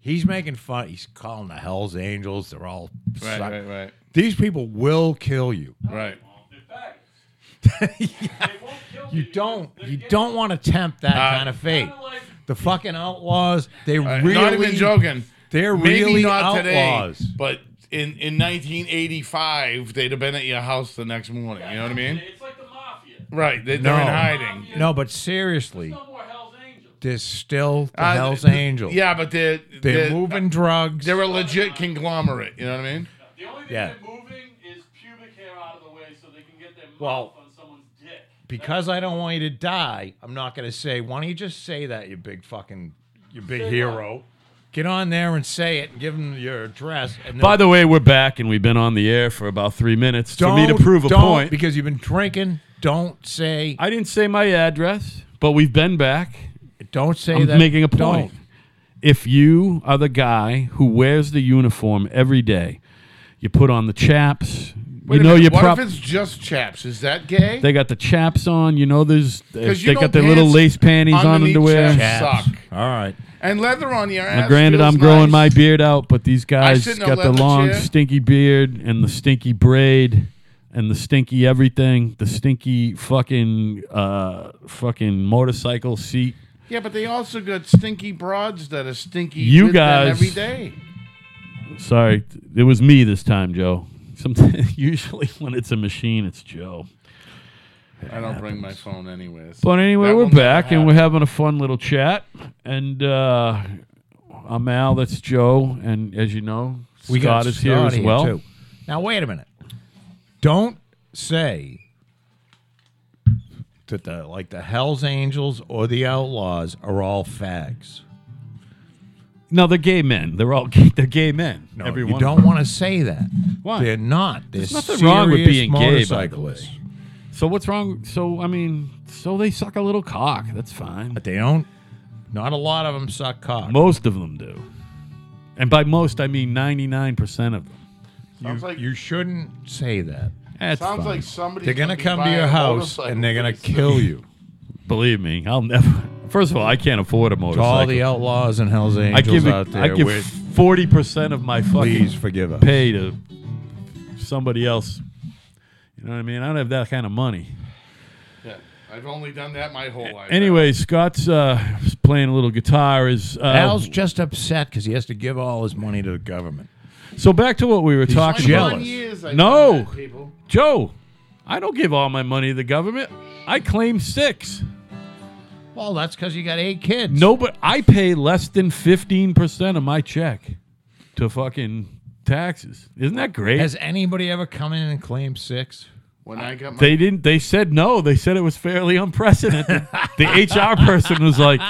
[SPEAKER 2] He's making fun. He's calling the Hell's Angels. They're all
[SPEAKER 3] Right,
[SPEAKER 2] suck-
[SPEAKER 3] right, right,
[SPEAKER 2] These people will kill you.
[SPEAKER 3] right.
[SPEAKER 2] <laughs> You don't. You don't want to tempt that kind of fate. The fucking outlaws. They
[SPEAKER 3] Uh, All right,
[SPEAKER 2] really.
[SPEAKER 3] not even joking.
[SPEAKER 2] They're
[SPEAKER 3] Maybe
[SPEAKER 2] really
[SPEAKER 3] not
[SPEAKER 2] outlaws.
[SPEAKER 3] today, but in in 1985, they'd have been at your house the next morning. You know what I mean?
[SPEAKER 1] It's like the mafia.
[SPEAKER 3] Right. They,
[SPEAKER 2] No.
[SPEAKER 3] They're in hiding.
[SPEAKER 2] No, but seriously,
[SPEAKER 1] No more Hell's Angels.
[SPEAKER 2] there's still the
[SPEAKER 3] Uh,
[SPEAKER 2] Hell's
[SPEAKER 3] th-
[SPEAKER 2] Angels.
[SPEAKER 3] Yeah, but they're
[SPEAKER 2] They're moving drugs.
[SPEAKER 3] They're a legit conglomerate. You know what I mean?
[SPEAKER 1] The only thing
[SPEAKER 2] Yeah.
[SPEAKER 1] they're moving is pubic hair out of the way so they can get their mouth
[SPEAKER 2] Well-
[SPEAKER 1] on someone's dick.
[SPEAKER 2] because I don't want you to die, I'm not going to say, why don't you just say that, you big fucking, you big hero. Get on there and say it and give them your address. And
[SPEAKER 1] By the way, we're back and we've been on the air for about three minutes
[SPEAKER 2] don't,
[SPEAKER 1] for me to prove a
[SPEAKER 2] don't,
[SPEAKER 1] point.
[SPEAKER 2] Because you've been drinking. Don't say,
[SPEAKER 1] I didn't say my address, but we've been back.
[SPEAKER 2] don't say
[SPEAKER 1] I'm
[SPEAKER 2] that.
[SPEAKER 1] making a point.
[SPEAKER 2] Don't.
[SPEAKER 1] If you are the guy who wears the uniform every day, you put on the chaps.
[SPEAKER 3] Wait
[SPEAKER 1] you
[SPEAKER 3] a
[SPEAKER 1] know
[SPEAKER 3] minute,
[SPEAKER 1] you
[SPEAKER 3] what
[SPEAKER 1] prop.
[SPEAKER 3] if it's just chaps? Is that gay?
[SPEAKER 1] They got the chaps on. You know there's uh, they
[SPEAKER 3] 'Cause you
[SPEAKER 1] got
[SPEAKER 3] don't
[SPEAKER 1] their little
[SPEAKER 3] pants
[SPEAKER 1] lace panties on
[SPEAKER 3] underneath
[SPEAKER 1] underwear.
[SPEAKER 3] chaps. Suck.
[SPEAKER 2] All right.
[SPEAKER 3] and leather on your ass.
[SPEAKER 1] Now, granted,
[SPEAKER 3] feels
[SPEAKER 1] I'm growing my
[SPEAKER 3] nice.
[SPEAKER 1] beard out, but these guys
[SPEAKER 3] sit in a
[SPEAKER 1] got the
[SPEAKER 3] leather
[SPEAKER 1] long,
[SPEAKER 3] chair.
[SPEAKER 1] stinky beard and the stinky braid and the stinky everything, the stinky fucking uh, fucking motorcycle seat.
[SPEAKER 3] Yeah, but they also got stinky broads that are stinky.
[SPEAKER 1] You
[SPEAKER 3] with them
[SPEAKER 1] guys-
[SPEAKER 3] every day.
[SPEAKER 1] Sorry, th- it was me this time, Joe. Sometimes, <laughs> usually when it's a machine, it's Joe.
[SPEAKER 3] I don't bring my phone anywhere. so
[SPEAKER 1] But anyway,
[SPEAKER 3] that
[SPEAKER 1] we're
[SPEAKER 3] will never
[SPEAKER 1] back and
[SPEAKER 3] happen.
[SPEAKER 1] we're having a fun little chat. And uh, I'm Al. That's Joe. And as you know,
[SPEAKER 2] We
[SPEAKER 1] Scott
[SPEAKER 2] got
[SPEAKER 1] is here
[SPEAKER 2] Scott
[SPEAKER 1] as well.
[SPEAKER 2] too. Now wait a minute. Don't say that the like the Hell's Angels or the Outlaws are all fags.
[SPEAKER 1] No, they're gay men. They're all <laughs> gay, they're gay men.
[SPEAKER 2] No,
[SPEAKER 1] Every
[SPEAKER 2] you
[SPEAKER 1] one of
[SPEAKER 2] don't want to say that.
[SPEAKER 1] Why?
[SPEAKER 2] They're not. They're
[SPEAKER 1] There's nothing wrong with
[SPEAKER 2] serious
[SPEAKER 1] being gay, by the
[SPEAKER 2] motorcyclists.
[SPEAKER 1] way. So what's wrong? So I mean, so they suck a little cock. That's fine.
[SPEAKER 2] But they don't. Not a lot of them suck cock.
[SPEAKER 1] Most of them do, and by most I mean ninety nine percent of them.
[SPEAKER 3] Sounds like
[SPEAKER 2] you shouldn't say that.
[SPEAKER 1] That's
[SPEAKER 3] sounds
[SPEAKER 1] fine.
[SPEAKER 3] like somebody.
[SPEAKER 2] They're gonna come to your house and they're gonna kill you.
[SPEAKER 1] Believe me, I'll never. <laughs> First of all, I can't afford a
[SPEAKER 2] To all the
[SPEAKER 1] motorcycle.
[SPEAKER 2] outlaws and Hell's
[SPEAKER 1] I
[SPEAKER 2] Angels
[SPEAKER 1] give
[SPEAKER 2] out
[SPEAKER 1] it,
[SPEAKER 2] there,
[SPEAKER 1] I
[SPEAKER 2] we're-
[SPEAKER 1] give forty percent of my fucking
[SPEAKER 2] please forgive us.
[SPEAKER 1] pay to somebody else. You know what I mean? I don't have that kind of money.
[SPEAKER 3] Yeah, I've only done that my whole life.
[SPEAKER 1] Anyway, Scott's uh, playing a little guitar. Is uh,
[SPEAKER 2] Al's just upset because he has to give all his money to the government.
[SPEAKER 1] so back to what we were talking about.
[SPEAKER 2] jealous.
[SPEAKER 3] Jealous. Years I've
[SPEAKER 1] No.
[SPEAKER 3] done that, people.
[SPEAKER 1] Joe, I don't give all my money to the government. I claim six.
[SPEAKER 2] Well, that's because you got eight kids.
[SPEAKER 1] No, but I pay less than 15% of my check to fucking taxes. Isn't that great?
[SPEAKER 2] Has anybody ever come in and claimed six?
[SPEAKER 3] When I got my <laughs>
[SPEAKER 1] they didn't they said no. They said it was fairly <laughs> unprecedented. the HR person was like,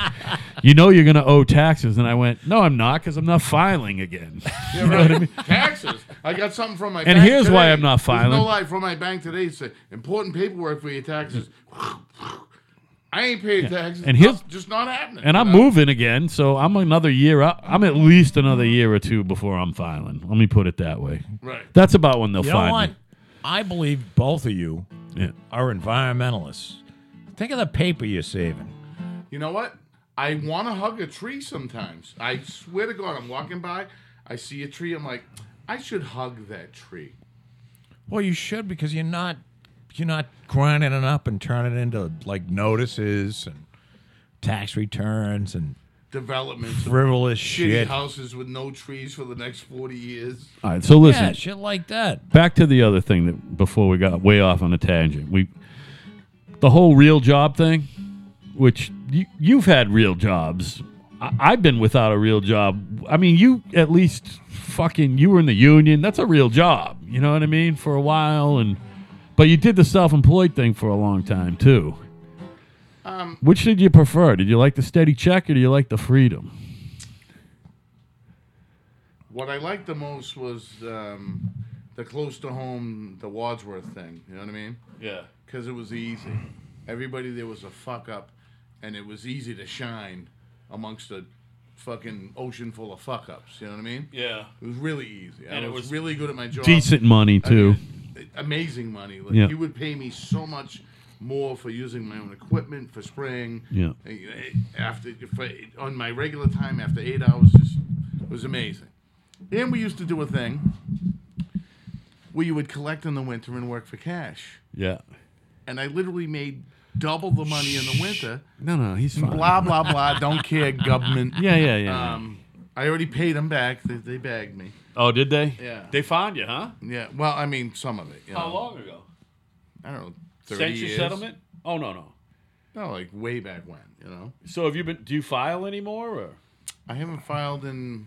[SPEAKER 1] "You know you're going to owe taxes." And I went, "No, I'm not cuz I'm not filing again."
[SPEAKER 3] Yeah, right. taxes, I got something from my
[SPEAKER 1] And
[SPEAKER 3] bank
[SPEAKER 1] here's why
[SPEAKER 3] today.
[SPEAKER 1] I'm not
[SPEAKER 3] There's
[SPEAKER 1] filing.
[SPEAKER 3] no lie from my bank today. Say important paperwork for your taxes. <laughs> I ain't paid taxes.
[SPEAKER 1] And here's-
[SPEAKER 3] That's just not happening. Uh,
[SPEAKER 1] And
[SPEAKER 3] you
[SPEAKER 1] I'm
[SPEAKER 3] know?
[SPEAKER 1] moving again, so I'm another year up. I'm at least another year or two before I'm filing. Let me put it that way.
[SPEAKER 3] Right.
[SPEAKER 1] That's about when they'll
[SPEAKER 2] You know
[SPEAKER 1] find
[SPEAKER 2] what?
[SPEAKER 1] me.
[SPEAKER 2] I believe both of you
[SPEAKER 1] Yeah.
[SPEAKER 2] are environmentalists. Think of the paper you're saving.
[SPEAKER 3] You know what? I want to hug a tree sometimes. I swear to God, I'm walking by, I see a tree, I'm like, I should hug that tree.
[SPEAKER 2] Well, you should because you're not you're not grinding it up and turning it into like notices and tax returns and
[SPEAKER 3] Developments, of
[SPEAKER 2] frivolous
[SPEAKER 3] shitty
[SPEAKER 2] shit.
[SPEAKER 3] houses with no trees for the next 40 years.
[SPEAKER 1] All right, so listen.
[SPEAKER 2] Yeah, shit like that.
[SPEAKER 1] back to the other thing that before we got way off on a tangent. We the whole real job thing, which you, you've had real jobs. I, I've been without a real job. I mean, you at least fucking you were in the union. That's a real job. You know what I mean? For a while and but you did the self-employed thing for a long time too. Um, Which did you prefer? Did you like the steady check or do you like the freedom?
[SPEAKER 3] What I liked the most was um, the close to home, the Wadsworth thing. You know what I mean?
[SPEAKER 1] Yeah.
[SPEAKER 3] Because it was easy. Everybody there was a fuck up, and it was easy to shine amongst a fucking ocean full of fuck ups. You know what I mean?
[SPEAKER 1] Yeah.
[SPEAKER 3] It was really easy. I
[SPEAKER 1] it
[SPEAKER 3] was,
[SPEAKER 1] was
[SPEAKER 3] really good at my job.
[SPEAKER 1] Decent money too.
[SPEAKER 3] amazing money. Like
[SPEAKER 1] Yeah.
[SPEAKER 3] you would pay me so much more for using my own equipment for spraying.
[SPEAKER 1] Yeah.
[SPEAKER 3] Uh, you know, After for, on my regular time after eight hours, just was amazing. And we used to do a thing where you would collect in the winter and work for cash.
[SPEAKER 1] Yeah.
[SPEAKER 3] And I literally made double the money in the winter.
[SPEAKER 1] No, no, he's fine.
[SPEAKER 3] Blah blah blah. Don't care, government.
[SPEAKER 1] <laughs> Yeah, yeah, yeah.
[SPEAKER 3] Um, I already paid them back. They, they bagged me.
[SPEAKER 1] oh, did they?
[SPEAKER 3] yeah.
[SPEAKER 1] They found you, huh?
[SPEAKER 3] Yeah. Well, I mean, some of it. You know.
[SPEAKER 1] How long ago?
[SPEAKER 3] I don't know. 30
[SPEAKER 1] Since your
[SPEAKER 3] years.
[SPEAKER 1] settlement? Oh no, no.
[SPEAKER 3] No, like way back when. You know.
[SPEAKER 1] So have you been? Do you file anymore? Or
[SPEAKER 3] I haven't filed in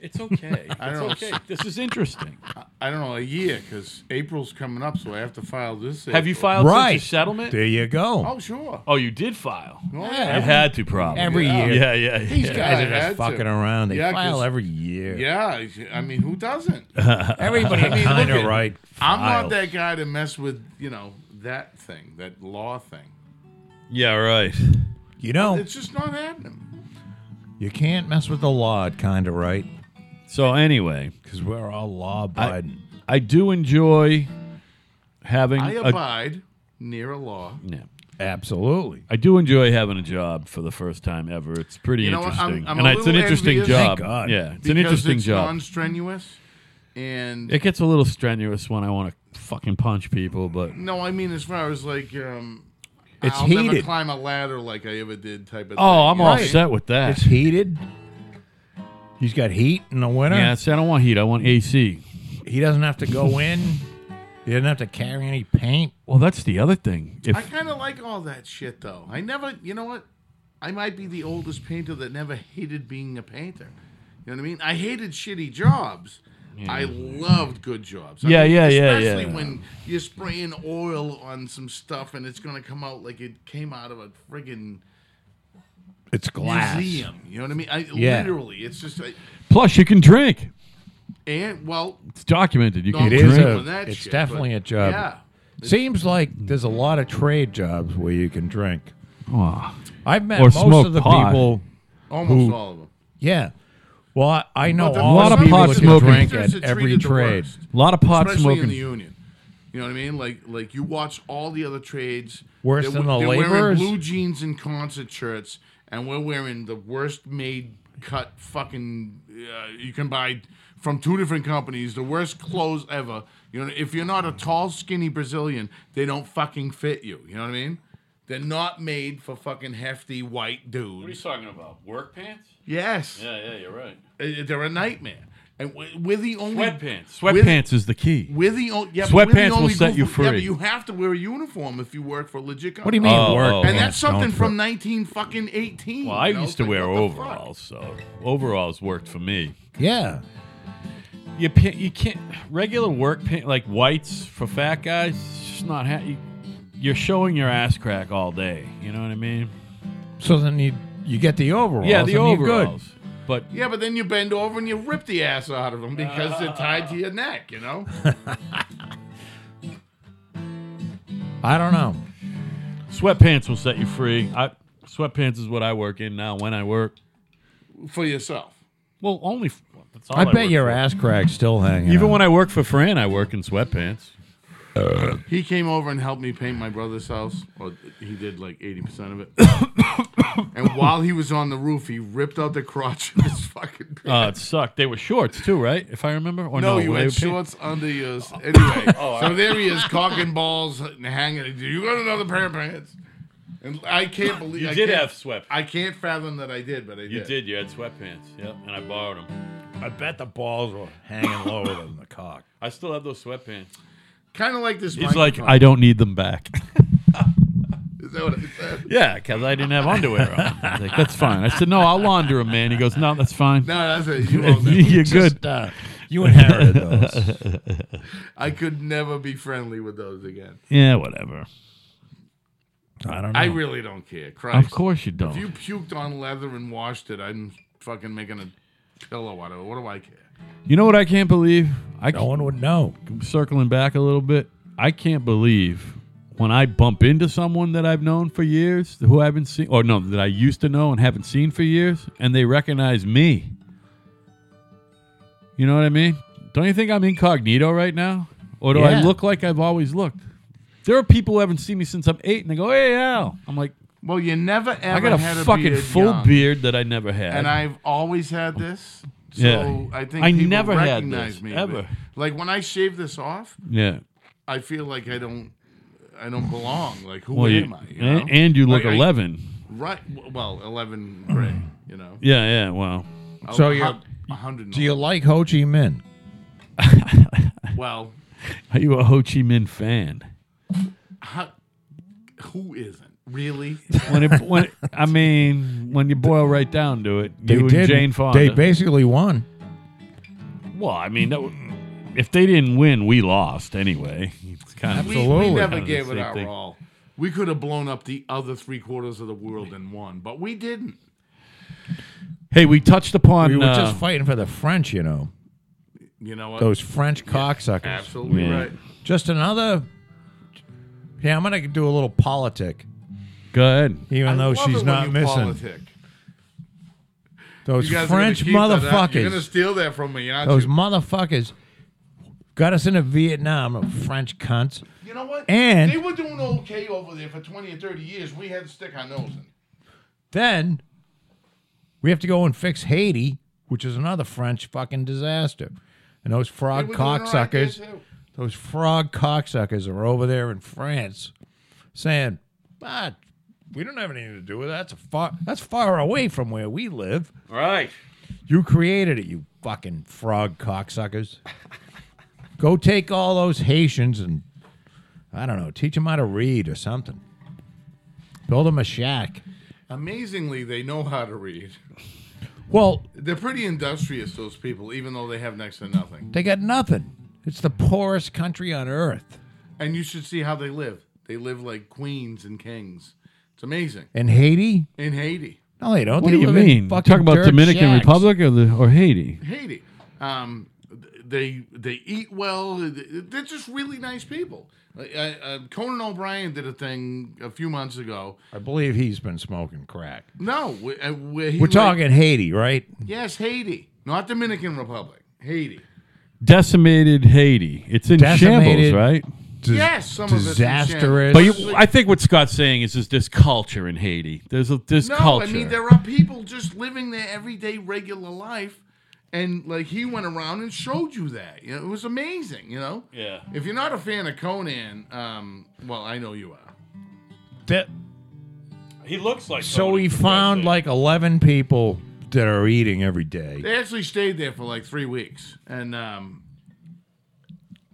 [SPEAKER 1] it's <laughs> okay.
[SPEAKER 3] I
[SPEAKER 1] it's
[SPEAKER 3] don't know.
[SPEAKER 1] okay. This is interesting.
[SPEAKER 3] I don't know a year because April's coming up, so I have to file this.
[SPEAKER 1] Have you
[SPEAKER 3] April.
[SPEAKER 1] filed since your
[SPEAKER 2] Right.
[SPEAKER 1] settlement?
[SPEAKER 2] There you go.
[SPEAKER 3] Oh sure.
[SPEAKER 1] Oh, you did file.
[SPEAKER 3] Oh,
[SPEAKER 1] You
[SPEAKER 3] yeah.
[SPEAKER 1] had to probably
[SPEAKER 2] every
[SPEAKER 1] yeah.
[SPEAKER 2] year.
[SPEAKER 1] Yeah, yeah, yeah.
[SPEAKER 2] These guys are
[SPEAKER 3] I had
[SPEAKER 2] just
[SPEAKER 3] to.
[SPEAKER 2] fucking around. They
[SPEAKER 3] Yeah,
[SPEAKER 2] file
[SPEAKER 3] 'cause-
[SPEAKER 2] every year.
[SPEAKER 3] Yeah, I mean, who doesn't?
[SPEAKER 1] <laughs>
[SPEAKER 2] <laughs> Everybody
[SPEAKER 3] mean, look
[SPEAKER 2] kind of
[SPEAKER 3] at-
[SPEAKER 2] right.
[SPEAKER 3] I'm
[SPEAKER 2] files.
[SPEAKER 3] not that guy to mess with, you know, that thing, that law thing.
[SPEAKER 1] yeah, right.
[SPEAKER 2] You know,
[SPEAKER 3] It's just not happening.
[SPEAKER 2] you can't mess with the law. At kind of right
[SPEAKER 1] So anyway,
[SPEAKER 2] because we're all law abiding.
[SPEAKER 1] I do enjoy having
[SPEAKER 3] I
[SPEAKER 1] a
[SPEAKER 3] abide near a law.
[SPEAKER 1] yeah.
[SPEAKER 2] Absolutely.
[SPEAKER 1] I do enjoy having a job for the first time ever. It's pretty
[SPEAKER 3] You know what, I'm-
[SPEAKER 1] interesting,
[SPEAKER 3] I'm a
[SPEAKER 1] and it's an
[SPEAKER 3] little
[SPEAKER 1] interesting
[SPEAKER 3] envious-
[SPEAKER 1] job.
[SPEAKER 2] Thank God.
[SPEAKER 1] Yeah, it's
[SPEAKER 3] because
[SPEAKER 1] an interesting
[SPEAKER 3] it's
[SPEAKER 1] job.
[SPEAKER 3] non-strenuous, and
[SPEAKER 1] it gets a little strenuous when I want to fucking punch people, but
[SPEAKER 3] no, I mean as far as like, um,
[SPEAKER 2] It's
[SPEAKER 3] I'll never
[SPEAKER 2] heated.
[SPEAKER 3] climb a ladder like I ever did, type of.
[SPEAKER 1] oh,
[SPEAKER 3] thing,
[SPEAKER 1] I'm
[SPEAKER 3] you
[SPEAKER 1] all
[SPEAKER 3] know?
[SPEAKER 1] set with that.
[SPEAKER 2] It's heated. He's got heat in the winter.
[SPEAKER 1] Yeah, see, I don't want heat. I want AC.
[SPEAKER 2] He doesn't have to go in. He doesn't have to carry any paint.
[SPEAKER 1] Well, that's the other thing. If
[SPEAKER 3] I kind of like all that shit though. I never, you know what? I might be the oldest painter that never hated being a painter. You know what I mean? I hated shitty jobs. I loved good jobs. I
[SPEAKER 1] Yeah,
[SPEAKER 3] mean,
[SPEAKER 1] yeah, yeah,
[SPEAKER 3] Especially
[SPEAKER 1] yeah.
[SPEAKER 3] when you're spraying oil on some stuff and it's gonna come out like it came out of a friggin'
[SPEAKER 2] It's glass.
[SPEAKER 3] museum. You know what I mean? I
[SPEAKER 2] Yeah.
[SPEAKER 3] literally, it's just like,
[SPEAKER 1] plus you can drink,
[SPEAKER 3] and well,
[SPEAKER 1] it's documented. You
[SPEAKER 3] no,
[SPEAKER 1] can
[SPEAKER 3] I'm
[SPEAKER 2] is
[SPEAKER 1] drink.
[SPEAKER 2] a-
[SPEAKER 3] with that
[SPEAKER 2] it's
[SPEAKER 3] shit,
[SPEAKER 2] definitely
[SPEAKER 3] but
[SPEAKER 2] a job.
[SPEAKER 3] Yeah,
[SPEAKER 2] Seems like there's a lot of trade jobs where you can drink.
[SPEAKER 1] Oh,
[SPEAKER 2] I've met
[SPEAKER 1] Or
[SPEAKER 2] most
[SPEAKER 1] smoke
[SPEAKER 2] of the
[SPEAKER 1] pot.
[SPEAKER 2] people.
[SPEAKER 3] almost all of them.
[SPEAKER 2] Yeah. Well, I, I know
[SPEAKER 3] But
[SPEAKER 2] all
[SPEAKER 1] lot
[SPEAKER 2] the
[SPEAKER 1] of
[SPEAKER 2] people
[SPEAKER 1] pot
[SPEAKER 2] that
[SPEAKER 1] smoking.
[SPEAKER 2] drink
[SPEAKER 3] Painters
[SPEAKER 2] at
[SPEAKER 3] are
[SPEAKER 2] every
[SPEAKER 3] treated the
[SPEAKER 2] trade.
[SPEAKER 3] worst.
[SPEAKER 1] a lot of pot
[SPEAKER 3] especially in the
[SPEAKER 1] smoking.
[SPEAKER 3] union. You know what I mean? Like like you watch all the other trades.
[SPEAKER 2] Worse
[SPEAKER 3] they're,
[SPEAKER 2] than
[SPEAKER 3] we-
[SPEAKER 2] the
[SPEAKER 3] they're wearing
[SPEAKER 2] laborers?
[SPEAKER 3] blue jeans and concert shirts, and we're wearing the worst made cut fucking uh, you can buy from two different companies. The worst clothes ever. You know, if you're not a tall, skinny Brazilian, they don't fucking fit you. You know what I mean? They're not made for fucking hefty white dudes.
[SPEAKER 1] talking about? Work pants?
[SPEAKER 3] Yes,
[SPEAKER 1] yeah, you're right.
[SPEAKER 3] Uh, they're a nightmare. And we- we're the only
[SPEAKER 1] Sweatpants.
[SPEAKER 3] we're the-
[SPEAKER 1] Sweatpants is the key.
[SPEAKER 3] we're the only yeah, but we're the
[SPEAKER 1] Sweatpants will
[SPEAKER 3] only
[SPEAKER 1] set you
[SPEAKER 3] group- Yeah,
[SPEAKER 1] free.
[SPEAKER 3] but you have to wear a uniform if you work for a legit company.
[SPEAKER 2] What do you mean
[SPEAKER 1] Oh,
[SPEAKER 2] work?
[SPEAKER 1] oh.
[SPEAKER 2] pants
[SPEAKER 3] And that's something
[SPEAKER 2] don't
[SPEAKER 3] from
[SPEAKER 2] work?
[SPEAKER 3] nineteen fucking eighteen.
[SPEAKER 1] Well, I
[SPEAKER 3] you know?
[SPEAKER 1] used to
[SPEAKER 3] It's like,
[SPEAKER 1] wear
[SPEAKER 3] what the fuck?
[SPEAKER 1] overalls, so overalls worked for me.
[SPEAKER 2] Yeah.
[SPEAKER 1] You pa- you can't regular work pant like whites for fat guys. It's just not ha- you, you're showing your ass crack all day. You know what I mean?
[SPEAKER 2] So then you you get the overalls.
[SPEAKER 1] yeah, the
[SPEAKER 2] and you're
[SPEAKER 1] overalls. But
[SPEAKER 3] Yeah, but then you bend over and you rip the ass out of them because they're tied to your neck.
[SPEAKER 1] <laughs>
[SPEAKER 3] You know.
[SPEAKER 2] Good. I don't know.
[SPEAKER 1] sweatpants will set you free. I sweatpants is what I work in now when I work.
[SPEAKER 3] for yourself.
[SPEAKER 1] Well, only f- that's all
[SPEAKER 2] I, bet
[SPEAKER 1] work
[SPEAKER 2] your
[SPEAKER 1] for.
[SPEAKER 2] ass crack's still hanging.
[SPEAKER 1] Even
[SPEAKER 2] out.
[SPEAKER 1] when I work for Fran, I work in sweatpants.
[SPEAKER 3] He came over and helped me paint my brother's house. Or he did like eighty percent of it.
[SPEAKER 1] <coughs>
[SPEAKER 3] and while he was on the roof, he ripped out the crotch of his fucking.
[SPEAKER 1] <laughs>
[SPEAKER 3] Pants.
[SPEAKER 1] Uh, it sucked. They were shorts too, right? If I remember, or Oh, no,
[SPEAKER 3] No, you
[SPEAKER 1] were
[SPEAKER 3] had
[SPEAKER 1] they Oh, pants?
[SPEAKER 3] shorts under yours. Anyway,
[SPEAKER 1] <laughs>
[SPEAKER 3] so there he is, cocking balls and hanging. You got another pair of pants? And I can't believe
[SPEAKER 1] You
[SPEAKER 3] I
[SPEAKER 1] did
[SPEAKER 3] can't-
[SPEAKER 1] have sweatpants.
[SPEAKER 3] I can't fathom that I did, but I did.
[SPEAKER 1] You did. You had sweatpants. Yep, and I borrowed them.
[SPEAKER 2] I bet the balls were hanging lower than the <laughs> cock.
[SPEAKER 1] I still have those sweatpants.
[SPEAKER 3] Kind of like this.
[SPEAKER 1] He's like,
[SPEAKER 3] microphone.
[SPEAKER 1] I don't need them back. <laughs>
[SPEAKER 3] Is that what uh, I said?
[SPEAKER 1] yeah, because I didn't have underwear on. I was like, <laughs> that's fine. I said, no, I'll launder them, man. He goes, no, that's fine.
[SPEAKER 3] No, that's it. You own
[SPEAKER 1] <laughs>
[SPEAKER 3] that.
[SPEAKER 1] You're good.
[SPEAKER 2] Just, uh, you inherited those.
[SPEAKER 1] <laughs>
[SPEAKER 3] I could never be friendly with those again.
[SPEAKER 1] Yeah, whatever.
[SPEAKER 2] I don't know.
[SPEAKER 3] I really don't care. Christ.
[SPEAKER 1] Of course you don't.
[SPEAKER 3] If you puked on leather and washed it, I'm fucking making a pillow out of it. What do I care?
[SPEAKER 1] You know what I can't believe? I
[SPEAKER 2] no one would know.
[SPEAKER 1] circling back a little bit, I can't believe when I bump into someone that I've known for years, who I haven't seen, or no, that I used to know and haven't seen for years, and they recognize me. You know what I mean? Don't you think I'm incognito right now? Or do I
[SPEAKER 2] Yeah.
[SPEAKER 1] look like I've always looked? There are people who haven't seen me since I'm eight, and they go, "Hey Al," I'm like,
[SPEAKER 3] Well, you never ever.
[SPEAKER 1] "I got a
[SPEAKER 3] had a
[SPEAKER 1] fucking
[SPEAKER 3] beard
[SPEAKER 1] full
[SPEAKER 3] young.
[SPEAKER 1] beard that I never had."
[SPEAKER 3] and I've always had this. So
[SPEAKER 1] Yeah.
[SPEAKER 3] I think
[SPEAKER 1] I
[SPEAKER 3] people
[SPEAKER 1] never had
[SPEAKER 3] recognize
[SPEAKER 1] this,
[SPEAKER 3] me
[SPEAKER 1] ever.
[SPEAKER 3] but, Like when I shave this off,
[SPEAKER 1] yeah,
[SPEAKER 3] I feel like I don't, I don't belong. Like who
[SPEAKER 1] well, you,
[SPEAKER 3] am I? you know?
[SPEAKER 1] and, and you look
[SPEAKER 3] Like, I-
[SPEAKER 1] eleven.
[SPEAKER 3] right? w- Well, eleven gray. You know.
[SPEAKER 1] yeah, yeah, wow.
[SPEAKER 2] <clears throat> So you're-
[SPEAKER 3] hundred.
[SPEAKER 2] Do you like Ho Chi Minh?
[SPEAKER 3] Well,
[SPEAKER 1] Are you a Ho Chi Minh fan?
[SPEAKER 3] how, who isn't really?
[SPEAKER 1] When it, when it, I mean, when you boil right down to it, you and Jane Fonda.
[SPEAKER 2] They basically won.
[SPEAKER 1] well, I mean, that, w- if they didn't win, we lost anyway. It's kind of
[SPEAKER 3] We, we
[SPEAKER 2] <laughs> Absolutely.
[SPEAKER 3] never
[SPEAKER 1] Kinda the
[SPEAKER 3] gave it
[SPEAKER 1] same
[SPEAKER 3] our
[SPEAKER 1] thing.
[SPEAKER 3] all. We could have blown up the other three quarters of the world and won, but we didn't.
[SPEAKER 1] <laughs> hey, we touched upon
[SPEAKER 2] We were
[SPEAKER 1] uh,
[SPEAKER 2] just fighting for the French, you know.
[SPEAKER 3] You know what?
[SPEAKER 2] Those French cocksuckers.
[SPEAKER 3] Absolutely
[SPEAKER 1] Yeah.
[SPEAKER 3] right.
[SPEAKER 2] Just another. Yeah, I'm gonna do a little politic,
[SPEAKER 1] go ahead.
[SPEAKER 2] even
[SPEAKER 3] I
[SPEAKER 2] though
[SPEAKER 3] love it
[SPEAKER 2] she's
[SPEAKER 3] when
[SPEAKER 2] not
[SPEAKER 3] you
[SPEAKER 2] missing
[SPEAKER 3] politic.
[SPEAKER 2] those
[SPEAKER 3] You guys are gonna
[SPEAKER 2] French
[SPEAKER 3] keep that up. You're gonna
[SPEAKER 2] motherfuckers.
[SPEAKER 3] steal that from me, aren't
[SPEAKER 2] Those
[SPEAKER 3] you?
[SPEAKER 2] motherfuckers got us into Vietnam, French cunts.
[SPEAKER 3] You know what?
[SPEAKER 2] and-
[SPEAKER 3] they were doing okay over there for 20 or 30 years. We had to stick our nose in.
[SPEAKER 2] Then we have to go and fix Haiti, which is another French fucking disaster. And those
[SPEAKER 3] They
[SPEAKER 2] frog
[SPEAKER 3] were doing all right there,
[SPEAKER 2] cocksuckers,
[SPEAKER 3] too.
[SPEAKER 2] those frog cocksuckers are over there in France saying, ah, we don't have anything to do with that. That's, a far, that's far away from where we live.
[SPEAKER 1] Right.
[SPEAKER 2] You created it, you fucking frog cocksuckers. Go take all those Haitians and, I don't know, teach them how to read or something. Build them a shack.
[SPEAKER 3] Amazingly, they know how to read.
[SPEAKER 2] Well,
[SPEAKER 3] They're pretty industrious, those people, even though they have next to nothing.
[SPEAKER 2] They got nothing. It's the poorest country on earth.
[SPEAKER 3] And you should see how they live. They live like queens and kings. It's amazing.
[SPEAKER 2] In Haiti?
[SPEAKER 3] In Haiti.
[SPEAKER 2] No, they don't.
[SPEAKER 1] What
[SPEAKER 2] they
[SPEAKER 1] do you
[SPEAKER 2] live in
[SPEAKER 1] mean?
[SPEAKER 2] fucking
[SPEAKER 1] Talking about
[SPEAKER 2] dirt
[SPEAKER 1] Dominican
[SPEAKER 2] shacks.
[SPEAKER 1] Republic or the or Haiti?
[SPEAKER 3] Haiti. Um, th- they they eat well. They're just really nice people. Like, Uh, uh, Conan O'Brien did a thing a few months ago.
[SPEAKER 2] I believe he's been smoking crack.
[SPEAKER 3] No, wh- uh, where he
[SPEAKER 2] We're
[SPEAKER 3] like-
[SPEAKER 2] talking Haiti, right?
[SPEAKER 3] Yes, Haiti, not Dominican Republic. Haiti.
[SPEAKER 1] Decimated Haiti. It's in shambles,
[SPEAKER 2] Decimated.
[SPEAKER 1] right?
[SPEAKER 2] Dis-
[SPEAKER 3] Yes, some of it's in
[SPEAKER 2] disastrous.
[SPEAKER 1] But you, I think what Scott's saying is, is this culture in Haiti? There's a this
[SPEAKER 3] No,
[SPEAKER 1] culture.
[SPEAKER 3] I mean there are people just living their everyday regular life, and like he went around and showed you that. You know, it was amazing. You know.
[SPEAKER 1] Yeah.
[SPEAKER 3] If you're not a fan of Conan, um, well, I know you are.
[SPEAKER 2] That-
[SPEAKER 1] he looks like
[SPEAKER 2] so he found like eleven people that are eating every day.
[SPEAKER 3] They actually stayed there for like three weeks, and um,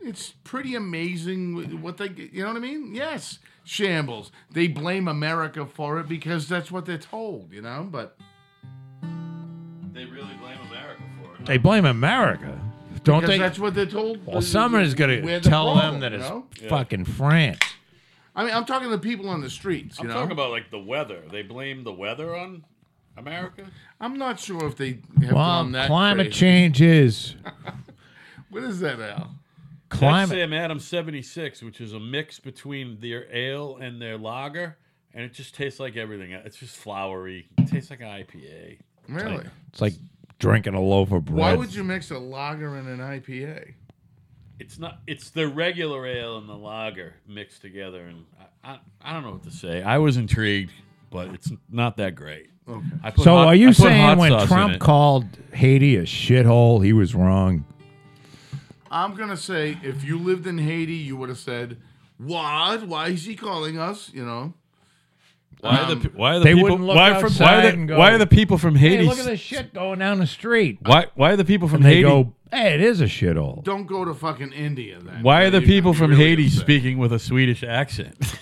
[SPEAKER 3] it's pretty amazing wh- what they. You know what I mean? Yes, shambles. They blame America for it because that's what they're told. You know, but
[SPEAKER 1] they really blame America for it.
[SPEAKER 2] They blame America, don't
[SPEAKER 3] because
[SPEAKER 2] they?
[SPEAKER 3] that's what they're told.
[SPEAKER 2] Well, someone is going
[SPEAKER 3] We're
[SPEAKER 2] to
[SPEAKER 3] the
[SPEAKER 2] tell them
[SPEAKER 3] problem,
[SPEAKER 2] that
[SPEAKER 3] you
[SPEAKER 2] it's
[SPEAKER 3] know?
[SPEAKER 2] fucking France.
[SPEAKER 3] I mean, I'm talking to the people on the streets. You know,
[SPEAKER 1] about like the weather. They blame the weather on America.
[SPEAKER 3] I'm not sure if they
[SPEAKER 2] Well,
[SPEAKER 3] have gone that
[SPEAKER 2] climate
[SPEAKER 3] crazy.
[SPEAKER 2] change is
[SPEAKER 3] What is that, Al?
[SPEAKER 1] That's
[SPEAKER 2] climate.
[SPEAKER 1] Sam Adams 76, which is a mix between their ale and their lager, and it just tastes like everything. It's just flowery. It tastes like an IPA.
[SPEAKER 3] Really?
[SPEAKER 2] It's like drinking a loaf of bread.
[SPEAKER 3] Why would you mix a lager and an IPA?
[SPEAKER 1] It's not. It's the regular ale and the lager mixed together, and I, I, I don't know what to say. I was intrigued, but it's not that great.
[SPEAKER 3] Okay.
[SPEAKER 1] I put
[SPEAKER 2] So
[SPEAKER 1] hot-
[SPEAKER 2] are
[SPEAKER 1] I
[SPEAKER 2] you
[SPEAKER 1] put hot
[SPEAKER 2] saying when
[SPEAKER 1] sauce in
[SPEAKER 2] Trump
[SPEAKER 1] it.
[SPEAKER 2] called Haiti a shithole, he was wrong?
[SPEAKER 3] I'm gonna say if you lived in Haiti, you would have said, "What? Why is he calling us?" You know.
[SPEAKER 1] why are
[SPEAKER 3] um,
[SPEAKER 1] the, pe- why are the
[SPEAKER 2] they
[SPEAKER 1] people
[SPEAKER 2] wouldn't look
[SPEAKER 1] why, from, why, are
[SPEAKER 2] outside
[SPEAKER 1] the,
[SPEAKER 2] and go,
[SPEAKER 1] why are the people from Haiti?
[SPEAKER 2] shit going down the street.
[SPEAKER 1] Why why are the people from
[SPEAKER 2] And they
[SPEAKER 1] Haiti?
[SPEAKER 2] go, hey, it is a shithole.
[SPEAKER 3] Don't go to fucking India then.
[SPEAKER 1] why are
[SPEAKER 3] You'd
[SPEAKER 1] the
[SPEAKER 3] be
[SPEAKER 1] people from
[SPEAKER 3] really
[SPEAKER 1] Haiti
[SPEAKER 3] upset.
[SPEAKER 1] speaking with a Swedish accent?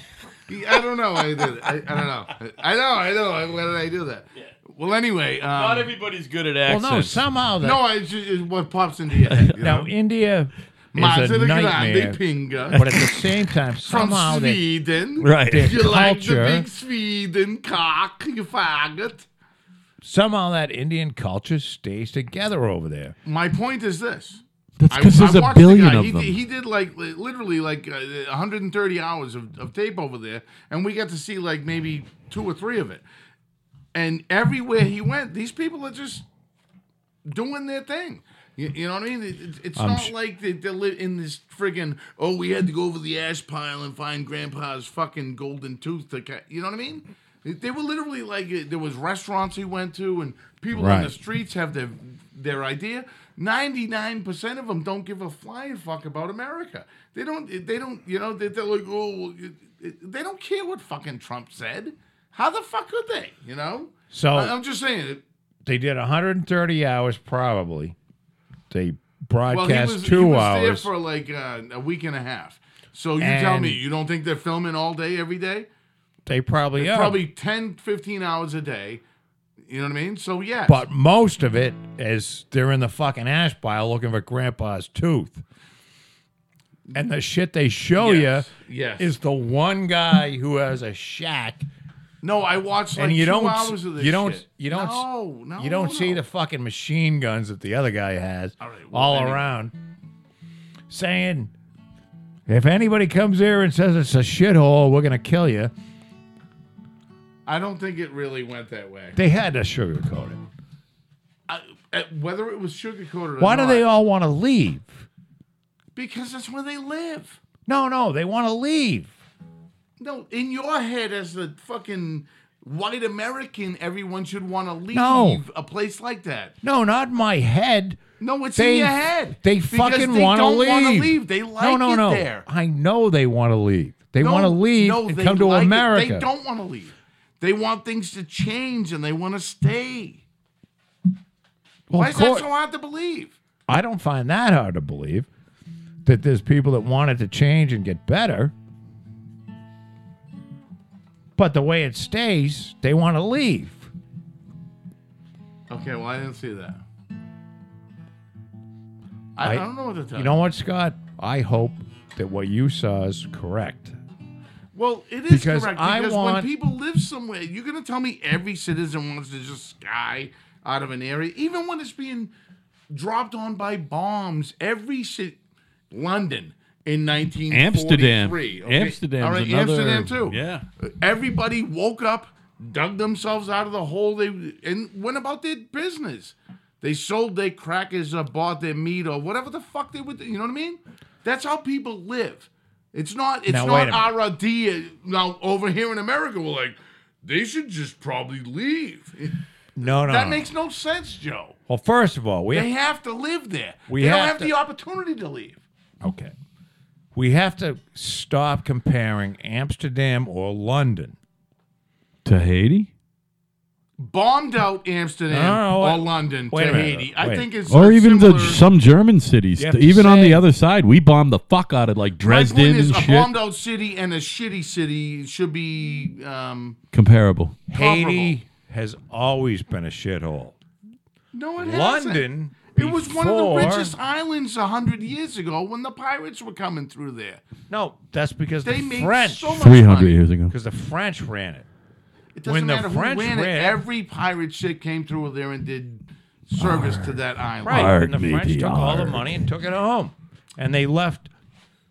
[SPEAKER 3] I don't know. why I did. It. I, I don't know. I know. I know. I- Why did I do that? Well, anyway. Um,
[SPEAKER 1] Not everybody's good at
[SPEAKER 2] Well,
[SPEAKER 1] accents.
[SPEAKER 2] no, somehow that.
[SPEAKER 3] no, I it's just, it's what pops into your head. You
[SPEAKER 2] now
[SPEAKER 3] know?
[SPEAKER 2] India is a
[SPEAKER 3] Mazda
[SPEAKER 2] nightmare,
[SPEAKER 3] Grande Pinga
[SPEAKER 2] but at the same time,
[SPEAKER 3] <laughs> from
[SPEAKER 2] somehow they,
[SPEAKER 3] Sweden.
[SPEAKER 1] Right.
[SPEAKER 3] You like the
[SPEAKER 2] Culture.
[SPEAKER 3] big Sweden cock, you faggot.
[SPEAKER 2] somehow that Indian culture stays together over there.
[SPEAKER 3] My point is this.
[SPEAKER 1] That's
[SPEAKER 3] I-
[SPEAKER 1] because
[SPEAKER 3] I
[SPEAKER 1] there's a
[SPEAKER 3] watched the
[SPEAKER 1] billion
[SPEAKER 3] guy.
[SPEAKER 1] of
[SPEAKER 3] he,
[SPEAKER 1] them.
[SPEAKER 3] Did, he did like li- literally like uh, 130 hours of, of tape over there, and we got to see like maybe two or three of it. And everywhere he went, these people are just doing their thing. You, you know what I mean? It- it- it's
[SPEAKER 2] I'm
[SPEAKER 3] not
[SPEAKER 2] sh-
[SPEAKER 3] like they, they live in this friggin' oh, we had to go over the ash pile and find Grandpa's fucking golden tooth. To ca-. You know what I mean? They- They were literally like uh, there was restaurants he went to and people on the
[SPEAKER 2] Right.
[SPEAKER 3] streets have their their idea. Ninety nine percent of them don't give a flying fuck about America. They don't. They don't. You know. They, they're like oh, it- it- they don't care what fucking Trump said. How the fuck could they? You know.
[SPEAKER 2] So-
[SPEAKER 3] I, I'm just saying. it-
[SPEAKER 2] They did 130 hours probably. They broadcast
[SPEAKER 3] Well, he was,
[SPEAKER 2] two
[SPEAKER 3] he was there
[SPEAKER 2] hours.
[SPEAKER 3] for like uh, a week and a half. So you tell
[SPEAKER 2] And-
[SPEAKER 3] me, you don't think they're filming all day every day?
[SPEAKER 2] they probably are.
[SPEAKER 3] Probably 10, 15 hours a day. You know what I mean? So yeah.
[SPEAKER 2] but most of it is they're in the fucking ash pile looking for grandpa's tooth. And the shit they show
[SPEAKER 3] yes,
[SPEAKER 2] you
[SPEAKER 3] yes.
[SPEAKER 2] is the one guy who has a shack
[SPEAKER 3] no, I watched like
[SPEAKER 2] and you
[SPEAKER 3] 2
[SPEAKER 2] don't
[SPEAKER 3] hours of this.
[SPEAKER 2] you don't
[SPEAKER 3] shit.
[SPEAKER 2] you don't
[SPEAKER 3] No, no,
[SPEAKER 2] you don't
[SPEAKER 3] no,
[SPEAKER 2] see
[SPEAKER 3] no.
[SPEAKER 2] the fucking machine guns that the other guy has all,
[SPEAKER 3] right, well, anyway.
[SPEAKER 2] around saying if anybody comes here and says it's a shithole we're gonna kill you
[SPEAKER 3] I don't think it really went that way.
[SPEAKER 2] they had to sugarcoat it
[SPEAKER 3] I, uh, whether it was sugarcoated. Or
[SPEAKER 2] why do
[SPEAKER 3] not,
[SPEAKER 2] they all want to leave
[SPEAKER 3] Because that's where they live.
[SPEAKER 2] no no they want to leave
[SPEAKER 3] No, in your head as the fucking white American, everyone should want to leave
[SPEAKER 2] No.
[SPEAKER 3] a place like that.
[SPEAKER 2] no not in my head
[SPEAKER 3] No, it's
[SPEAKER 2] They-
[SPEAKER 3] in your head.
[SPEAKER 2] they
[SPEAKER 3] Because
[SPEAKER 2] fucking
[SPEAKER 3] they
[SPEAKER 2] wanna
[SPEAKER 3] don't wanna
[SPEAKER 2] leave.
[SPEAKER 3] leave. They like
[SPEAKER 2] no no
[SPEAKER 3] it
[SPEAKER 2] no
[SPEAKER 3] there.
[SPEAKER 2] i know they want to leave they want to
[SPEAKER 3] No,
[SPEAKER 2] leave
[SPEAKER 3] no,
[SPEAKER 2] and
[SPEAKER 3] they
[SPEAKER 2] come to
[SPEAKER 3] like it.
[SPEAKER 2] america
[SPEAKER 3] They don't want to leave. They want things to change and they want to stay.
[SPEAKER 2] Well,
[SPEAKER 3] Why
[SPEAKER 2] of
[SPEAKER 3] is that
[SPEAKER 2] course-
[SPEAKER 3] so hard to believe?
[SPEAKER 2] I don't find that hard to believe that there's people that wanted to change and get better. But the way it stays, they want to leave.
[SPEAKER 3] Okay, well, I didn't see that. I,
[SPEAKER 2] I-
[SPEAKER 3] I don't know what to tell
[SPEAKER 2] You know what, Scott? I hope that what you saw is correct.
[SPEAKER 3] Well, it is
[SPEAKER 2] Because
[SPEAKER 3] correct
[SPEAKER 2] I
[SPEAKER 3] because
[SPEAKER 2] want-
[SPEAKER 3] when people live somewhere, you're going to tell me every citizen wants to just sky out of an area, even when it's being dropped on by bombs. Every city, London in 1943.
[SPEAKER 1] Amsterdam.
[SPEAKER 3] okay?
[SPEAKER 1] Amsterdam's
[SPEAKER 3] All right,
[SPEAKER 1] another-
[SPEAKER 3] Amsterdam too.
[SPEAKER 1] yeah.
[SPEAKER 3] everybody woke up, dug themselves out of the hole they and went about their business. They sold their crackers or bought their meat or whatever the fuck they would. You know what I mean? That's how people live. It's not. It's
[SPEAKER 2] Now, wait
[SPEAKER 3] not
[SPEAKER 2] a
[SPEAKER 3] our idea. Now over here in America, we're like, they should just probably leave.
[SPEAKER 2] No, no.
[SPEAKER 3] That
[SPEAKER 2] no.
[SPEAKER 3] makes no sense, Joe.
[SPEAKER 2] well, first of all, we
[SPEAKER 3] They have to live there.
[SPEAKER 2] We
[SPEAKER 3] they don't
[SPEAKER 2] have
[SPEAKER 3] have
[SPEAKER 2] to-
[SPEAKER 3] the opportunity to leave.
[SPEAKER 2] okay. We have to stop comparing Amsterdam or London.
[SPEAKER 1] To Haiti?
[SPEAKER 3] Bombed out Amsterdam
[SPEAKER 2] No, no,
[SPEAKER 3] or
[SPEAKER 2] wait-
[SPEAKER 3] London
[SPEAKER 2] wait
[SPEAKER 3] to
[SPEAKER 2] a minute,
[SPEAKER 3] Haiti. I
[SPEAKER 2] wait.
[SPEAKER 3] think it's
[SPEAKER 1] Or
[SPEAKER 3] a
[SPEAKER 1] even the,
[SPEAKER 3] similar-
[SPEAKER 1] some German cities.
[SPEAKER 2] You have to
[SPEAKER 1] Even on
[SPEAKER 2] say-
[SPEAKER 1] the other side, we bombed the fuck out of like
[SPEAKER 3] My
[SPEAKER 1] Dresden
[SPEAKER 3] point is,
[SPEAKER 1] and
[SPEAKER 3] a
[SPEAKER 1] shit.
[SPEAKER 3] bombed out city and a shitty city should be. Um,
[SPEAKER 1] Comparable.
[SPEAKER 2] Haiti has always been a shithole.
[SPEAKER 3] no, it hasn't.
[SPEAKER 2] London.
[SPEAKER 3] It was one of the
[SPEAKER 2] before-
[SPEAKER 3] richest islands a hundred years ago when the pirates were coming through there.
[SPEAKER 2] No, that's because
[SPEAKER 3] They
[SPEAKER 2] the
[SPEAKER 3] made
[SPEAKER 2] French.
[SPEAKER 3] so much
[SPEAKER 1] 300
[SPEAKER 3] money.
[SPEAKER 1] years ago.
[SPEAKER 2] because the French ran it.
[SPEAKER 3] It doesn't
[SPEAKER 2] When the
[SPEAKER 3] matter
[SPEAKER 2] French
[SPEAKER 3] who ran it.
[SPEAKER 2] ran-
[SPEAKER 3] Every pirate ship came through there and did service to that island.
[SPEAKER 2] Right.
[SPEAKER 1] Arg,
[SPEAKER 2] and the French
[SPEAKER 1] matey,
[SPEAKER 2] took all the
[SPEAKER 1] arg.
[SPEAKER 2] money and took it home. And they left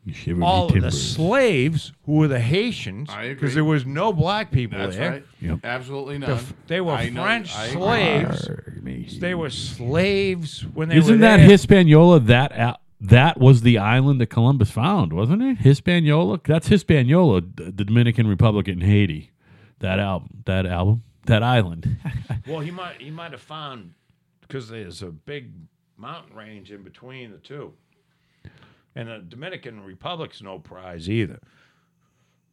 [SPEAKER 1] You shiver me
[SPEAKER 2] all of the
[SPEAKER 1] timbers.
[SPEAKER 2] slaves who were the Haitians
[SPEAKER 3] I agree.
[SPEAKER 2] because there was no black people
[SPEAKER 3] That's
[SPEAKER 2] there.
[SPEAKER 3] right.
[SPEAKER 1] Yep.
[SPEAKER 3] Absolutely
[SPEAKER 2] The
[SPEAKER 3] not.
[SPEAKER 2] f- they were
[SPEAKER 3] I know-
[SPEAKER 2] French
[SPEAKER 3] I-
[SPEAKER 2] slaves.
[SPEAKER 1] Arg, matey.
[SPEAKER 2] They were slaves when they were
[SPEAKER 1] Isn't that
[SPEAKER 2] there.
[SPEAKER 1] Hispaniola? That a- that was the island that Columbus found, wasn't it? Hispaniola. That's Hispaniola, the Dominican Republic in Haiti. That album. That album. That
[SPEAKER 3] <laughs>
[SPEAKER 1] island.
[SPEAKER 2] Well, he might he might have found because there's a big mountain range in between the two, and the Dominican Republic's no prize either.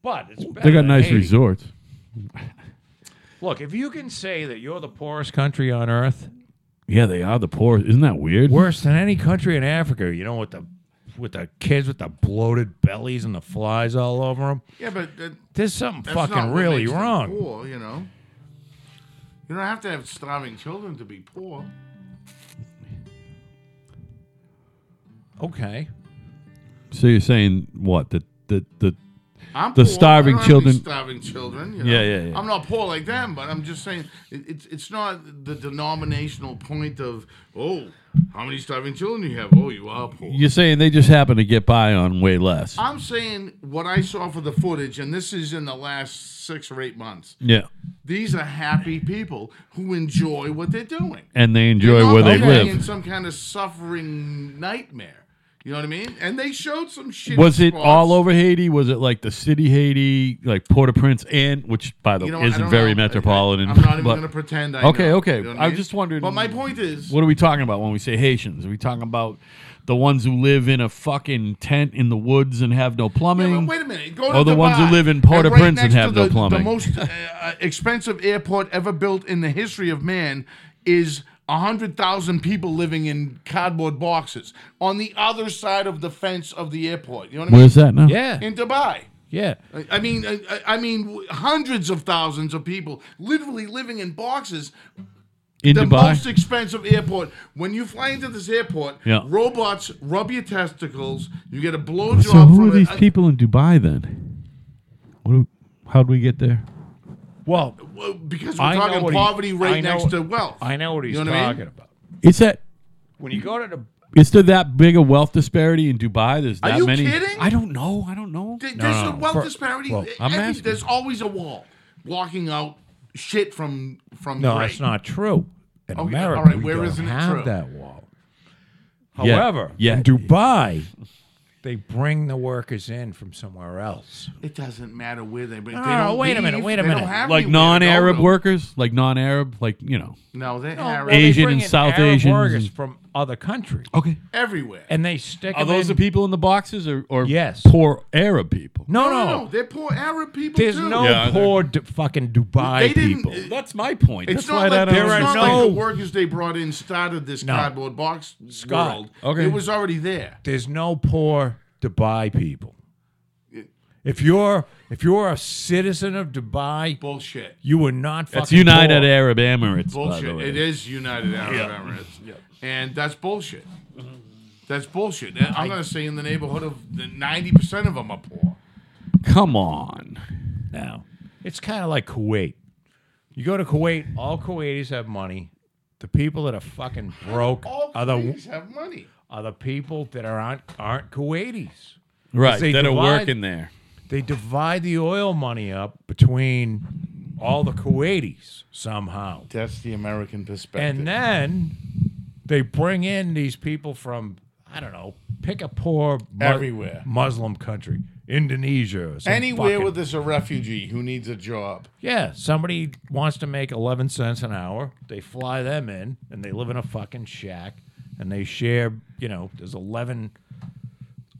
[SPEAKER 2] But it's
[SPEAKER 1] they
[SPEAKER 2] better
[SPEAKER 1] got
[SPEAKER 2] than
[SPEAKER 1] nice
[SPEAKER 2] Haiti.
[SPEAKER 1] resorts.
[SPEAKER 2] Look, if you can say that you're the poorest country on earth,
[SPEAKER 1] Yeah, they are the poor. Isn't that weird?
[SPEAKER 2] worse than any country in Africa. You know, with the with the kids with the bloated bellies and the flies all over them.
[SPEAKER 3] Yeah, but that,
[SPEAKER 2] There's something
[SPEAKER 3] that's not
[SPEAKER 2] fucking
[SPEAKER 3] what
[SPEAKER 2] really
[SPEAKER 3] makes them
[SPEAKER 2] wrong.
[SPEAKER 3] Poor, you know. You don't have to have starving children to be poor.
[SPEAKER 2] Okay.
[SPEAKER 1] So you're saying what? That that the
[SPEAKER 3] I'm
[SPEAKER 1] the
[SPEAKER 3] poor.
[SPEAKER 1] starving
[SPEAKER 3] I don't have any
[SPEAKER 1] children.
[SPEAKER 3] Starving children. you
[SPEAKER 1] Yeah,
[SPEAKER 3] know.
[SPEAKER 1] yeah, yeah.
[SPEAKER 3] I'm not poor like them, but I'm just saying it, it's it's not the denominational point of oh, how many starving children do you have? Oh, you are poor.
[SPEAKER 1] You're saying they just happen to get by on way less.
[SPEAKER 3] I'm saying what I saw for the footage, and this is in the last six or eight months.
[SPEAKER 1] yeah.
[SPEAKER 3] These are happy people who enjoy what they're doing.
[SPEAKER 1] And they
[SPEAKER 3] They're
[SPEAKER 1] enjoy
[SPEAKER 3] not
[SPEAKER 1] where they
[SPEAKER 3] living In
[SPEAKER 1] live.
[SPEAKER 3] some kind of suffering nightmare. You know what I mean? And they showed some shit.
[SPEAKER 1] Was it all over Haiti? Was it like the city Haiti, like Port-au-Prince, and which by the
[SPEAKER 3] You know,
[SPEAKER 1] way
[SPEAKER 3] I
[SPEAKER 1] isn't
[SPEAKER 3] don't
[SPEAKER 1] very
[SPEAKER 3] know.
[SPEAKER 1] metropolitan?
[SPEAKER 3] I'm not even
[SPEAKER 1] but-
[SPEAKER 3] going to pretend. I
[SPEAKER 1] Okay,
[SPEAKER 3] know,
[SPEAKER 1] okay.
[SPEAKER 3] you know what
[SPEAKER 1] I
[SPEAKER 3] I
[SPEAKER 1] was
[SPEAKER 3] mean?
[SPEAKER 1] just wondering-
[SPEAKER 3] But my point is,
[SPEAKER 1] What are we talking about when we say Haitians? Are we talking about the ones who live in a fucking tent in the woods and have no
[SPEAKER 3] Yeah,
[SPEAKER 1] plumbing?
[SPEAKER 3] but wait a minute. Go to
[SPEAKER 1] Or the ones who
[SPEAKER 3] Dubai,
[SPEAKER 1] live in Port-au-Prince and
[SPEAKER 3] next to
[SPEAKER 1] have no
[SPEAKER 3] the,
[SPEAKER 1] plumbing.
[SPEAKER 3] The most uh, uh, expensive airport ever built in the history of man is. 100,000 people living in cardboard boxes on the other side of the fence of the airport. You know what I mean?
[SPEAKER 1] Where's that now?
[SPEAKER 2] Yeah.
[SPEAKER 3] In Dubai.
[SPEAKER 2] yeah.
[SPEAKER 3] I- I mean, I, I- I mean, w- hundreds of thousands of people literally living in boxes.
[SPEAKER 1] in
[SPEAKER 3] the
[SPEAKER 1] Dubai.
[SPEAKER 3] most expensive airport. When you fly into this airport,
[SPEAKER 1] Yeah.
[SPEAKER 3] robots rub your testicles. You get a blowjob.
[SPEAKER 1] so who
[SPEAKER 3] from
[SPEAKER 1] are
[SPEAKER 3] a-
[SPEAKER 1] these
[SPEAKER 3] a-
[SPEAKER 1] people in Dubai then? What? Do, how'd we get there?
[SPEAKER 2] Well,
[SPEAKER 3] Uh, Well, because we're
[SPEAKER 2] I know
[SPEAKER 3] talking
[SPEAKER 2] what he-
[SPEAKER 3] poverty
[SPEAKER 2] I
[SPEAKER 3] right
[SPEAKER 2] know-
[SPEAKER 3] next to wealth.
[SPEAKER 2] I know what he's
[SPEAKER 3] You know what I mean?
[SPEAKER 2] talking about.
[SPEAKER 1] It's that.
[SPEAKER 2] When you go to the
[SPEAKER 1] Is there that big a wealth disparity in Dubai? There's
[SPEAKER 3] Are
[SPEAKER 1] that
[SPEAKER 3] you
[SPEAKER 1] many.
[SPEAKER 3] kidding?
[SPEAKER 1] I don't know. I don't know.
[SPEAKER 3] Th- There's
[SPEAKER 2] no,
[SPEAKER 3] a
[SPEAKER 2] no.
[SPEAKER 3] wealth
[SPEAKER 2] For-
[SPEAKER 3] disparity.
[SPEAKER 2] well,
[SPEAKER 1] I'm
[SPEAKER 3] Every-
[SPEAKER 1] asking.
[SPEAKER 3] There's always a wall blocking out shit from from.
[SPEAKER 2] No,
[SPEAKER 3] gray.
[SPEAKER 2] that's not true. In
[SPEAKER 3] Okay,
[SPEAKER 2] America,
[SPEAKER 3] all right,
[SPEAKER 2] we
[SPEAKER 3] where
[SPEAKER 2] don't
[SPEAKER 3] isn't it
[SPEAKER 2] have
[SPEAKER 3] true?
[SPEAKER 2] that wall.
[SPEAKER 1] Yeah,
[SPEAKER 2] However,
[SPEAKER 1] yeah.
[SPEAKER 2] in Dubai, they bring the workers in from somewhere else.
[SPEAKER 3] It doesn't matter where they. But
[SPEAKER 2] No,
[SPEAKER 3] they don't
[SPEAKER 2] wait a minute,
[SPEAKER 3] leave.
[SPEAKER 2] wait a
[SPEAKER 3] They
[SPEAKER 2] minute.
[SPEAKER 3] Don't have
[SPEAKER 1] Like
[SPEAKER 3] anywhere to go
[SPEAKER 1] non-Arab
[SPEAKER 3] to.
[SPEAKER 1] workers, like non-Arab, like you know.
[SPEAKER 3] No, they're
[SPEAKER 2] Well,
[SPEAKER 3] Arab.
[SPEAKER 2] they
[SPEAKER 1] Asian
[SPEAKER 2] bring
[SPEAKER 1] and
[SPEAKER 2] in
[SPEAKER 1] South
[SPEAKER 2] Arab
[SPEAKER 1] Asians
[SPEAKER 2] workers
[SPEAKER 1] and-
[SPEAKER 2] from other countries,
[SPEAKER 1] Okay.
[SPEAKER 3] everywhere.
[SPEAKER 2] and they stick.
[SPEAKER 1] Are
[SPEAKER 2] 'em
[SPEAKER 1] those
[SPEAKER 2] in-
[SPEAKER 1] the people in the boxes, or, or
[SPEAKER 2] Yes.
[SPEAKER 1] poor Arab people?
[SPEAKER 2] No,
[SPEAKER 3] no,
[SPEAKER 2] no.
[SPEAKER 3] no, they're poor Arab people
[SPEAKER 2] There's
[SPEAKER 3] too.
[SPEAKER 2] no
[SPEAKER 1] Yeah,
[SPEAKER 2] poor d- fucking Dubai
[SPEAKER 3] They didn't-
[SPEAKER 2] people.
[SPEAKER 1] that's my point.
[SPEAKER 3] It's
[SPEAKER 1] that's
[SPEAKER 3] not
[SPEAKER 1] why
[SPEAKER 3] like
[SPEAKER 1] that
[SPEAKER 3] there
[SPEAKER 2] are
[SPEAKER 3] are
[SPEAKER 2] no-
[SPEAKER 3] no the workers they brought in started this
[SPEAKER 2] No.
[SPEAKER 3] cardboard box
[SPEAKER 2] Scott,
[SPEAKER 3] world.
[SPEAKER 1] okay.
[SPEAKER 3] it was already there.
[SPEAKER 2] There's no poor Dubai people. If you're if you're a citizen of Dubai,
[SPEAKER 3] Bullshit.
[SPEAKER 2] you are not fucking
[SPEAKER 1] It's United
[SPEAKER 2] poor.
[SPEAKER 1] Arab Emirates. By the
[SPEAKER 3] Bullshit.
[SPEAKER 1] way.
[SPEAKER 3] It is United Arab Emirates, and that's bullshit.
[SPEAKER 2] Mm-hmm.
[SPEAKER 3] That's bullshit. And I'm gonna say in the neighborhood of ninety percent of them are poor.
[SPEAKER 1] Come on.
[SPEAKER 2] now. It's kind of like Kuwait. You go to Kuwait, all Kuwaitis have money. The people that are fucking broke
[SPEAKER 3] All
[SPEAKER 2] are the,
[SPEAKER 3] Kuwaitis have money.
[SPEAKER 2] are the people that are aren't, aren't Kuwaitis.
[SPEAKER 1] Right.
[SPEAKER 2] they
[SPEAKER 1] That are
[SPEAKER 2] divide-
[SPEAKER 1] working there.
[SPEAKER 2] They divide the oil money up between all the Kuwaitis somehow.
[SPEAKER 3] That's the American perspective.
[SPEAKER 2] And then they bring in these people from, I don't know, pick a poor mu-
[SPEAKER 3] Everywhere.
[SPEAKER 2] Muslim country, Indonesia. or some
[SPEAKER 3] Anywhere
[SPEAKER 2] fucking-
[SPEAKER 3] where there's a refugee who needs a job.
[SPEAKER 2] Yeah, somebody wants to make 11 cents an hour. They fly them in and they live in a fucking shack and they share, you know, there's 11,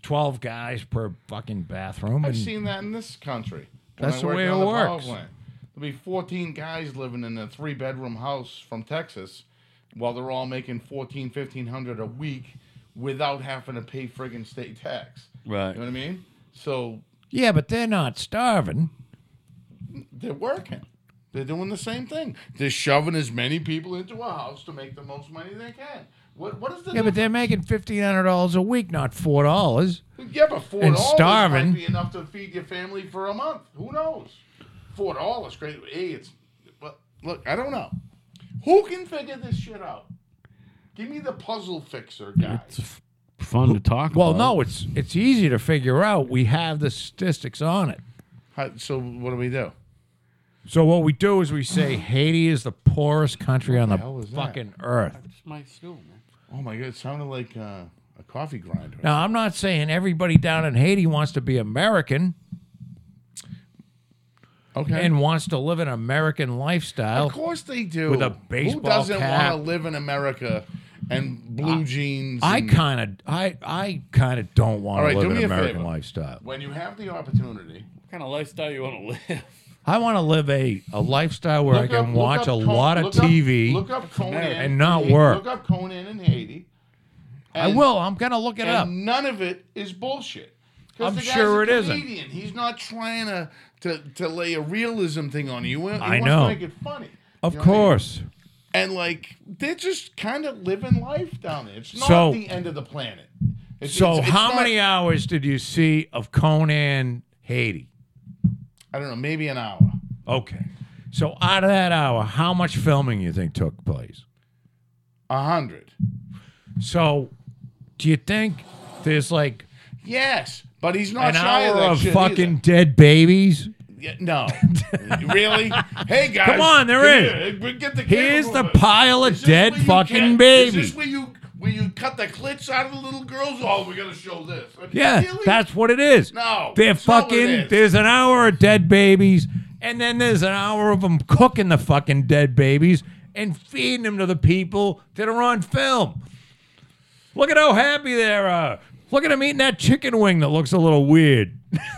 [SPEAKER 2] 12 guys per fucking bathroom.
[SPEAKER 3] I've
[SPEAKER 2] and
[SPEAKER 3] seen that in this country.
[SPEAKER 2] Mm. That's
[SPEAKER 3] I
[SPEAKER 2] the
[SPEAKER 3] worked
[SPEAKER 2] way
[SPEAKER 3] on
[SPEAKER 2] it
[SPEAKER 3] power
[SPEAKER 2] works.
[SPEAKER 3] plant. There'll be 14 guys living in a three bedroom house from Texas while they're all making 14, 1500 a week without having to pay friggin' state tax.
[SPEAKER 1] Right.
[SPEAKER 3] You know what I mean? So
[SPEAKER 2] yeah, but they're not starving.
[SPEAKER 3] they're working. They're doing the same thing. They're shoving as many people into a house to make the most money they can. What, what is the
[SPEAKER 2] Yeah, but they're making $1,500 a week, not $4.
[SPEAKER 3] Yeah, but four
[SPEAKER 2] And
[SPEAKER 3] dollars
[SPEAKER 2] starving.
[SPEAKER 3] might be enough to feed your family for a month. Who knows? Four dollars, great. Hey, it's but look, I don't know. Who can figure this shit out? Give me the puzzle fixer guy.
[SPEAKER 1] It's f- fun to talk
[SPEAKER 2] Well,
[SPEAKER 1] about.
[SPEAKER 2] no, it's it's easy to figure out. We have the statistics on it.
[SPEAKER 3] How- so what do we do?
[SPEAKER 2] So what we do is we say <sighs> Haiti is the poorest country on the,
[SPEAKER 3] hell is that?
[SPEAKER 2] fucking earth.
[SPEAKER 1] It's my school, man.
[SPEAKER 3] Oh my god, it sounded like uh, a coffee grinder.
[SPEAKER 2] Now, I'm not saying everybody down in Haiti wants to be American
[SPEAKER 3] Okay.
[SPEAKER 2] and wants to live an American lifestyle.
[SPEAKER 3] of course they do.
[SPEAKER 2] With a baseball
[SPEAKER 3] Who doesn't
[SPEAKER 2] cap.
[SPEAKER 3] want to live in America and blue jeans?
[SPEAKER 2] I
[SPEAKER 3] and-
[SPEAKER 2] kind of, I, I kind of don't want
[SPEAKER 3] All right,
[SPEAKER 2] to live
[SPEAKER 3] do
[SPEAKER 2] an
[SPEAKER 3] me a
[SPEAKER 2] American
[SPEAKER 3] favor.
[SPEAKER 2] lifestyle.
[SPEAKER 3] when you have the opportunity,
[SPEAKER 1] What kind of lifestyle you want to live?
[SPEAKER 2] I want to live a, a lifestyle where I
[SPEAKER 3] Look up-
[SPEAKER 2] can
[SPEAKER 3] look
[SPEAKER 2] watch
[SPEAKER 3] up
[SPEAKER 2] a
[SPEAKER 3] Con-
[SPEAKER 2] lot of
[SPEAKER 3] look up-
[SPEAKER 2] TV.
[SPEAKER 3] look up Conan
[SPEAKER 2] and not
[SPEAKER 3] Haiti.
[SPEAKER 2] work.
[SPEAKER 3] Look up Conan in Haiti.
[SPEAKER 2] I
[SPEAKER 3] And-
[SPEAKER 2] will. I'm gonna look it
[SPEAKER 3] And
[SPEAKER 2] up.
[SPEAKER 3] none of it is bullshit. 'Cause
[SPEAKER 2] I'm
[SPEAKER 3] the guy's
[SPEAKER 2] sure
[SPEAKER 3] a
[SPEAKER 2] it isn't.
[SPEAKER 3] comedian. He's not trying to, to to lay a realism thing on you. He wants
[SPEAKER 2] I know.
[SPEAKER 3] To make it funny.
[SPEAKER 2] Of
[SPEAKER 3] You know what I mean?
[SPEAKER 2] course.
[SPEAKER 3] And like they're just kind of living life down there. It's not
[SPEAKER 2] So-
[SPEAKER 3] the end of the planet. It's,
[SPEAKER 2] So,
[SPEAKER 3] it's- it's
[SPEAKER 2] how
[SPEAKER 3] not-
[SPEAKER 2] many hours did you see of Conan Haiti?
[SPEAKER 3] I don't know, maybe an hour.
[SPEAKER 2] Okay. So out of that hour, how much filming you think took place?
[SPEAKER 3] A hundred.
[SPEAKER 2] So, do you think there's like
[SPEAKER 3] Yes, but he's not
[SPEAKER 2] an
[SPEAKER 3] shy
[SPEAKER 2] hour
[SPEAKER 3] of that
[SPEAKER 2] of
[SPEAKER 3] shit
[SPEAKER 2] fucking
[SPEAKER 3] either.
[SPEAKER 2] dead babies?
[SPEAKER 3] Yeah, no,
[SPEAKER 2] <laughs>
[SPEAKER 3] really? Hey guys,
[SPEAKER 2] Come on, there
[SPEAKER 3] there is. Get the camera
[SPEAKER 2] Here's the
[SPEAKER 3] moving.
[SPEAKER 2] pile of
[SPEAKER 3] Is this
[SPEAKER 2] dead
[SPEAKER 3] where you
[SPEAKER 2] fucking
[SPEAKER 3] get- Is
[SPEAKER 2] babies.
[SPEAKER 3] this where you where you cut the clits out of the little girls? Oh, we're gonna show this.
[SPEAKER 2] Yeah,
[SPEAKER 3] Really?
[SPEAKER 2] that's what it is.
[SPEAKER 3] No,
[SPEAKER 2] They're
[SPEAKER 3] that's not what it
[SPEAKER 2] fucking.
[SPEAKER 3] is.
[SPEAKER 2] There's an hour of dead babies, and then there's an hour of them cooking the fucking dead babies and feeding them to the people that are on film. Look at how happy they are. Look at them eating that chicken wing that looks a little weird. <laughs>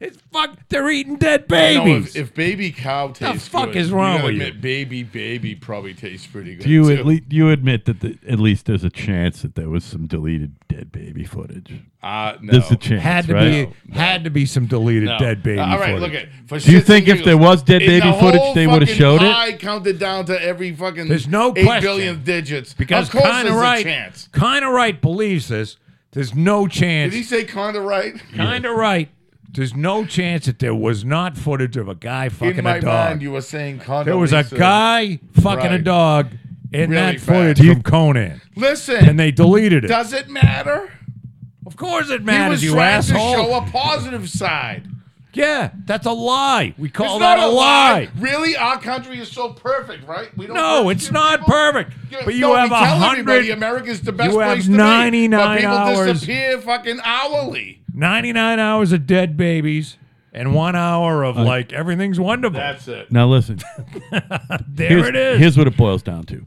[SPEAKER 2] it's fuck. They're eating dead
[SPEAKER 3] You know,
[SPEAKER 2] babies.
[SPEAKER 3] if, if baby cow tastes
[SPEAKER 2] fuck
[SPEAKER 3] good,
[SPEAKER 2] is wrong
[SPEAKER 3] gotta
[SPEAKER 2] with you?
[SPEAKER 3] admit Baby baby probably tastes pretty good.
[SPEAKER 1] Do you
[SPEAKER 3] too. <laughs>
[SPEAKER 1] at least you admit that the, at least there's a chance that there was some deleted dead baby footage?
[SPEAKER 3] Uh, no.
[SPEAKER 1] There's a chance,
[SPEAKER 2] had to
[SPEAKER 1] right?
[SPEAKER 2] be had to be some deleted
[SPEAKER 3] No.
[SPEAKER 2] dead baby.
[SPEAKER 3] Uh, All right,
[SPEAKER 2] footage.
[SPEAKER 3] look at. For
[SPEAKER 1] Do you
[SPEAKER 3] shits and
[SPEAKER 1] think if
[SPEAKER 3] giggles,
[SPEAKER 1] there was dead
[SPEAKER 3] if the
[SPEAKER 1] baby footage,
[SPEAKER 3] whole
[SPEAKER 1] they would've
[SPEAKER 3] fucking
[SPEAKER 1] showed it?
[SPEAKER 3] pie counted down to every fucking.
[SPEAKER 2] There's no
[SPEAKER 3] eight
[SPEAKER 2] question.
[SPEAKER 3] billion digits.
[SPEAKER 2] because
[SPEAKER 3] of course
[SPEAKER 2] kind
[SPEAKER 3] there's
[SPEAKER 2] of
[SPEAKER 3] a
[SPEAKER 2] right,
[SPEAKER 3] chance.
[SPEAKER 2] kind of right believes this. There's no chance.
[SPEAKER 3] Did he say kind of right?
[SPEAKER 2] kind of right. There's no chance that there was not footage of a guy fucking
[SPEAKER 3] In my
[SPEAKER 2] a dog.
[SPEAKER 3] mind, you were saying kind
[SPEAKER 2] there was a guy fucking a
[SPEAKER 3] Right.
[SPEAKER 2] dog in
[SPEAKER 3] Really
[SPEAKER 2] that
[SPEAKER 3] bad.
[SPEAKER 2] footage
[SPEAKER 3] Do
[SPEAKER 2] from Conan,
[SPEAKER 3] Listen,
[SPEAKER 2] and they deleted it.
[SPEAKER 3] does it matter?
[SPEAKER 2] Of course, it
[SPEAKER 3] He was
[SPEAKER 2] matters, you
[SPEAKER 3] trying
[SPEAKER 2] asshole.
[SPEAKER 3] to show a positive side.
[SPEAKER 2] yeah, that's a lie. We
[SPEAKER 3] It's
[SPEAKER 2] call
[SPEAKER 3] not
[SPEAKER 2] that a lie.
[SPEAKER 3] Really, our country is so perfect, right? We don't
[SPEAKER 2] No, it's
[SPEAKER 3] persecute
[SPEAKER 2] not
[SPEAKER 3] people?
[SPEAKER 2] perfect.
[SPEAKER 3] Yeah,
[SPEAKER 2] But you
[SPEAKER 3] no, we
[SPEAKER 2] have a
[SPEAKER 3] tell everybody
[SPEAKER 2] hundred.
[SPEAKER 3] America's the best
[SPEAKER 2] you have
[SPEAKER 3] place to be,
[SPEAKER 2] 99
[SPEAKER 3] but people
[SPEAKER 2] hours.
[SPEAKER 3] disappear fucking hourly.
[SPEAKER 2] 99 hours of dead babies and one hour of
[SPEAKER 1] Uh,
[SPEAKER 2] like everything's wonderful.
[SPEAKER 3] That's it.
[SPEAKER 1] Now <laughs> listen,
[SPEAKER 2] there
[SPEAKER 1] here's,
[SPEAKER 2] it is.
[SPEAKER 1] here's what it boils down to.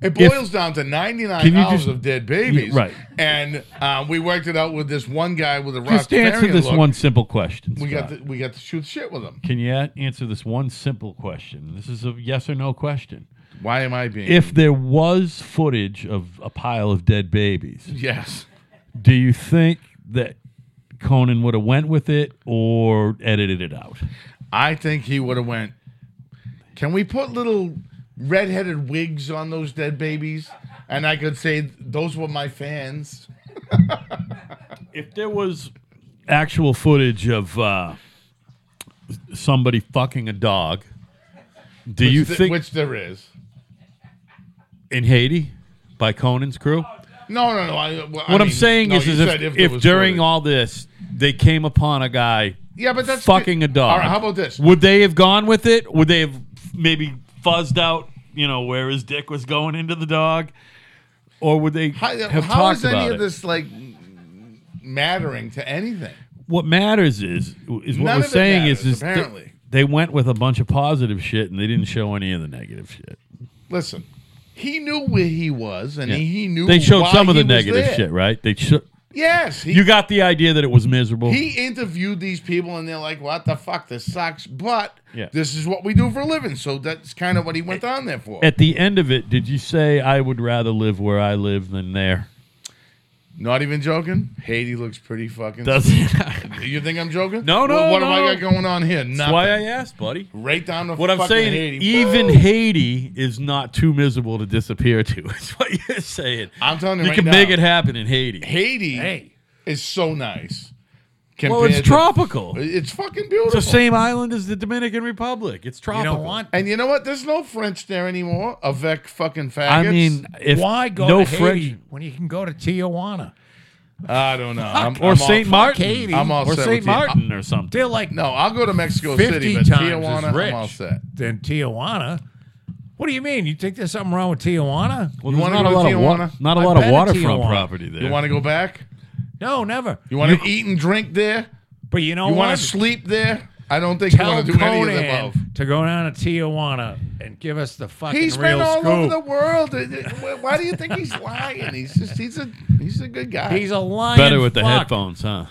[SPEAKER 3] It boils down to 99
[SPEAKER 1] Can you
[SPEAKER 3] hours
[SPEAKER 1] just-
[SPEAKER 3] of dead babies.
[SPEAKER 1] Yeah, right.
[SPEAKER 3] And um, we worked it out with this one guy with a
[SPEAKER 1] Just answer
[SPEAKER 3] Rastafarian
[SPEAKER 1] this
[SPEAKER 3] look.
[SPEAKER 1] one simple question.
[SPEAKER 3] We got,
[SPEAKER 1] Scott.
[SPEAKER 3] to, we got to shoot shit with him.
[SPEAKER 1] Can you a- answer this one simple question? This is a yes or no question.
[SPEAKER 3] Why am I being.
[SPEAKER 1] If there was footage of a pile of dead babies,
[SPEAKER 3] Yes.
[SPEAKER 1] do you think that Conan would have went with it or edited it out?
[SPEAKER 3] I think he would have went. Can we put little redheaded wigs on those dead babies? And I could say those were my fans.
[SPEAKER 1] If there was actual footage of uh, somebody fucking a dog, do you
[SPEAKER 3] Th-
[SPEAKER 1] think
[SPEAKER 3] which there is.
[SPEAKER 1] in Haiti by Conan's crew?
[SPEAKER 3] No, no, no. I, well, I
[SPEAKER 1] what
[SPEAKER 3] mean,
[SPEAKER 1] I'm saying
[SPEAKER 3] no,
[SPEAKER 1] is,
[SPEAKER 3] you
[SPEAKER 1] is if,
[SPEAKER 3] said there
[SPEAKER 1] if,
[SPEAKER 3] was
[SPEAKER 1] during
[SPEAKER 3] footage.
[SPEAKER 1] all this they came upon a guy
[SPEAKER 3] yeah, but that's
[SPEAKER 1] fucking a dog,
[SPEAKER 3] All right, how about this?
[SPEAKER 1] Would they have gone with it? Would they have maybe fuzzed out, you know, where his dick was going into the dog? Or would they
[SPEAKER 3] How,
[SPEAKER 1] have
[SPEAKER 3] how
[SPEAKER 1] talked
[SPEAKER 3] is any
[SPEAKER 1] about
[SPEAKER 3] of
[SPEAKER 1] it?
[SPEAKER 3] this like mattering to anything?
[SPEAKER 1] What matters is is what
[SPEAKER 3] None
[SPEAKER 1] we're
[SPEAKER 3] of it
[SPEAKER 1] saying is
[SPEAKER 3] matters,
[SPEAKER 1] is th-
[SPEAKER 3] apparently.
[SPEAKER 1] they went with a bunch of positive shit and they didn't show any of the negative shit.
[SPEAKER 3] Listen, he knew where he was, and
[SPEAKER 1] Yeah.
[SPEAKER 3] he, he knew
[SPEAKER 1] They showed
[SPEAKER 3] why
[SPEAKER 1] some of
[SPEAKER 3] he
[SPEAKER 1] the
[SPEAKER 3] was
[SPEAKER 1] negative
[SPEAKER 3] there.
[SPEAKER 1] shit, right? They sho-
[SPEAKER 3] Yes, he
[SPEAKER 1] you got the idea that it was miserable.
[SPEAKER 3] he interviewed these people and they're like, "What the fuck? This sucks." But
[SPEAKER 1] Yeah.
[SPEAKER 3] this is what we do for a living, so that's kind of what he went on there for.
[SPEAKER 1] At the end of it, did you say I would rather live where I live than there?
[SPEAKER 3] Not even joking. Haiti looks pretty fucking.
[SPEAKER 1] Does <laughs>
[SPEAKER 3] <laughs> you think I'm joking?
[SPEAKER 1] No, no,
[SPEAKER 3] Well, what
[SPEAKER 1] no.
[SPEAKER 3] have I got going on here?
[SPEAKER 1] That's
[SPEAKER 3] Nothing.
[SPEAKER 1] why I asked, buddy.
[SPEAKER 3] right down the.
[SPEAKER 1] What I'm
[SPEAKER 3] fucking
[SPEAKER 1] saying,
[SPEAKER 3] Haiti.
[SPEAKER 1] even Haiti is not too miserable to disappear to. <laughs> Is what you're saying.
[SPEAKER 3] I'm telling you,
[SPEAKER 1] you
[SPEAKER 3] right
[SPEAKER 1] can
[SPEAKER 3] now,
[SPEAKER 1] make it happen in Haiti.
[SPEAKER 3] Haiti
[SPEAKER 2] Hey.
[SPEAKER 3] is so nice.
[SPEAKER 1] Well,
[SPEAKER 3] compared
[SPEAKER 1] it's
[SPEAKER 3] to-
[SPEAKER 1] tropical.
[SPEAKER 3] It's fucking beautiful.
[SPEAKER 1] It's the same island as the Dominican Republic. It's
[SPEAKER 2] you
[SPEAKER 1] tropical.
[SPEAKER 2] don't want
[SPEAKER 3] And you know what? There's no French there anymore. Avec fucking faggots.
[SPEAKER 1] I mean, if
[SPEAKER 2] Why go
[SPEAKER 1] no
[SPEAKER 2] to
[SPEAKER 1] French
[SPEAKER 2] Haiti when you can go to Tijuana?
[SPEAKER 3] I don't know. I'm,
[SPEAKER 1] or
[SPEAKER 3] I'm
[SPEAKER 1] Saint
[SPEAKER 3] all-
[SPEAKER 1] Martin
[SPEAKER 2] Haiti.
[SPEAKER 3] I'm all
[SPEAKER 1] or
[SPEAKER 3] set
[SPEAKER 1] Saint
[SPEAKER 3] with you.
[SPEAKER 1] Martin or something?
[SPEAKER 2] They're like
[SPEAKER 3] No, I'll go to Mexico
[SPEAKER 2] 50
[SPEAKER 3] City, but
[SPEAKER 2] times
[SPEAKER 3] Tijuana,
[SPEAKER 2] as rich
[SPEAKER 3] I'm all set.
[SPEAKER 2] than Tijuana. What do you mean? You think there's something wrong with Tijuana?
[SPEAKER 1] Well,
[SPEAKER 3] You
[SPEAKER 1] there's
[SPEAKER 3] wanna
[SPEAKER 1] not a
[SPEAKER 3] go to
[SPEAKER 1] lot of wa-
[SPEAKER 3] Tijuana?
[SPEAKER 1] not a
[SPEAKER 2] I've
[SPEAKER 1] lot of
[SPEAKER 2] been to
[SPEAKER 1] waterfront
[SPEAKER 2] Tijuana.
[SPEAKER 1] property there.
[SPEAKER 3] You want to go back?
[SPEAKER 2] No, never.
[SPEAKER 3] You want to eat and drink there?
[SPEAKER 2] But you know
[SPEAKER 3] You
[SPEAKER 2] Oh, what?
[SPEAKER 3] want to sleep there? I don't think you
[SPEAKER 2] Tell
[SPEAKER 3] want to do
[SPEAKER 2] Conan
[SPEAKER 3] any of the above.
[SPEAKER 2] to go down to Tijuana and give us the fucking
[SPEAKER 3] He's
[SPEAKER 2] real
[SPEAKER 3] been all
[SPEAKER 2] scoop.
[SPEAKER 3] over the world. Uh, Why do you think he's lying? He's just he's a he's a good guy.
[SPEAKER 2] He's a lion.
[SPEAKER 1] Better with the
[SPEAKER 2] fuck.
[SPEAKER 1] headphones, huh?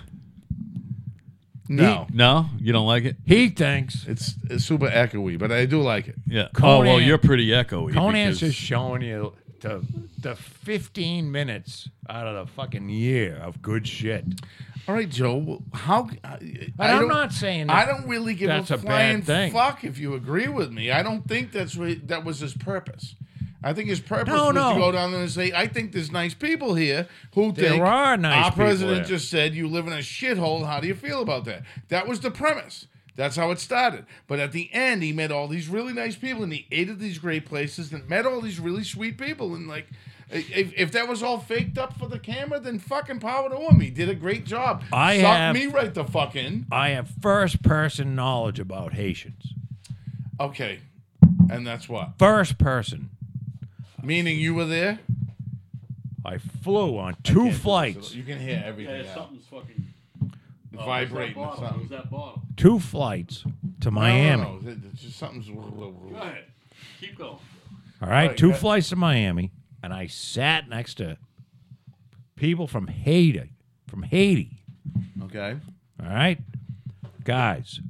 [SPEAKER 3] no.
[SPEAKER 1] No, you don't like it.
[SPEAKER 2] He thinks
[SPEAKER 3] It's, it's super echoey, but I do like it.
[SPEAKER 1] Yeah. oh well,
[SPEAKER 2] Conan-
[SPEAKER 1] you're pretty echoey.
[SPEAKER 2] Conan's
[SPEAKER 1] because-
[SPEAKER 2] just showing you the the 15 minutes out of the fucking year of good shit.
[SPEAKER 3] All right, Joe. well, How? I,
[SPEAKER 2] And
[SPEAKER 3] I
[SPEAKER 2] I'm
[SPEAKER 3] don't-
[SPEAKER 2] not saying
[SPEAKER 3] I
[SPEAKER 2] that-
[SPEAKER 3] don't really give
[SPEAKER 2] that's
[SPEAKER 3] a
[SPEAKER 2] a bad
[SPEAKER 3] flying
[SPEAKER 2] thing.
[SPEAKER 3] fuck if you agree with me. I don't think that's re- that was his purpose. I think his purpose
[SPEAKER 2] No,
[SPEAKER 3] was
[SPEAKER 2] no.
[SPEAKER 3] to go down there and say, "I think there's nice people here who
[SPEAKER 2] There
[SPEAKER 3] think
[SPEAKER 2] are nice
[SPEAKER 3] our
[SPEAKER 2] people
[SPEAKER 3] president
[SPEAKER 2] there."
[SPEAKER 3] just said you live in a shithole. How do you feel about that?" That was the premise. That's how it started. But at the end, he met all these really nice people, and he ate at these great places, and met all these really sweet people. And like, if, if that was all faked up for the camera, then fucking power to him. He did a great job.
[SPEAKER 2] I
[SPEAKER 3] Suck
[SPEAKER 2] have-
[SPEAKER 3] me right the fuck in.
[SPEAKER 2] I have first person knowledge about Haitians.
[SPEAKER 3] Okay, and that's what.
[SPEAKER 2] First person.
[SPEAKER 3] Meaning you were there.
[SPEAKER 2] I flew on two flights.
[SPEAKER 3] You can hear everything.
[SPEAKER 1] Yeah,
[SPEAKER 3] now.
[SPEAKER 1] something's fucking oh,
[SPEAKER 3] vibrating or
[SPEAKER 1] Bottle. It was
[SPEAKER 3] something.
[SPEAKER 1] that bottle?
[SPEAKER 2] Two flights to Miami.
[SPEAKER 3] No, no, no. Th- th- just something's.
[SPEAKER 1] Go ahead. Keep going.
[SPEAKER 2] All right,
[SPEAKER 3] Right,
[SPEAKER 2] two
[SPEAKER 3] yeah.
[SPEAKER 2] flights to Miami, and I sat next to people from Haiti, from Haiti.
[SPEAKER 3] Okay.
[SPEAKER 2] All right, guys,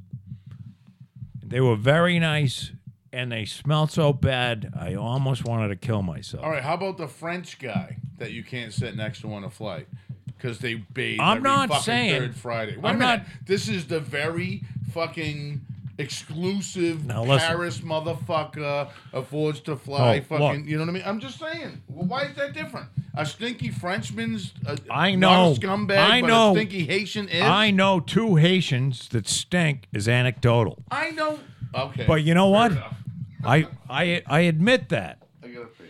[SPEAKER 2] they were very nice, and they smelled so bad, I almost wanted to kill myself.
[SPEAKER 3] All right. How about the French guy that you can't sit next to on a flight because they bathe
[SPEAKER 2] I'm
[SPEAKER 3] every
[SPEAKER 2] not
[SPEAKER 3] fucking
[SPEAKER 2] saying-
[SPEAKER 3] third Friday. Wait
[SPEAKER 2] I'm
[SPEAKER 3] a minute. This is the very fucking exclusive
[SPEAKER 2] Now listen.
[SPEAKER 3] Paris motherfucker affords to fly.
[SPEAKER 2] Oh,
[SPEAKER 3] fucking,
[SPEAKER 2] look.
[SPEAKER 3] you know what I mean? I'm just saying. Well, why is that different? A stinky Frenchman's. A,
[SPEAKER 2] I
[SPEAKER 3] not a
[SPEAKER 2] know.
[SPEAKER 3] scumbag.
[SPEAKER 2] I
[SPEAKER 3] but
[SPEAKER 2] know.
[SPEAKER 3] A stinky Haitian is.
[SPEAKER 2] I know two Haitians that stink is anecdotal,
[SPEAKER 3] I know. Okay.
[SPEAKER 2] but you know
[SPEAKER 3] Fair
[SPEAKER 2] what?
[SPEAKER 3] enough.
[SPEAKER 2] I I I admit that,
[SPEAKER 3] I gotta pee.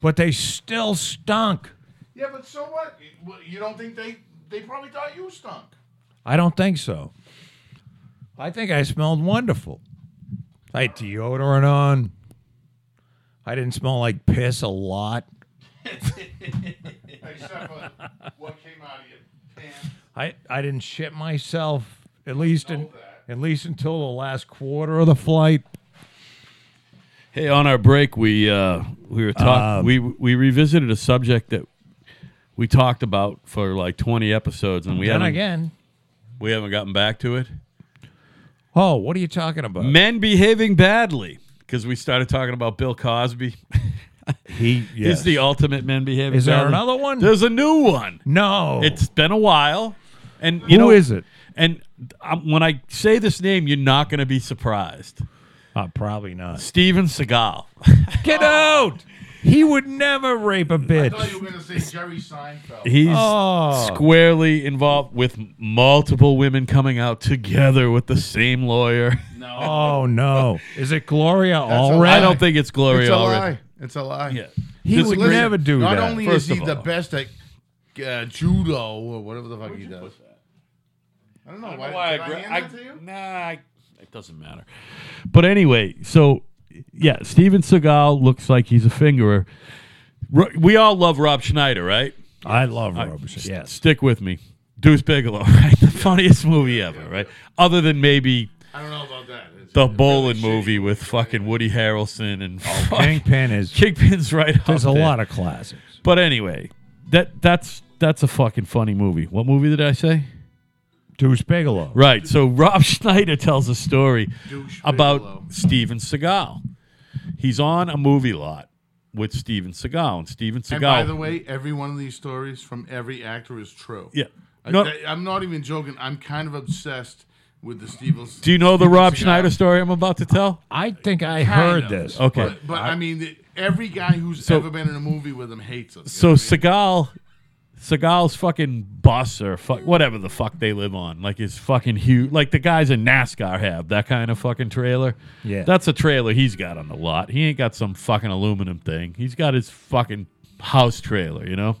[SPEAKER 2] but they still stunk.
[SPEAKER 3] Yeah, but so what? You- You don't think they they probably thought you stunk?
[SPEAKER 2] I don't think so. I think I smelled wonderful. I had deodorant on. I didn't smell like piss a lot.
[SPEAKER 3] Except <laughs> for what came out of your pants.
[SPEAKER 2] I, I didn't shit myself at least in,
[SPEAKER 3] Know that.
[SPEAKER 2] at least until the last quarter of the flight.
[SPEAKER 1] Hey, on our break, we uh, we were talk-
[SPEAKER 2] Um,
[SPEAKER 1] we we revisited a subject that we talked about for like twenty episodes, and we
[SPEAKER 2] Then
[SPEAKER 1] haven't
[SPEAKER 2] again,
[SPEAKER 1] we haven't gotten back to it.
[SPEAKER 2] oh, what are you talking about?
[SPEAKER 1] Men behaving badly because we started talking about Bill Cosby. <laughs>
[SPEAKER 2] he yes.
[SPEAKER 1] He's the ultimate men behaving.
[SPEAKER 2] Is there
[SPEAKER 1] badly.
[SPEAKER 2] another one?
[SPEAKER 1] There's a new one.
[SPEAKER 2] no.
[SPEAKER 1] It's been a while, and you
[SPEAKER 2] Who
[SPEAKER 1] know
[SPEAKER 2] is it?
[SPEAKER 1] And um, when I say this name, you're not going to be surprised.
[SPEAKER 2] Uh, probably not.
[SPEAKER 1] Steven Seagal.
[SPEAKER 2] Get
[SPEAKER 1] Oh.
[SPEAKER 2] out! He would never rape a
[SPEAKER 3] I
[SPEAKER 2] bitch.
[SPEAKER 3] thought you were gonna say Jerry Seinfeld.
[SPEAKER 1] He's
[SPEAKER 2] Oh.
[SPEAKER 1] squarely involved with multiple women coming out together with the same lawyer.
[SPEAKER 3] no,
[SPEAKER 2] Oh no. Is it Gloria Allred?
[SPEAKER 1] I don't think it's Gloria
[SPEAKER 3] it's a
[SPEAKER 1] Allred.
[SPEAKER 3] lie. It's a lie.
[SPEAKER 1] Yeah.
[SPEAKER 2] He
[SPEAKER 1] Just
[SPEAKER 2] would
[SPEAKER 1] agree-
[SPEAKER 2] never do
[SPEAKER 3] Not
[SPEAKER 2] that.
[SPEAKER 3] only
[SPEAKER 1] first
[SPEAKER 3] is he
[SPEAKER 1] of
[SPEAKER 3] the
[SPEAKER 1] all.
[SPEAKER 3] best at uh, judo or whatever the fuck he does. I don't know why. did I, hand that to you?
[SPEAKER 1] Nah, I- it doesn't matter. But anyway, so yeah, Steven Seagal looks like he's a fingerer. Ro- We all love Rob Schneider, right?
[SPEAKER 2] I love Roberson. <laughs> Yes.
[SPEAKER 1] Stick with me. Deuce Bigelow, <laughs> right? The funniest movie ever, right? Other than maybe
[SPEAKER 3] I don't know about that. It's-
[SPEAKER 1] the
[SPEAKER 3] it's
[SPEAKER 1] Bolin
[SPEAKER 3] really shitty.
[SPEAKER 1] movie with fucking Woody Harrelson and <laughs> fucking
[SPEAKER 2] Kingpin is
[SPEAKER 1] Kingpin's right up
[SPEAKER 2] there's a
[SPEAKER 1] there.
[SPEAKER 2] lot of classics.
[SPEAKER 1] But anyway, that that's that's a fucking funny movie. What movie did I say?
[SPEAKER 2] Deuce Bigelow.
[SPEAKER 1] Right. So Rob <laughs> Schneider tells a story
[SPEAKER 3] Douche Bigelow.
[SPEAKER 1] about Steven Seagal. He's on a movie lot with Steven Seagal, and Steven Seagal.
[SPEAKER 3] And by the way, every one of these stories from every actor is true.
[SPEAKER 1] yeah.
[SPEAKER 3] I,
[SPEAKER 1] No-
[SPEAKER 3] I, am not even joking. I'm kind of obsessed with the Steven.
[SPEAKER 1] do you know the
[SPEAKER 3] Steven
[SPEAKER 1] Rob
[SPEAKER 3] Seagal.
[SPEAKER 1] Schneider story I'm about to tell?
[SPEAKER 2] I think I
[SPEAKER 3] Kind
[SPEAKER 2] heard
[SPEAKER 3] of.
[SPEAKER 2] this.
[SPEAKER 1] Okay.
[SPEAKER 3] But, but I, mean, the, every guy who's
[SPEAKER 1] So-
[SPEAKER 3] ever been in a movie with him hates him.
[SPEAKER 1] So Seagal, Seagal's fucking bus or fuck whatever the fuck they live on, like his fucking huge, like the guys in NASCAR have that kind of fucking trailer.
[SPEAKER 2] Yeah.
[SPEAKER 1] that's a trailer he's got on the lot. He ain't got some fucking aluminum thing. He's got his fucking house trailer, you know.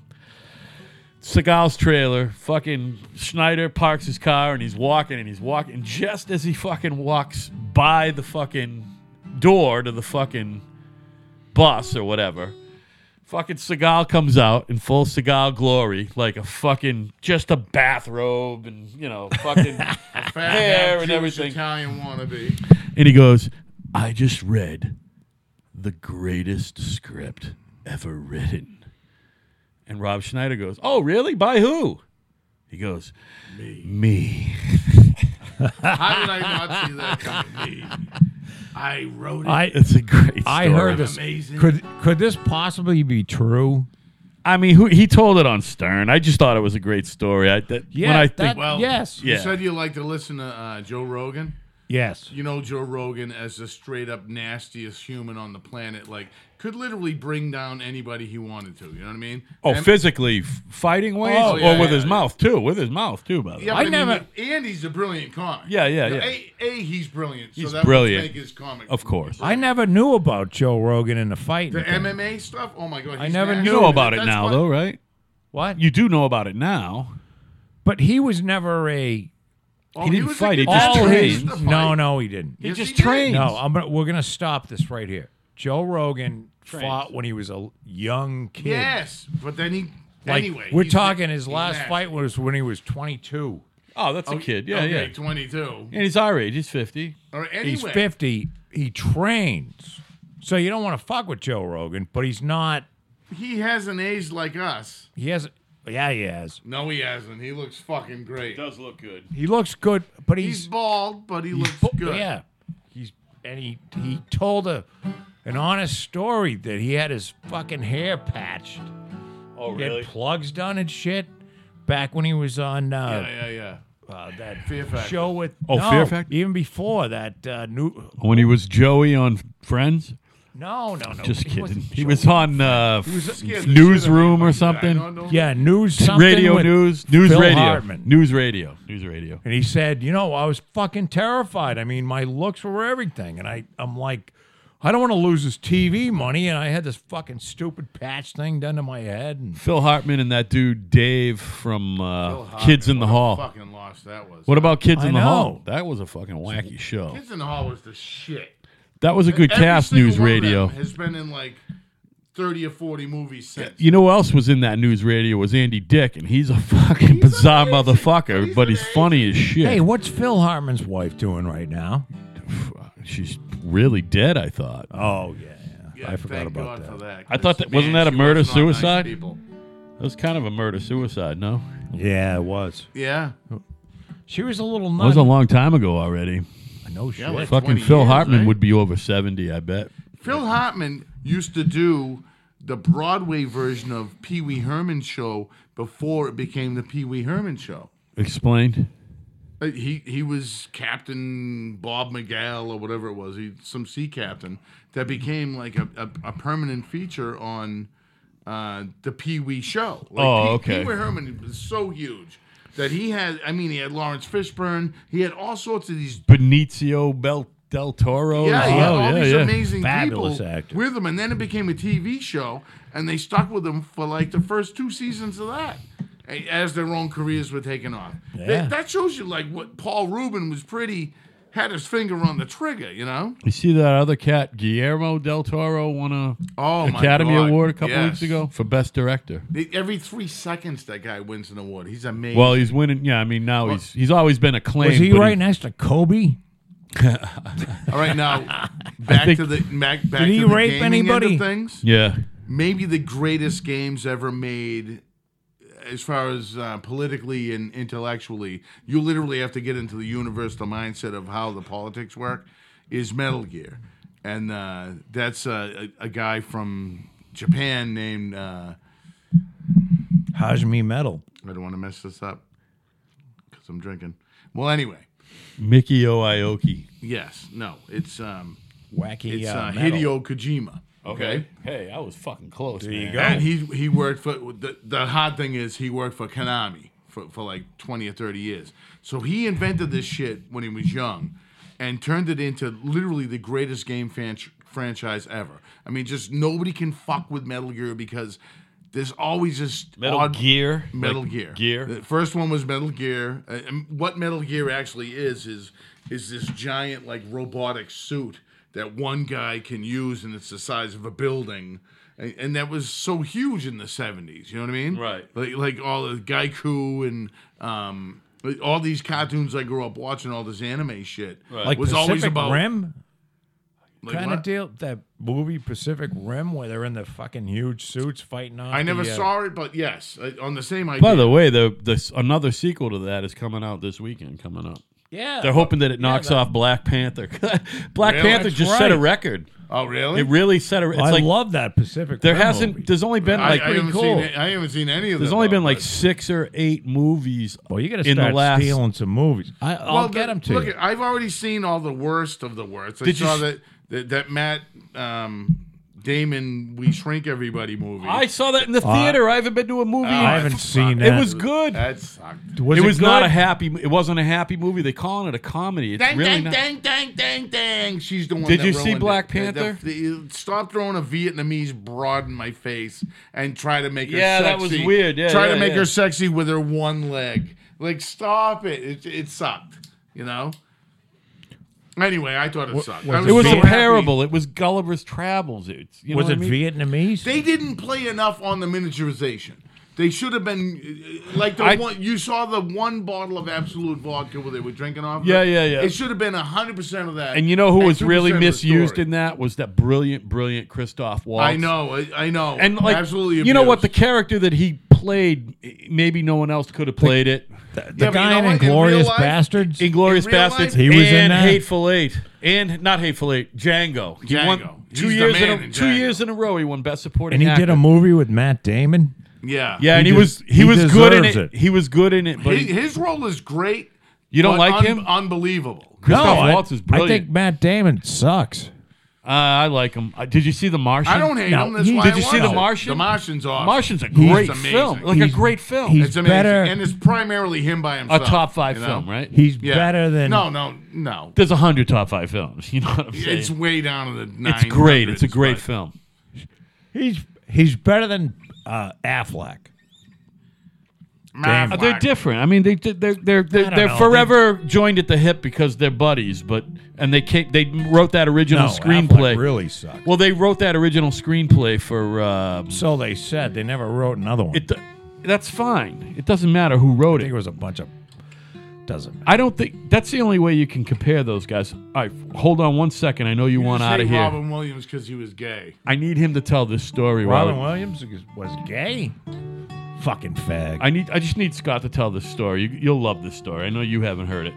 [SPEAKER 1] Seagal's trailer, fucking Schneider parks his car and he's walking and he's walking. Just as he fucking walks by the fucking door to the fucking bus or whatever, Fucking Seagal comes out in full Seagal glory, like a fucking just a bathrobe and you know fucking
[SPEAKER 3] Fat
[SPEAKER 1] hair
[SPEAKER 3] half
[SPEAKER 1] and
[SPEAKER 3] Jewish
[SPEAKER 1] everything.
[SPEAKER 3] Italian wannabe.
[SPEAKER 1] and he goes, "I just read the greatest script ever written." And Rob Schneider goes, "Oh, really? By who?" He goes, "Me." Me.
[SPEAKER 3] How did I not see that coming? Me. I wrote it.
[SPEAKER 2] I
[SPEAKER 1] It's a great. Story.
[SPEAKER 2] I heard this.
[SPEAKER 3] Amazing.
[SPEAKER 2] Could could this possibly be true?
[SPEAKER 1] I mean, who, he told it on Stern. I just thought it was a great story. I that, when I think
[SPEAKER 2] that-
[SPEAKER 3] well,
[SPEAKER 2] yes.
[SPEAKER 1] Yeah.
[SPEAKER 3] You said you like to listen to uh, Joe Rogan.
[SPEAKER 2] Yes.
[SPEAKER 3] You know Joe Rogan as the straight up nastiest human on the planet. Like, could literally bring down anybody he wanted to. You know what I mean?
[SPEAKER 1] Oh,
[SPEAKER 3] And-
[SPEAKER 1] fighting f- fighting ways,
[SPEAKER 2] Oh,
[SPEAKER 1] or
[SPEAKER 3] yeah,
[SPEAKER 1] with
[SPEAKER 3] yeah,
[SPEAKER 1] his
[SPEAKER 3] yeah.
[SPEAKER 1] mouth too, with his mouth too. By the way,
[SPEAKER 3] Yeah, but I,
[SPEAKER 2] I
[SPEAKER 3] never.
[SPEAKER 2] never-
[SPEAKER 3] Mean, and he's a brilliant comic.
[SPEAKER 1] Yeah, yeah, yeah.
[SPEAKER 3] A, a he's brilliant. So
[SPEAKER 1] He's
[SPEAKER 3] that
[SPEAKER 1] brilliant.
[SPEAKER 3] Would make his comic.
[SPEAKER 1] of course.
[SPEAKER 2] I never knew about Joe Rogan and the fight.
[SPEAKER 3] The MMA stuff. Oh my god.
[SPEAKER 2] I
[SPEAKER 3] he's
[SPEAKER 2] never
[SPEAKER 3] nasty.
[SPEAKER 1] you
[SPEAKER 2] knew
[SPEAKER 1] know about it
[SPEAKER 3] That's
[SPEAKER 1] now,
[SPEAKER 3] why-
[SPEAKER 1] though, right?
[SPEAKER 2] What?
[SPEAKER 1] You do know about it now.
[SPEAKER 2] But he was never a.
[SPEAKER 3] Oh,
[SPEAKER 1] He didn't
[SPEAKER 3] was
[SPEAKER 1] fight, he
[SPEAKER 3] against
[SPEAKER 1] just
[SPEAKER 2] All
[SPEAKER 3] the
[SPEAKER 1] trained.
[SPEAKER 2] his.
[SPEAKER 3] fight.
[SPEAKER 2] No, no, he didn't.
[SPEAKER 1] He
[SPEAKER 3] Yes,
[SPEAKER 1] just
[SPEAKER 3] he did.
[SPEAKER 1] trained.
[SPEAKER 2] No, I'm gonna, we're gonna stop this right here. Joe Rogan fought when he was a young kid.
[SPEAKER 3] Yes, but then he.
[SPEAKER 2] Like,
[SPEAKER 3] anyway,
[SPEAKER 2] we're
[SPEAKER 3] he's-
[SPEAKER 2] talking his
[SPEAKER 3] he's
[SPEAKER 2] last
[SPEAKER 3] nasty.
[SPEAKER 2] fight was when he was 22.
[SPEAKER 1] Oh, that's a kid. Yeah,
[SPEAKER 3] okay,
[SPEAKER 1] yeah.
[SPEAKER 3] Twenty-two.
[SPEAKER 1] And he's our age. He's fifty.
[SPEAKER 3] All right. Anyway,
[SPEAKER 2] He's 50. He trains, so you don't want to fuck with Joe Rogan, but he's not.
[SPEAKER 3] he hasn't aged like us.
[SPEAKER 2] He has. Yeah, he has.
[SPEAKER 3] No, he hasn't. He looks fucking great.
[SPEAKER 1] Does look good.
[SPEAKER 2] He looks good, but he's,
[SPEAKER 3] He's bald, but he
[SPEAKER 2] he's
[SPEAKER 3] looks
[SPEAKER 2] bu-
[SPEAKER 3] good.
[SPEAKER 2] Yeah, he's and he he told a an honest story that he had his fucking hair patched.
[SPEAKER 1] Oh,
[SPEAKER 2] He had plugs done and shit back when he was on
[SPEAKER 3] Yeah,
[SPEAKER 2] uh,
[SPEAKER 3] yeah, yeah.
[SPEAKER 2] uh, that
[SPEAKER 3] Fear Factor.
[SPEAKER 2] show with
[SPEAKER 1] Oh,
[SPEAKER 2] no,
[SPEAKER 1] Fear Factor?
[SPEAKER 2] even before that uh, new
[SPEAKER 1] When he was Joey on Friends.
[SPEAKER 2] no no no
[SPEAKER 1] Just
[SPEAKER 2] he
[SPEAKER 1] kidding.
[SPEAKER 2] wasn't
[SPEAKER 1] He
[SPEAKER 2] Joe.
[SPEAKER 1] was on uh,
[SPEAKER 3] Scared the shit out of
[SPEAKER 1] Newsroom or
[SPEAKER 3] me like that. I
[SPEAKER 1] something.
[SPEAKER 3] don't know.
[SPEAKER 2] yeah news something
[SPEAKER 1] <laughs> radio
[SPEAKER 2] with
[SPEAKER 1] news news
[SPEAKER 2] Phil
[SPEAKER 1] radio
[SPEAKER 2] Hartman.
[SPEAKER 1] news radio news radio
[SPEAKER 2] and he said you know I was fucking terrified I mean my looks were everything and I I'm like I don't want to lose this TV money and I had this fucking stupid patch thing done to my head and
[SPEAKER 1] phil hartman and that dude dave from
[SPEAKER 3] Bill
[SPEAKER 1] uh,
[SPEAKER 3] Hawkins,
[SPEAKER 1] kids in the
[SPEAKER 3] what a
[SPEAKER 1] hall
[SPEAKER 3] Fucking loss that was.
[SPEAKER 1] what about kids
[SPEAKER 2] I
[SPEAKER 1] in the
[SPEAKER 2] know.
[SPEAKER 1] hall that was a fucking wacky show
[SPEAKER 3] Kids in the Hall was the shit.
[SPEAKER 1] that was a good
[SPEAKER 3] Every
[SPEAKER 1] cast
[SPEAKER 3] single
[SPEAKER 1] news
[SPEAKER 3] one of
[SPEAKER 1] radio
[SPEAKER 3] them has been in like thirty or forty movies since.
[SPEAKER 1] you know who else was in that news radio was andy dick and he's a <laughs> fucking bizarre
[SPEAKER 3] amazing.
[SPEAKER 1] motherfucker
[SPEAKER 3] He's
[SPEAKER 1] but he's
[SPEAKER 3] amazing.
[SPEAKER 1] funny as shit
[SPEAKER 2] hey what's Phil Hartman's wife doing right now
[SPEAKER 1] she's really dead i thought
[SPEAKER 2] oh yeah, yeah.
[SPEAKER 3] Yeah,
[SPEAKER 2] I forgot
[SPEAKER 3] thank
[SPEAKER 2] about
[SPEAKER 3] God for
[SPEAKER 2] that.
[SPEAKER 3] that.
[SPEAKER 1] I thought that-
[SPEAKER 3] 'cause,
[SPEAKER 1] wasn't that a
[SPEAKER 3] she wasn't on Nice
[SPEAKER 1] murder-suicide?
[SPEAKER 3] People.
[SPEAKER 1] that was kind of a murder suicide no
[SPEAKER 2] Yeah, it was.
[SPEAKER 3] Yeah,
[SPEAKER 2] She was a little
[SPEAKER 1] it was
[SPEAKER 2] nut.
[SPEAKER 1] a long time ago already
[SPEAKER 2] no shit.
[SPEAKER 3] like-
[SPEAKER 1] fucking
[SPEAKER 3] 20
[SPEAKER 1] phil
[SPEAKER 3] years, eh?
[SPEAKER 1] hartman
[SPEAKER 3] right?
[SPEAKER 1] would be over 70 i bet
[SPEAKER 3] Phil Hartman used to do the Broadway version of Pee Wee Herman show before it became the Pee Wee Herman show.
[SPEAKER 1] explained
[SPEAKER 3] Uh, He he was Captain Bob Miguel or whatever it was. He some sea captain that became like a, a, a permanent feature on uh, the Pee Wee show. Like,
[SPEAKER 1] Oh,
[SPEAKER 3] Pee,
[SPEAKER 1] okay.
[SPEAKER 3] Pee Wee Herman was so huge that he had. I mean, he had Lawrence Fishburne. He had all sorts of these.
[SPEAKER 1] Benicio Bel- del Toro.
[SPEAKER 3] Oh, Yeah, he had all these amazing
[SPEAKER 2] Fabulous
[SPEAKER 3] people
[SPEAKER 2] actor.
[SPEAKER 3] with him, and then it became a TV show, and they stuck with him for like the first two seasons of that. a- As their own careers were taking off, That-
[SPEAKER 2] Yeah.
[SPEAKER 3] that, shows you like what Paul Rubin was pretty had his finger on the trigger, you know.
[SPEAKER 1] You see that other cat, Guillermo del Toro, won a
[SPEAKER 3] Oh, my
[SPEAKER 1] Academy
[SPEAKER 3] God.
[SPEAKER 1] Award a couple
[SPEAKER 3] Yes.
[SPEAKER 1] weeks ago for Best Director.
[SPEAKER 3] They- Every three seconds, that guy wins an award. He's amazing.
[SPEAKER 1] Well, he's winning. Yeah, I mean now he's he's always been acclaimed.
[SPEAKER 2] Was he
[SPEAKER 1] but
[SPEAKER 2] right next to Kobe?
[SPEAKER 3] All right,
[SPEAKER 1] <laughs>
[SPEAKER 3] now back
[SPEAKER 1] think-
[SPEAKER 3] to the back, back
[SPEAKER 2] Did he
[SPEAKER 3] to the
[SPEAKER 2] rape
[SPEAKER 3] gaming end of
[SPEAKER 2] anybody?
[SPEAKER 3] things.
[SPEAKER 1] Yeah,
[SPEAKER 3] maybe the greatest games ever made as far as uh, politically and intellectually you literally have to get into the universe the mindset of how the politics work is metal gear and uh, that's uh, a, a guy from japan named uh,
[SPEAKER 2] Hajime Metal.
[SPEAKER 3] i don't want to mess this up because i'm drinking well anyway
[SPEAKER 1] Mickey Oioki.
[SPEAKER 3] yes no it's um
[SPEAKER 2] Wacky
[SPEAKER 3] it's
[SPEAKER 2] uh,
[SPEAKER 3] uh,
[SPEAKER 2] metal.
[SPEAKER 3] hideo kojima okay.
[SPEAKER 1] Hey, I was fucking close.
[SPEAKER 2] There you
[SPEAKER 1] man.
[SPEAKER 2] go.
[SPEAKER 3] And he he worked for the the hard thing is he worked for Konami for, for like twenty or thirty years. So he invented this shit when he was young, and turned it into literally the greatest game fan- franchise ever. I mean, just nobody can fuck with Metal Gear because there's always this
[SPEAKER 1] Metal
[SPEAKER 3] odd-
[SPEAKER 1] Gear.
[SPEAKER 3] Metal
[SPEAKER 1] Like,
[SPEAKER 3] Gear.
[SPEAKER 1] Gear.
[SPEAKER 3] The first one was Metal Gear. Uh, and what Metal Gear actually is is is this giant like robotic suit that one guy can use, and it's the size of a building. And, and that was so huge in the seventies. You know what I mean?
[SPEAKER 1] Right.
[SPEAKER 3] Like like all the Gaiku and um. like, All these cartoons I grew up watching, all this anime shit,
[SPEAKER 2] like
[SPEAKER 3] was
[SPEAKER 2] Pacific
[SPEAKER 3] always about
[SPEAKER 2] Rim
[SPEAKER 3] like,
[SPEAKER 2] kind
[SPEAKER 3] what?
[SPEAKER 2] of deal. That movie Pacific Rim where they're in the fucking huge suits fighting on.
[SPEAKER 3] I never
[SPEAKER 2] the, uh,
[SPEAKER 3] saw it, but yes, uh, on the same idea.
[SPEAKER 1] By the way, the this another sequel to that is coming out this weekend. Coming up,
[SPEAKER 2] Yeah,
[SPEAKER 1] they're hoping Uh, that it knocks
[SPEAKER 2] that-
[SPEAKER 1] off Black Panther. <laughs> Black
[SPEAKER 3] Really?
[SPEAKER 1] Panther
[SPEAKER 2] That's
[SPEAKER 1] just set a
[SPEAKER 2] right.
[SPEAKER 1] record.
[SPEAKER 3] oh really?
[SPEAKER 1] It really set a. It's
[SPEAKER 2] I
[SPEAKER 1] like
[SPEAKER 2] love that Pacific.
[SPEAKER 1] there
[SPEAKER 2] Rim
[SPEAKER 1] hasn't.
[SPEAKER 2] movie.
[SPEAKER 1] There's only been
[SPEAKER 3] I,
[SPEAKER 1] like
[SPEAKER 3] I haven't
[SPEAKER 2] cool.
[SPEAKER 3] seen. it- I haven't seen any of.
[SPEAKER 1] There's
[SPEAKER 3] them,
[SPEAKER 1] only been
[SPEAKER 3] though,
[SPEAKER 1] like
[SPEAKER 3] but-
[SPEAKER 1] six or eight movies.
[SPEAKER 2] Well, you got to
[SPEAKER 1] in the
[SPEAKER 2] start
[SPEAKER 1] last-
[SPEAKER 2] stealing some movies. I, I'll
[SPEAKER 3] Well,
[SPEAKER 2] get
[SPEAKER 3] the-
[SPEAKER 2] them to
[SPEAKER 3] Look,
[SPEAKER 2] you.
[SPEAKER 3] at- I've already seen all the worst of the worst. I
[SPEAKER 1] Did you
[SPEAKER 3] saw
[SPEAKER 1] s-
[SPEAKER 3] that, that that Matt um, Damon We Shrink Everybody movie.
[SPEAKER 1] I saw that in the theater. I haven't been to a movie. in-
[SPEAKER 2] I
[SPEAKER 3] <laughs>
[SPEAKER 2] haven't seen
[SPEAKER 1] it
[SPEAKER 2] that.
[SPEAKER 1] was good.
[SPEAKER 3] that sucked.
[SPEAKER 1] it was not
[SPEAKER 2] good?
[SPEAKER 1] a happy. It wasn't a happy movie. They calling it a comedy. It's
[SPEAKER 3] Dang,
[SPEAKER 1] really
[SPEAKER 3] dang,
[SPEAKER 1] not.
[SPEAKER 3] dang, dang, dang, dang. She's the one.
[SPEAKER 1] Did
[SPEAKER 3] that
[SPEAKER 1] you see
[SPEAKER 3] ruined
[SPEAKER 1] Black
[SPEAKER 3] it. The- the-
[SPEAKER 1] Panther?
[SPEAKER 3] the- stop throwing a Vietnamese broad in my face and try to make her
[SPEAKER 1] Yeah,
[SPEAKER 3] sexy.
[SPEAKER 1] that was weird. Yeah,
[SPEAKER 3] try
[SPEAKER 1] yeah,
[SPEAKER 3] to make
[SPEAKER 1] yeah.
[SPEAKER 3] her sexy with her one leg. Like, stop it. It, it sucked. You know. Anyway, I thought it sucked. I
[SPEAKER 1] It was
[SPEAKER 3] so
[SPEAKER 1] a
[SPEAKER 3] happy.
[SPEAKER 1] parable. It was Gulliver's Travels. It's, you know
[SPEAKER 2] Was
[SPEAKER 1] what
[SPEAKER 2] it
[SPEAKER 1] I mean?
[SPEAKER 2] Vietnamese?
[SPEAKER 3] They didn't play enough on the miniaturization. They should have been uh, like the
[SPEAKER 1] I-
[SPEAKER 3] one you saw the one bottle of absolute vodka where they were drinking off. of
[SPEAKER 1] Yeah,
[SPEAKER 3] it.
[SPEAKER 1] yeah, yeah.
[SPEAKER 3] It should have been hundred percent of that.
[SPEAKER 1] And you know who was
[SPEAKER 3] 2%
[SPEAKER 1] really
[SPEAKER 3] of the
[SPEAKER 1] misused
[SPEAKER 3] story.
[SPEAKER 1] in that was that brilliant, brilliant Christoph Waltz.
[SPEAKER 3] I know, I, I know,
[SPEAKER 1] and like
[SPEAKER 3] absolutely.
[SPEAKER 1] you know what the
[SPEAKER 3] abused.
[SPEAKER 1] character that he played maybe no one else could have played it
[SPEAKER 2] the
[SPEAKER 3] Yeah, but you
[SPEAKER 2] guy
[SPEAKER 3] know
[SPEAKER 2] in
[SPEAKER 3] what? In
[SPEAKER 2] Inglorious
[SPEAKER 3] real life-
[SPEAKER 2] Bastards?
[SPEAKER 1] inglorious
[SPEAKER 3] In real
[SPEAKER 1] bastards
[SPEAKER 3] life-
[SPEAKER 2] He was in
[SPEAKER 1] and
[SPEAKER 2] that?
[SPEAKER 1] hateful eight and not hateful eight django he
[SPEAKER 3] Django.
[SPEAKER 1] won two
[SPEAKER 3] He's the
[SPEAKER 1] years in
[SPEAKER 3] man
[SPEAKER 1] a,
[SPEAKER 3] in
[SPEAKER 1] two
[SPEAKER 3] Django.
[SPEAKER 1] years in a row he won best supporting
[SPEAKER 2] and he did
[SPEAKER 1] actor.
[SPEAKER 2] a movie with Matt Damon?
[SPEAKER 3] yeah,
[SPEAKER 1] yeah and he,
[SPEAKER 2] he
[SPEAKER 1] was
[SPEAKER 2] des-
[SPEAKER 1] he,
[SPEAKER 2] he
[SPEAKER 1] was good in it.
[SPEAKER 2] deserves it.
[SPEAKER 1] he was good in it but
[SPEAKER 3] His, his role is great.
[SPEAKER 1] You don't
[SPEAKER 3] but
[SPEAKER 1] like him? Uh,
[SPEAKER 3] Unbelievable.
[SPEAKER 1] Christoph
[SPEAKER 2] I-
[SPEAKER 1] Waltz is
[SPEAKER 2] I
[SPEAKER 1] brilliant
[SPEAKER 2] think Matt Damon sucks.
[SPEAKER 1] uh, I like him Uh, did you see the Martian
[SPEAKER 3] I don't hate
[SPEAKER 2] No,
[SPEAKER 3] him. That's
[SPEAKER 2] he-
[SPEAKER 3] why
[SPEAKER 2] Did
[SPEAKER 3] I
[SPEAKER 1] you see
[SPEAKER 3] watch
[SPEAKER 1] The
[SPEAKER 3] it.
[SPEAKER 1] Martian?
[SPEAKER 3] The Martian's awesome.
[SPEAKER 1] Martian's a
[SPEAKER 3] He's
[SPEAKER 1] great
[SPEAKER 3] amazing.
[SPEAKER 1] film like a
[SPEAKER 2] He's-
[SPEAKER 1] great film
[SPEAKER 2] he's
[SPEAKER 3] It's amazing,
[SPEAKER 2] better-
[SPEAKER 3] and it's primarily him by
[SPEAKER 1] a
[SPEAKER 3] himself.
[SPEAKER 1] top five
[SPEAKER 3] you know?
[SPEAKER 1] film right
[SPEAKER 2] He's
[SPEAKER 3] Yeah.
[SPEAKER 2] better than
[SPEAKER 3] no, no, no.
[SPEAKER 1] there's a hundred top five films you know what I'm saying
[SPEAKER 3] It's way down to the. 900s,
[SPEAKER 1] it's great it's a great
[SPEAKER 3] but-
[SPEAKER 1] film
[SPEAKER 2] he's he's better than uh, Affleck.
[SPEAKER 3] Matt
[SPEAKER 2] Damn.
[SPEAKER 1] Uh, They're
[SPEAKER 3] Flack.
[SPEAKER 1] different. I mean, they did- they're they're they're,
[SPEAKER 2] don't
[SPEAKER 1] they're
[SPEAKER 2] know.
[SPEAKER 1] forever joined at the hip because they're buddies. But and they ca- they wrote that original
[SPEAKER 2] No,
[SPEAKER 1] screenplay.
[SPEAKER 2] Affleck really sucks.
[SPEAKER 1] Well, they wrote that original screenplay for. Um,
[SPEAKER 2] so they said they never wrote another one.
[SPEAKER 1] it, that's fine. It doesn't matter who wrote
[SPEAKER 2] I think
[SPEAKER 1] it.
[SPEAKER 2] it was a bunch of doesn't matter.
[SPEAKER 1] I don't think that's the only way you can compare those guys. All right, hold on one second. I know you,
[SPEAKER 3] You
[SPEAKER 1] want
[SPEAKER 3] say
[SPEAKER 1] out of here.
[SPEAKER 3] Robin Williams because he was gay.
[SPEAKER 1] I need him to tell this story.
[SPEAKER 2] Robin
[SPEAKER 1] Robin.
[SPEAKER 2] Williams was- was gay. Fucking fag.
[SPEAKER 1] I need. I just need Scott to tell this story. You, you'll love this story. I know you haven't heard it.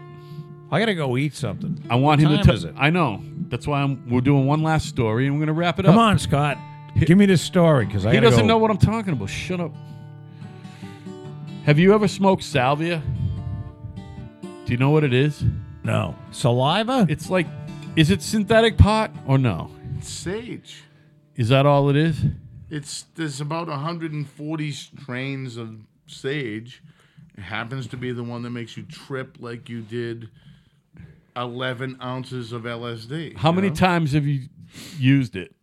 [SPEAKER 2] I gotta go eat something.
[SPEAKER 1] I want
[SPEAKER 2] What
[SPEAKER 1] him
[SPEAKER 2] time
[SPEAKER 1] to
[SPEAKER 2] is
[SPEAKER 1] tell.
[SPEAKER 2] it?
[SPEAKER 1] I know. That's why I'm, we're doing one last story, and we're gonna wrap it up.
[SPEAKER 2] Come on, Scott. Give me this story because I
[SPEAKER 1] He
[SPEAKER 2] gotta
[SPEAKER 1] doesn't
[SPEAKER 2] go.
[SPEAKER 1] know what I'm talking about. Shut up. Have you ever smoked salvia? Do you know what it is?
[SPEAKER 2] No saliva.
[SPEAKER 1] It's like, is it synthetic pot or no?
[SPEAKER 3] It's sage.
[SPEAKER 1] Is that all it is?
[SPEAKER 3] It's there's about 140 strains of sage. It happens to be the one that makes you trip like you did 11 ounces of LSD.
[SPEAKER 1] How
[SPEAKER 3] you
[SPEAKER 1] many
[SPEAKER 3] know?
[SPEAKER 1] times have you used it?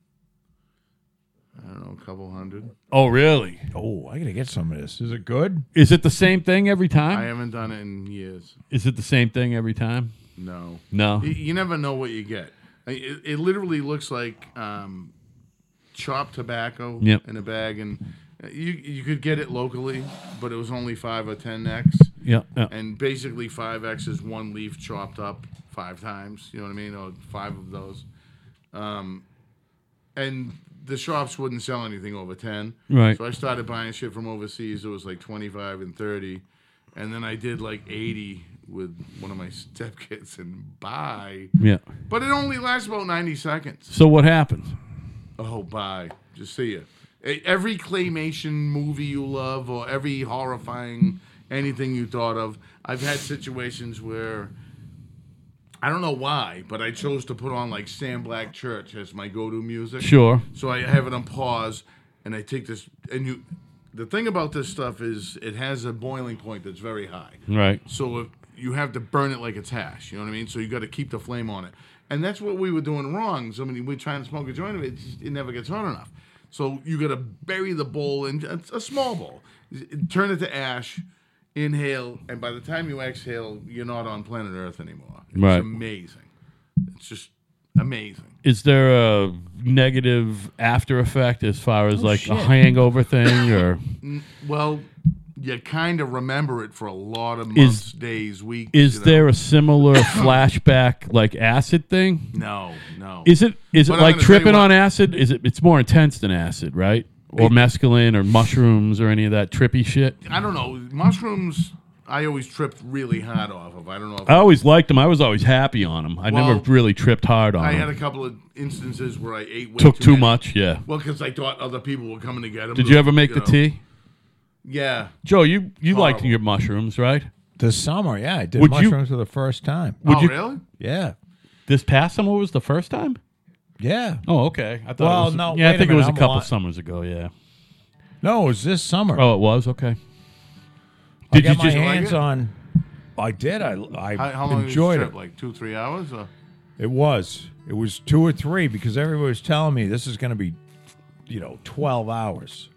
[SPEAKER 3] I don't know, a couple hundred.
[SPEAKER 1] Oh, really?
[SPEAKER 2] oh, I gotta get some of this. Is it good?
[SPEAKER 1] Is it the same thing every
[SPEAKER 3] I
[SPEAKER 1] time?
[SPEAKER 3] haven't done it in years.
[SPEAKER 1] Is it the same thing every time?
[SPEAKER 3] No.
[SPEAKER 1] No.
[SPEAKER 3] You, you never know what you get. I- It, it literally looks like um, chopped tobacco
[SPEAKER 1] Yep.
[SPEAKER 3] in a bag, and uh, you you could get it locally, but it was only five or ten x.
[SPEAKER 1] Yeah. yeah.
[SPEAKER 3] And basically, five X is one leaf chopped up five times. You know what I mean? Or five of those. Um, and the shops wouldn't sell anything over ten.
[SPEAKER 1] Right.
[SPEAKER 3] So I started buying shit from overseas. It was like twenty five and thirty, and then I did like eighty with one of my <laughs> stepkids and bye.
[SPEAKER 1] Yeah.
[SPEAKER 3] But it only lasts about ninety seconds.
[SPEAKER 1] So what happens?
[SPEAKER 3] Oh, bye. Just see ya. E- Every claymation movie you love, or every horrifying anything you thought of, I've had situations where I don't know why, but I chose to put on like Sam Black Church as my go-to music.
[SPEAKER 1] Sure.
[SPEAKER 3] So I have it on pause, and I take this. And you, the thing about this stuff is, it has a boiling point that's very high.
[SPEAKER 1] Right.
[SPEAKER 3] So if you have to burn it like it's hash, you know what I mean? So you got to keep the flame on it. And that's what we were doing wrong. So I mean, we're trying to smoke a joint of it, it, just, it never gets hot enough. So you got to bury the bowl in it's a small bowl, turn it to ash, inhale, and by the time you exhale, you're not on planet Earth anymore. It's
[SPEAKER 1] Right.
[SPEAKER 3] amazing. It's just amazing.
[SPEAKER 1] Is there a negative after effect as far as like a
[SPEAKER 2] Oh, shit.
[SPEAKER 1] hangover
[SPEAKER 2] <laughs>
[SPEAKER 1] thing or?
[SPEAKER 3] Well, you kind of remember it for a lot of months,
[SPEAKER 1] Is-
[SPEAKER 3] days, weeks.
[SPEAKER 1] Is
[SPEAKER 3] you know?
[SPEAKER 1] there a similar
[SPEAKER 2] <coughs>
[SPEAKER 1] flashback like acid thing?
[SPEAKER 3] No, no.
[SPEAKER 1] Is it is it
[SPEAKER 3] But I'm
[SPEAKER 1] like
[SPEAKER 3] gonna tell you
[SPEAKER 1] tripping
[SPEAKER 3] what-
[SPEAKER 1] on acid? Is it it's more intense than acid, right? Or mescaline or mushrooms or any of that trippy shit?
[SPEAKER 3] I don't know. Mushrooms, I always tripped really hard off of. I don't know. If
[SPEAKER 1] I always liked them. I was always happy on them. I
[SPEAKER 3] Well,
[SPEAKER 1] never really tripped hard on
[SPEAKER 3] I had a
[SPEAKER 1] them.
[SPEAKER 3] couple of instances where I ate way
[SPEAKER 1] Took
[SPEAKER 3] too,
[SPEAKER 1] too
[SPEAKER 3] many.
[SPEAKER 1] much, yeah.
[SPEAKER 3] Well, because I thought other people were coming to get them.
[SPEAKER 1] Did you ever make the
[SPEAKER 3] know.
[SPEAKER 1] tea?
[SPEAKER 3] Yeah.
[SPEAKER 1] Joe, you
[SPEAKER 2] Oh,
[SPEAKER 1] you liked
[SPEAKER 3] Horrible.
[SPEAKER 1] your mushrooms, right?
[SPEAKER 2] This summer, yeah, I did
[SPEAKER 1] Would you-
[SPEAKER 2] mushrooms for the first time.
[SPEAKER 1] Would
[SPEAKER 3] oh,
[SPEAKER 1] you-
[SPEAKER 3] really?
[SPEAKER 2] Yeah,
[SPEAKER 1] This past summer was the first time?
[SPEAKER 2] Yeah.
[SPEAKER 1] Oh, okay. I thought.
[SPEAKER 2] Well,
[SPEAKER 1] it was,
[SPEAKER 2] no,
[SPEAKER 1] Yeah,
[SPEAKER 2] wait
[SPEAKER 1] I
[SPEAKER 2] a
[SPEAKER 1] think it was
[SPEAKER 2] minute,
[SPEAKER 1] a
[SPEAKER 2] I'm
[SPEAKER 1] couple
[SPEAKER 2] li-
[SPEAKER 1] summers ago. Yeah.
[SPEAKER 2] No, it was this summer.
[SPEAKER 1] Oh, it was okay.
[SPEAKER 2] I
[SPEAKER 1] Did you
[SPEAKER 2] got my
[SPEAKER 1] just?
[SPEAKER 3] hand-
[SPEAKER 2] hands on? I did. I I
[SPEAKER 3] Oh, How, how long was the
[SPEAKER 2] enjoyed
[SPEAKER 3] trip?
[SPEAKER 2] it.
[SPEAKER 3] Like two, three hours? Uh, Or?
[SPEAKER 2] It was. It was two or three because everybody was telling me this is going to be, you know, twelve hours,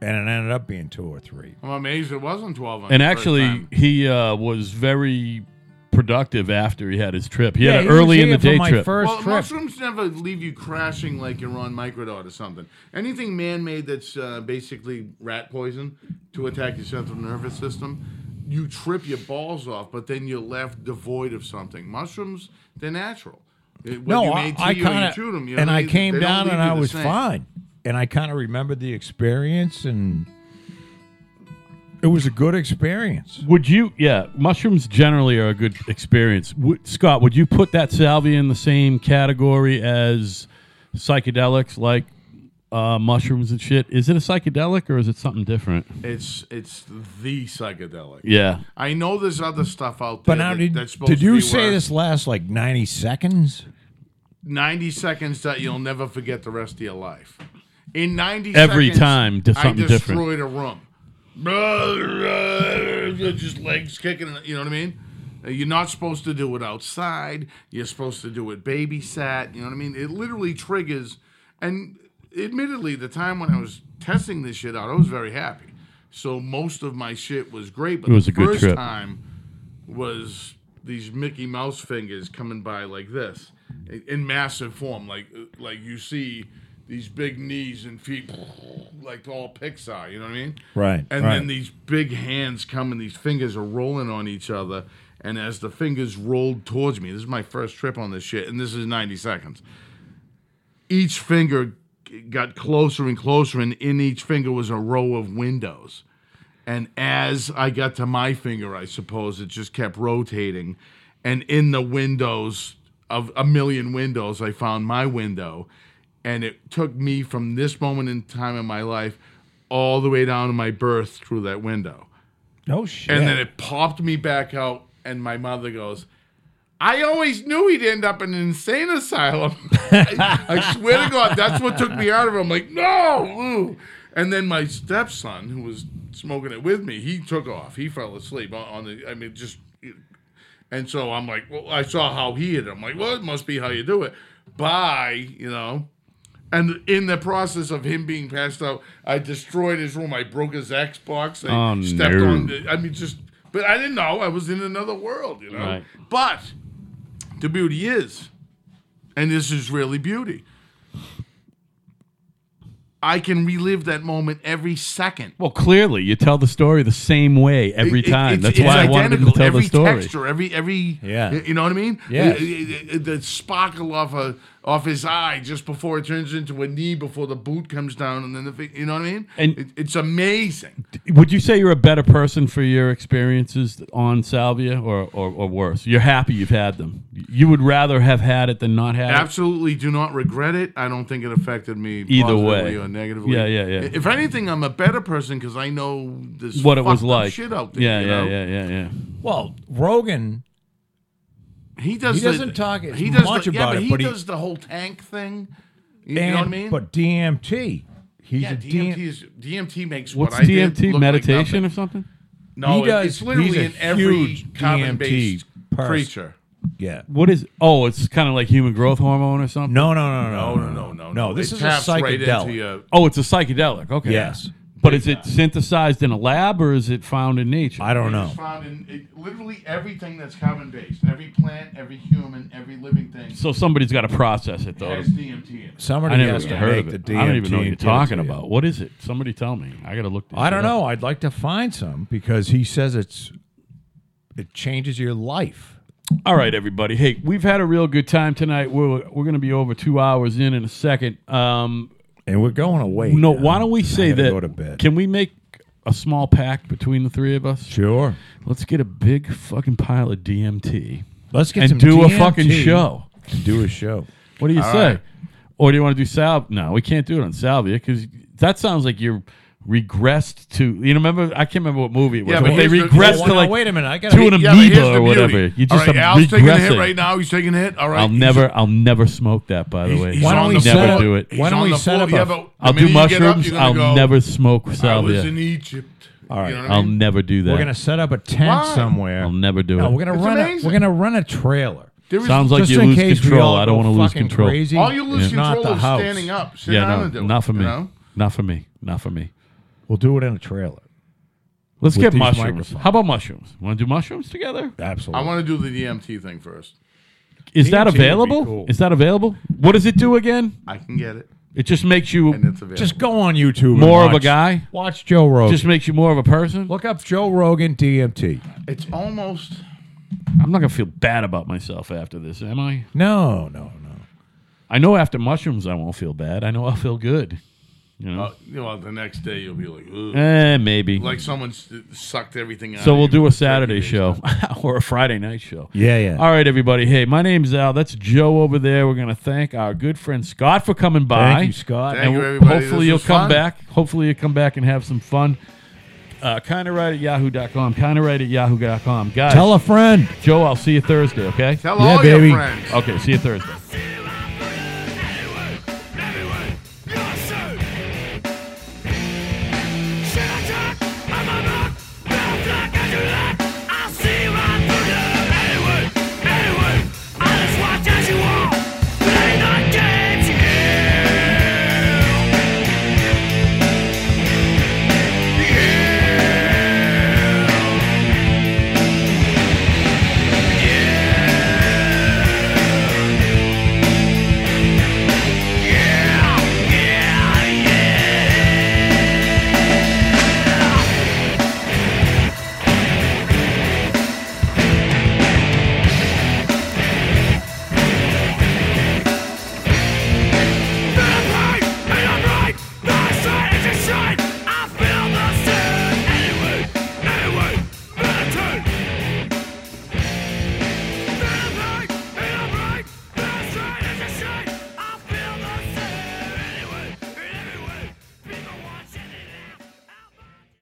[SPEAKER 2] and it ended up being two or three.
[SPEAKER 3] I'm amazed it wasn't 12. on
[SPEAKER 1] and
[SPEAKER 3] the first
[SPEAKER 1] actually,
[SPEAKER 3] time.
[SPEAKER 1] he uh, was very productive after he had his trip. He
[SPEAKER 2] yeah,
[SPEAKER 1] had
[SPEAKER 2] he
[SPEAKER 1] an
[SPEAKER 2] was
[SPEAKER 1] early in
[SPEAKER 2] here
[SPEAKER 1] the
[SPEAKER 2] for
[SPEAKER 1] day
[SPEAKER 2] my
[SPEAKER 1] trip.
[SPEAKER 2] First
[SPEAKER 3] well,
[SPEAKER 2] trip.
[SPEAKER 3] mushrooms never leave you crashing like you're on microdot or something. Anything man-made that's uh, basically rat poison to attack your central nervous system, you trip your balls off, but then you're left devoid of something. Mushrooms, they're natural. It- what
[SPEAKER 2] no,
[SPEAKER 3] you
[SPEAKER 2] I,
[SPEAKER 3] made
[SPEAKER 2] I
[SPEAKER 3] tea or you
[SPEAKER 2] kind
[SPEAKER 3] chewed 'em, you
[SPEAKER 2] of
[SPEAKER 3] know
[SPEAKER 2] and
[SPEAKER 3] what
[SPEAKER 2] I
[SPEAKER 3] mean?
[SPEAKER 2] came
[SPEAKER 3] They don't
[SPEAKER 2] down
[SPEAKER 3] leave
[SPEAKER 2] and
[SPEAKER 3] you
[SPEAKER 2] I
[SPEAKER 3] the
[SPEAKER 2] was
[SPEAKER 3] same.
[SPEAKER 2] fine, and I kind of remembered the experience, and it was a good experience.
[SPEAKER 1] Would you? Yeah, mushrooms generally are a good experience. Would, Scott, would you put that salvia in the same category as psychedelics like uh, mushrooms and shit? Is it a psychedelic or is it something different?
[SPEAKER 3] It's it's the psychedelic.
[SPEAKER 1] Yeah.
[SPEAKER 3] I know there's other stuff out there.
[SPEAKER 2] But now,
[SPEAKER 3] that-
[SPEAKER 2] did,
[SPEAKER 3] that's supposed
[SPEAKER 2] did
[SPEAKER 3] to
[SPEAKER 2] you
[SPEAKER 3] be
[SPEAKER 2] say
[SPEAKER 3] worse.
[SPEAKER 2] this lasts like ninety seconds?
[SPEAKER 3] 90 seconds that you'll never forget the rest of your life. In 90
[SPEAKER 1] Every
[SPEAKER 3] seconds,
[SPEAKER 1] time, do something
[SPEAKER 3] I destroyed a room. <laughs> Just legs kicking, and- you know what I mean? Uh, You're not supposed to do it outside. You're supposed to do it babysat. You know what I mean? It literally triggers. And admittedly, the time when I was testing this shit out, I was very happy. So most of my shit was great. But
[SPEAKER 1] It was
[SPEAKER 3] the
[SPEAKER 1] a good
[SPEAKER 3] first
[SPEAKER 1] trip.
[SPEAKER 3] time was these Mickey Mouse fingers coming by like this in- in massive form, like like you see these big knees and feet, like all Pixar. You know what I mean?
[SPEAKER 2] Right,
[SPEAKER 3] And
[SPEAKER 2] right.
[SPEAKER 3] then these big hands come and these fingers are rolling on each other. And as the fingers rolled towards me, this is my first trip on this shit, and this is 90 seconds. Each finger g- got closer and closer, and in each finger was a row of windows. And as I got to my finger, I suppose it just kept rotating. And in the windows of a million windows, I found my window. And it took me from this moment in time in my life all the way down to my birth through that window.
[SPEAKER 2] No shit.
[SPEAKER 3] And then it popped me back out. And my mother goes, I always knew he'd end up in an insane asylum. <laughs> I, I swear to God, that's what took me out of it. I'm like, no. ooh." And then my stepson, who was smoking it with me, he took off. He fell asleep on, on the. I mean, just. And so I'm like, well, I saw how he did. it. I'm like, well, it must be how you do it. Bye, you know. And in the process of him being passed out, I destroyed his room. I broke his Xbox. I
[SPEAKER 1] Oh,
[SPEAKER 3] stepped
[SPEAKER 1] no.
[SPEAKER 3] on. The, I mean, just. But I didn't know. I was in another world, you know.
[SPEAKER 1] Right.
[SPEAKER 3] But the beauty is, and this is really beauty. I can relive that moment every second.
[SPEAKER 1] Well, clearly, you tell the story the same way every
[SPEAKER 3] It- it-
[SPEAKER 1] time.
[SPEAKER 3] it's-
[SPEAKER 1] That's
[SPEAKER 3] it's
[SPEAKER 1] why I wanted him to
[SPEAKER 3] identical.
[SPEAKER 1] tell
[SPEAKER 3] every
[SPEAKER 1] the story.
[SPEAKER 3] Texture, every every
[SPEAKER 2] Yeah.
[SPEAKER 3] y- you know what I mean.
[SPEAKER 2] Yes.
[SPEAKER 3] I- I- I- the sparkle off a off his eye just before it turns into a knee before the boot comes down, and then the fi- you know what I mean.
[SPEAKER 1] And-
[SPEAKER 3] It- it's amazing.
[SPEAKER 1] Would you say you're a better person for your experiences on Salvia, or, or, or worse? You're happy you've had them. You would rather have had it than not have it.
[SPEAKER 3] Absolutely, do not regret it. I don't think it affected me
[SPEAKER 1] Either way.
[SPEAKER 3] positively or negatively.
[SPEAKER 1] Yeah, yeah, yeah.
[SPEAKER 3] If anything, I'm a better person because I know this
[SPEAKER 1] what it was
[SPEAKER 3] fucked up
[SPEAKER 1] like.
[SPEAKER 3] Shit out there.
[SPEAKER 1] yeah,
[SPEAKER 3] you
[SPEAKER 1] yeah,
[SPEAKER 3] know?
[SPEAKER 1] yeah, yeah, yeah.
[SPEAKER 2] well, Rogan
[SPEAKER 3] He does.
[SPEAKER 2] He
[SPEAKER 3] the-
[SPEAKER 2] doesn't talk as
[SPEAKER 3] he does
[SPEAKER 2] much
[SPEAKER 3] the, yeah,
[SPEAKER 2] about
[SPEAKER 3] but
[SPEAKER 2] it,
[SPEAKER 3] He
[SPEAKER 2] but he-
[SPEAKER 3] does the whole tank thing. You,
[SPEAKER 2] and
[SPEAKER 3] know what I mean?
[SPEAKER 2] but DMT. He's
[SPEAKER 3] yeah,
[SPEAKER 2] a
[SPEAKER 3] DMT
[SPEAKER 2] DMT.
[SPEAKER 3] is DMT makes
[SPEAKER 1] What's
[SPEAKER 3] what I did
[SPEAKER 1] DMT
[SPEAKER 3] look like
[SPEAKER 1] meditation
[SPEAKER 3] nothing.
[SPEAKER 1] or something?
[SPEAKER 3] no,
[SPEAKER 2] He
[SPEAKER 3] it-
[SPEAKER 2] does-
[SPEAKER 3] it's literally
[SPEAKER 2] he's a
[SPEAKER 3] in every
[SPEAKER 2] huge
[SPEAKER 3] carbon-based
[SPEAKER 2] DMT person.
[SPEAKER 3] creature.
[SPEAKER 2] Yeah.
[SPEAKER 1] What is? Oh, it's kind of like human growth hormone or something.
[SPEAKER 2] No, no, no,
[SPEAKER 3] No,
[SPEAKER 2] no,
[SPEAKER 3] no, no, no,
[SPEAKER 2] No, this
[SPEAKER 3] It
[SPEAKER 2] is a
[SPEAKER 3] taps Right into
[SPEAKER 2] psychedelic.
[SPEAKER 3] your,
[SPEAKER 1] Oh, it's a psychedelic. Okay.
[SPEAKER 2] Yes.
[SPEAKER 1] But is it synthesized in a lab or is it found in nature?
[SPEAKER 2] I don't know.
[SPEAKER 3] It's found in it, literally everything that's carbon-based. Every plant, every human, every living thing
[SPEAKER 1] so somebody's got to process it though.
[SPEAKER 3] has DMT in it.
[SPEAKER 1] I
[SPEAKER 2] Somebody
[SPEAKER 1] never
[SPEAKER 2] has
[SPEAKER 1] even
[SPEAKER 2] to
[SPEAKER 1] heard
[SPEAKER 2] make
[SPEAKER 1] of
[SPEAKER 2] the
[SPEAKER 1] it.
[SPEAKER 2] DMT.
[SPEAKER 1] I don't even know what you're
[SPEAKER 2] and give it to
[SPEAKER 1] talking
[SPEAKER 2] you.
[SPEAKER 1] about. What is it? Somebody tell me. I gotta look. This
[SPEAKER 2] I don't
[SPEAKER 1] shit up.
[SPEAKER 2] know. I'd like to find some because he says it's it changes your life.
[SPEAKER 1] All right, everybody. Hey, we've had a real good time tonight. We're we're gonna be over two hours in in a second. Um,
[SPEAKER 2] And we're going away.
[SPEAKER 1] no,
[SPEAKER 2] now.
[SPEAKER 1] why don't we say
[SPEAKER 2] gotta
[SPEAKER 1] that?
[SPEAKER 2] go to bed.
[SPEAKER 1] Can we make a small pact between the three of us?
[SPEAKER 2] Sure.
[SPEAKER 1] Let's get a big fucking pile of DMT
[SPEAKER 2] Let's get some
[SPEAKER 1] and do
[SPEAKER 2] DMT
[SPEAKER 1] a fucking show.
[SPEAKER 2] and do a show.
[SPEAKER 1] What do you say? Or do you want to do salvia? No, we can't do it on salvia because that sounds like you're regressed to you know remember I can't remember what movie it was
[SPEAKER 3] Yeah,
[SPEAKER 1] but,
[SPEAKER 3] but
[SPEAKER 1] they
[SPEAKER 3] here's the-
[SPEAKER 1] regressed to
[SPEAKER 2] Well, now,
[SPEAKER 1] like
[SPEAKER 2] Oh, wait a minute. I got
[SPEAKER 1] to an
[SPEAKER 3] Yeah, but here's
[SPEAKER 1] amoeba
[SPEAKER 3] the
[SPEAKER 1] or whatever.
[SPEAKER 3] beauty.
[SPEAKER 1] You
[SPEAKER 3] All
[SPEAKER 1] just
[SPEAKER 3] right,
[SPEAKER 1] am
[SPEAKER 3] Al's taking a hit
[SPEAKER 1] regressing.
[SPEAKER 3] right now. He's taking a hit. All right.
[SPEAKER 1] I'll
[SPEAKER 3] He's-
[SPEAKER 1] never I'll never smoke that by the
[SPEAKER 3] He's-
[SPEAKER 1] way.
[SPEAKER 3] he's
[SPEAKER 2] Why don't
[SPEAKER 3] on
[SPEAKER 2] we
[SPEAKER 3] the
[SPEAKER 1] set
[SPEAKER 3] floor.
[SPEAKER 1] up- do it.
[SPEAKER 3] He's
[SPEAKER 2] why don't
[SPEAKER 3] on
[SPEAKER 2] we
[SPEAKER 3] the
[SPEAKER 2] set
[SPEAKER 3] floor.
[SPEAKER 2] up a-
[SPEAKER 3] Yeah, but the
[SPEAKER 1] I'll do
[SPEAKER 3] minute you get up,
[SPEAKER 1] mushrooms.
[SPEAKER 3] you're gonna
[SPEAKER 1] I'll
[SPEAKER 3] go,
[SPEAKER 1] never smoke
[SPEAKER 3] I was
[SPEAKER 1] salvia.
[SPEAKER 3] in Egypt.
[SPEAKER 2] All right.
[SPEAKER 3] You know what I
[SPEAKER 1] I'll
[SPEAKER 3] mean?
[SPEAKER 1] never do that.
[SPEAKER 2] We're gonna set up a tent
[SPEAKER 3] Why?
[SPEAKER 2] somewhere.
[SPEAKER 1] I'll never do
[SPEAKER 2] No,
[SPEAKER 1] it.
[SPEAKER 2] we're gonna
[SPEAKER 3] It's
[SPEAKER 2] run. A,
[SPEAKER 3] amazing.
[SPEAKER 2] we're gonna run a trailer.
[SPEAKER 3] There is-
[SPEAKER 1] Sounds like
[SPEAKER 2] Just
[SPEAKER 1] you
[SPEAKER 2] in
[SPEAKER 1] lose
[SPEAKER 2] case we
[SPEAKER 1] control.
[SPEAKER 2] all
[SPEAKER 1] I don't
[SPEAKER 2] go
[SPEAKER 1] want to lose
[SPEAKER 2] fucking
[SPEAKER 1] control.
[SPEAKER 2] Crazy.
[SPEAKER 3] all you lose
[SPEAKER 2] It's not
[SPEAKER 3] control
[SPEAKER 2] the
[SPEAKER 3] of
[SPEAKER 2] house.
[SPEAKER 3] standing up. Sit
[SPEAKER 1] Yeah,
[SPEAKER 3] down
[SPEAKER 1] no,
[SPEAKER 3] and do it,
[SPEAKER 1] not for
[SPEAKER 3] you
[SPEAKER 1] me.
[SPEAKER 3] know?
[SPEAKER 1] Not for me. Not for me.
[SPEAKER 2] We'll do it in a trailer.
[SPEAKER 1] Let's
[SPEAKER 2] With
[SPEAKER 1] get
[SPEAKER 2] these
[SPEAKER 1] mushrooms.
[SPEAKER 2] microphones.
[SPEAKER 1] How about mushrooms? Want to do mushrooms together?
[SPEAKER 2] Absolutely.
[SPEAKER 3] I want to do the DMT thing first.
[SPEAKER 1] Is that
[SPEAKER 2] DMT would be
[SPEAKER 1] available?
[SPEAKER 2] cool.
[SPEAKER 1] Is that available? What does it do again?
[SPEAKER 3] I can get it,
[SPEAKER 1] It just makes
[SPEAKER 3] and
[SPEAKER 1] you
[SPEAKER 3] it's available.
[SPEAKER 2] just go on YouTube. and
[SPEAKER 1] more of a
[SPEAKER 2] watch-
[SPEAKER 1] guy.
[SPEAKER 2] Watch Joe Rogan.
[SPEAKER 1] Just makes you more of a person.
[SPEAKER 2] look up Joe Rogan DMT.
[SPEAKER 3] it's almost.
[SPEAKER 1] I'm not gonna feel bad about myself after this, am I?
[SPEAKER 2] No, no, no.
[SPEAKER 1] I know after mushrooms I won't feel bad. I know I'll feel good. You know,
[SPEAKER 3] Uh, you know, the next day you'll be like, Ugh.
[SPEAKER 1] eh, maybe.
[SPEAKER 3] Uh, like someone s- sucked everything out.
[SPEAKER 1] so
[SPEAKER 3] of
[SPEAKER 1] we'll
[SPEAKER 3] you
[SPEAKER 1] do a
[SPEAKER 3] for 30
[SPEAKER 1] Saturday
[SPEAKER 3] days.
[SPEAKER 1] show <laughs> or a Friday night show.
[SPEAKER 2] Yeah, yeah.
[SPEAKER 1] All right, everybody. Hey, my name's Al. That's Joe over there. We're gonna thank our good friend Scott for coming by.
[SPEAKER 2] Thank you, Scott.
[SPEAKER 3] Thank
[SPEAKER 1] and
[SPEAKER 3] you,
[SPEAKER 1] we'll-
[SPEAKER 3] everybody.
[SPEAKER 1] Hopefully
[SPEAKER 3] This
[SPEAKER 1] you'll
[SPEAKER 3] was
[SPEAKER 1] come
[SPEAKER 3] fun.
[SPEAKER 1] back. Hopefully you'll come back and have some fun. Uh, kind of right at yahoo.com. Kind of right at yahoo.com. Guys,
[SPEAKER 2] Tell a friend.
[SPEAKER 1] Joe, I'll see you Thursday, okay?
[SPEAKER 3] Tell
[SPEAKER 2] Yeah,
[SPEAKER 3] all
[SPEAKER 2] baby.
[SPEAKER 3] your friends.
[SPEAKER 1] Okay, see you Thursday.
[SPEAKER 5] See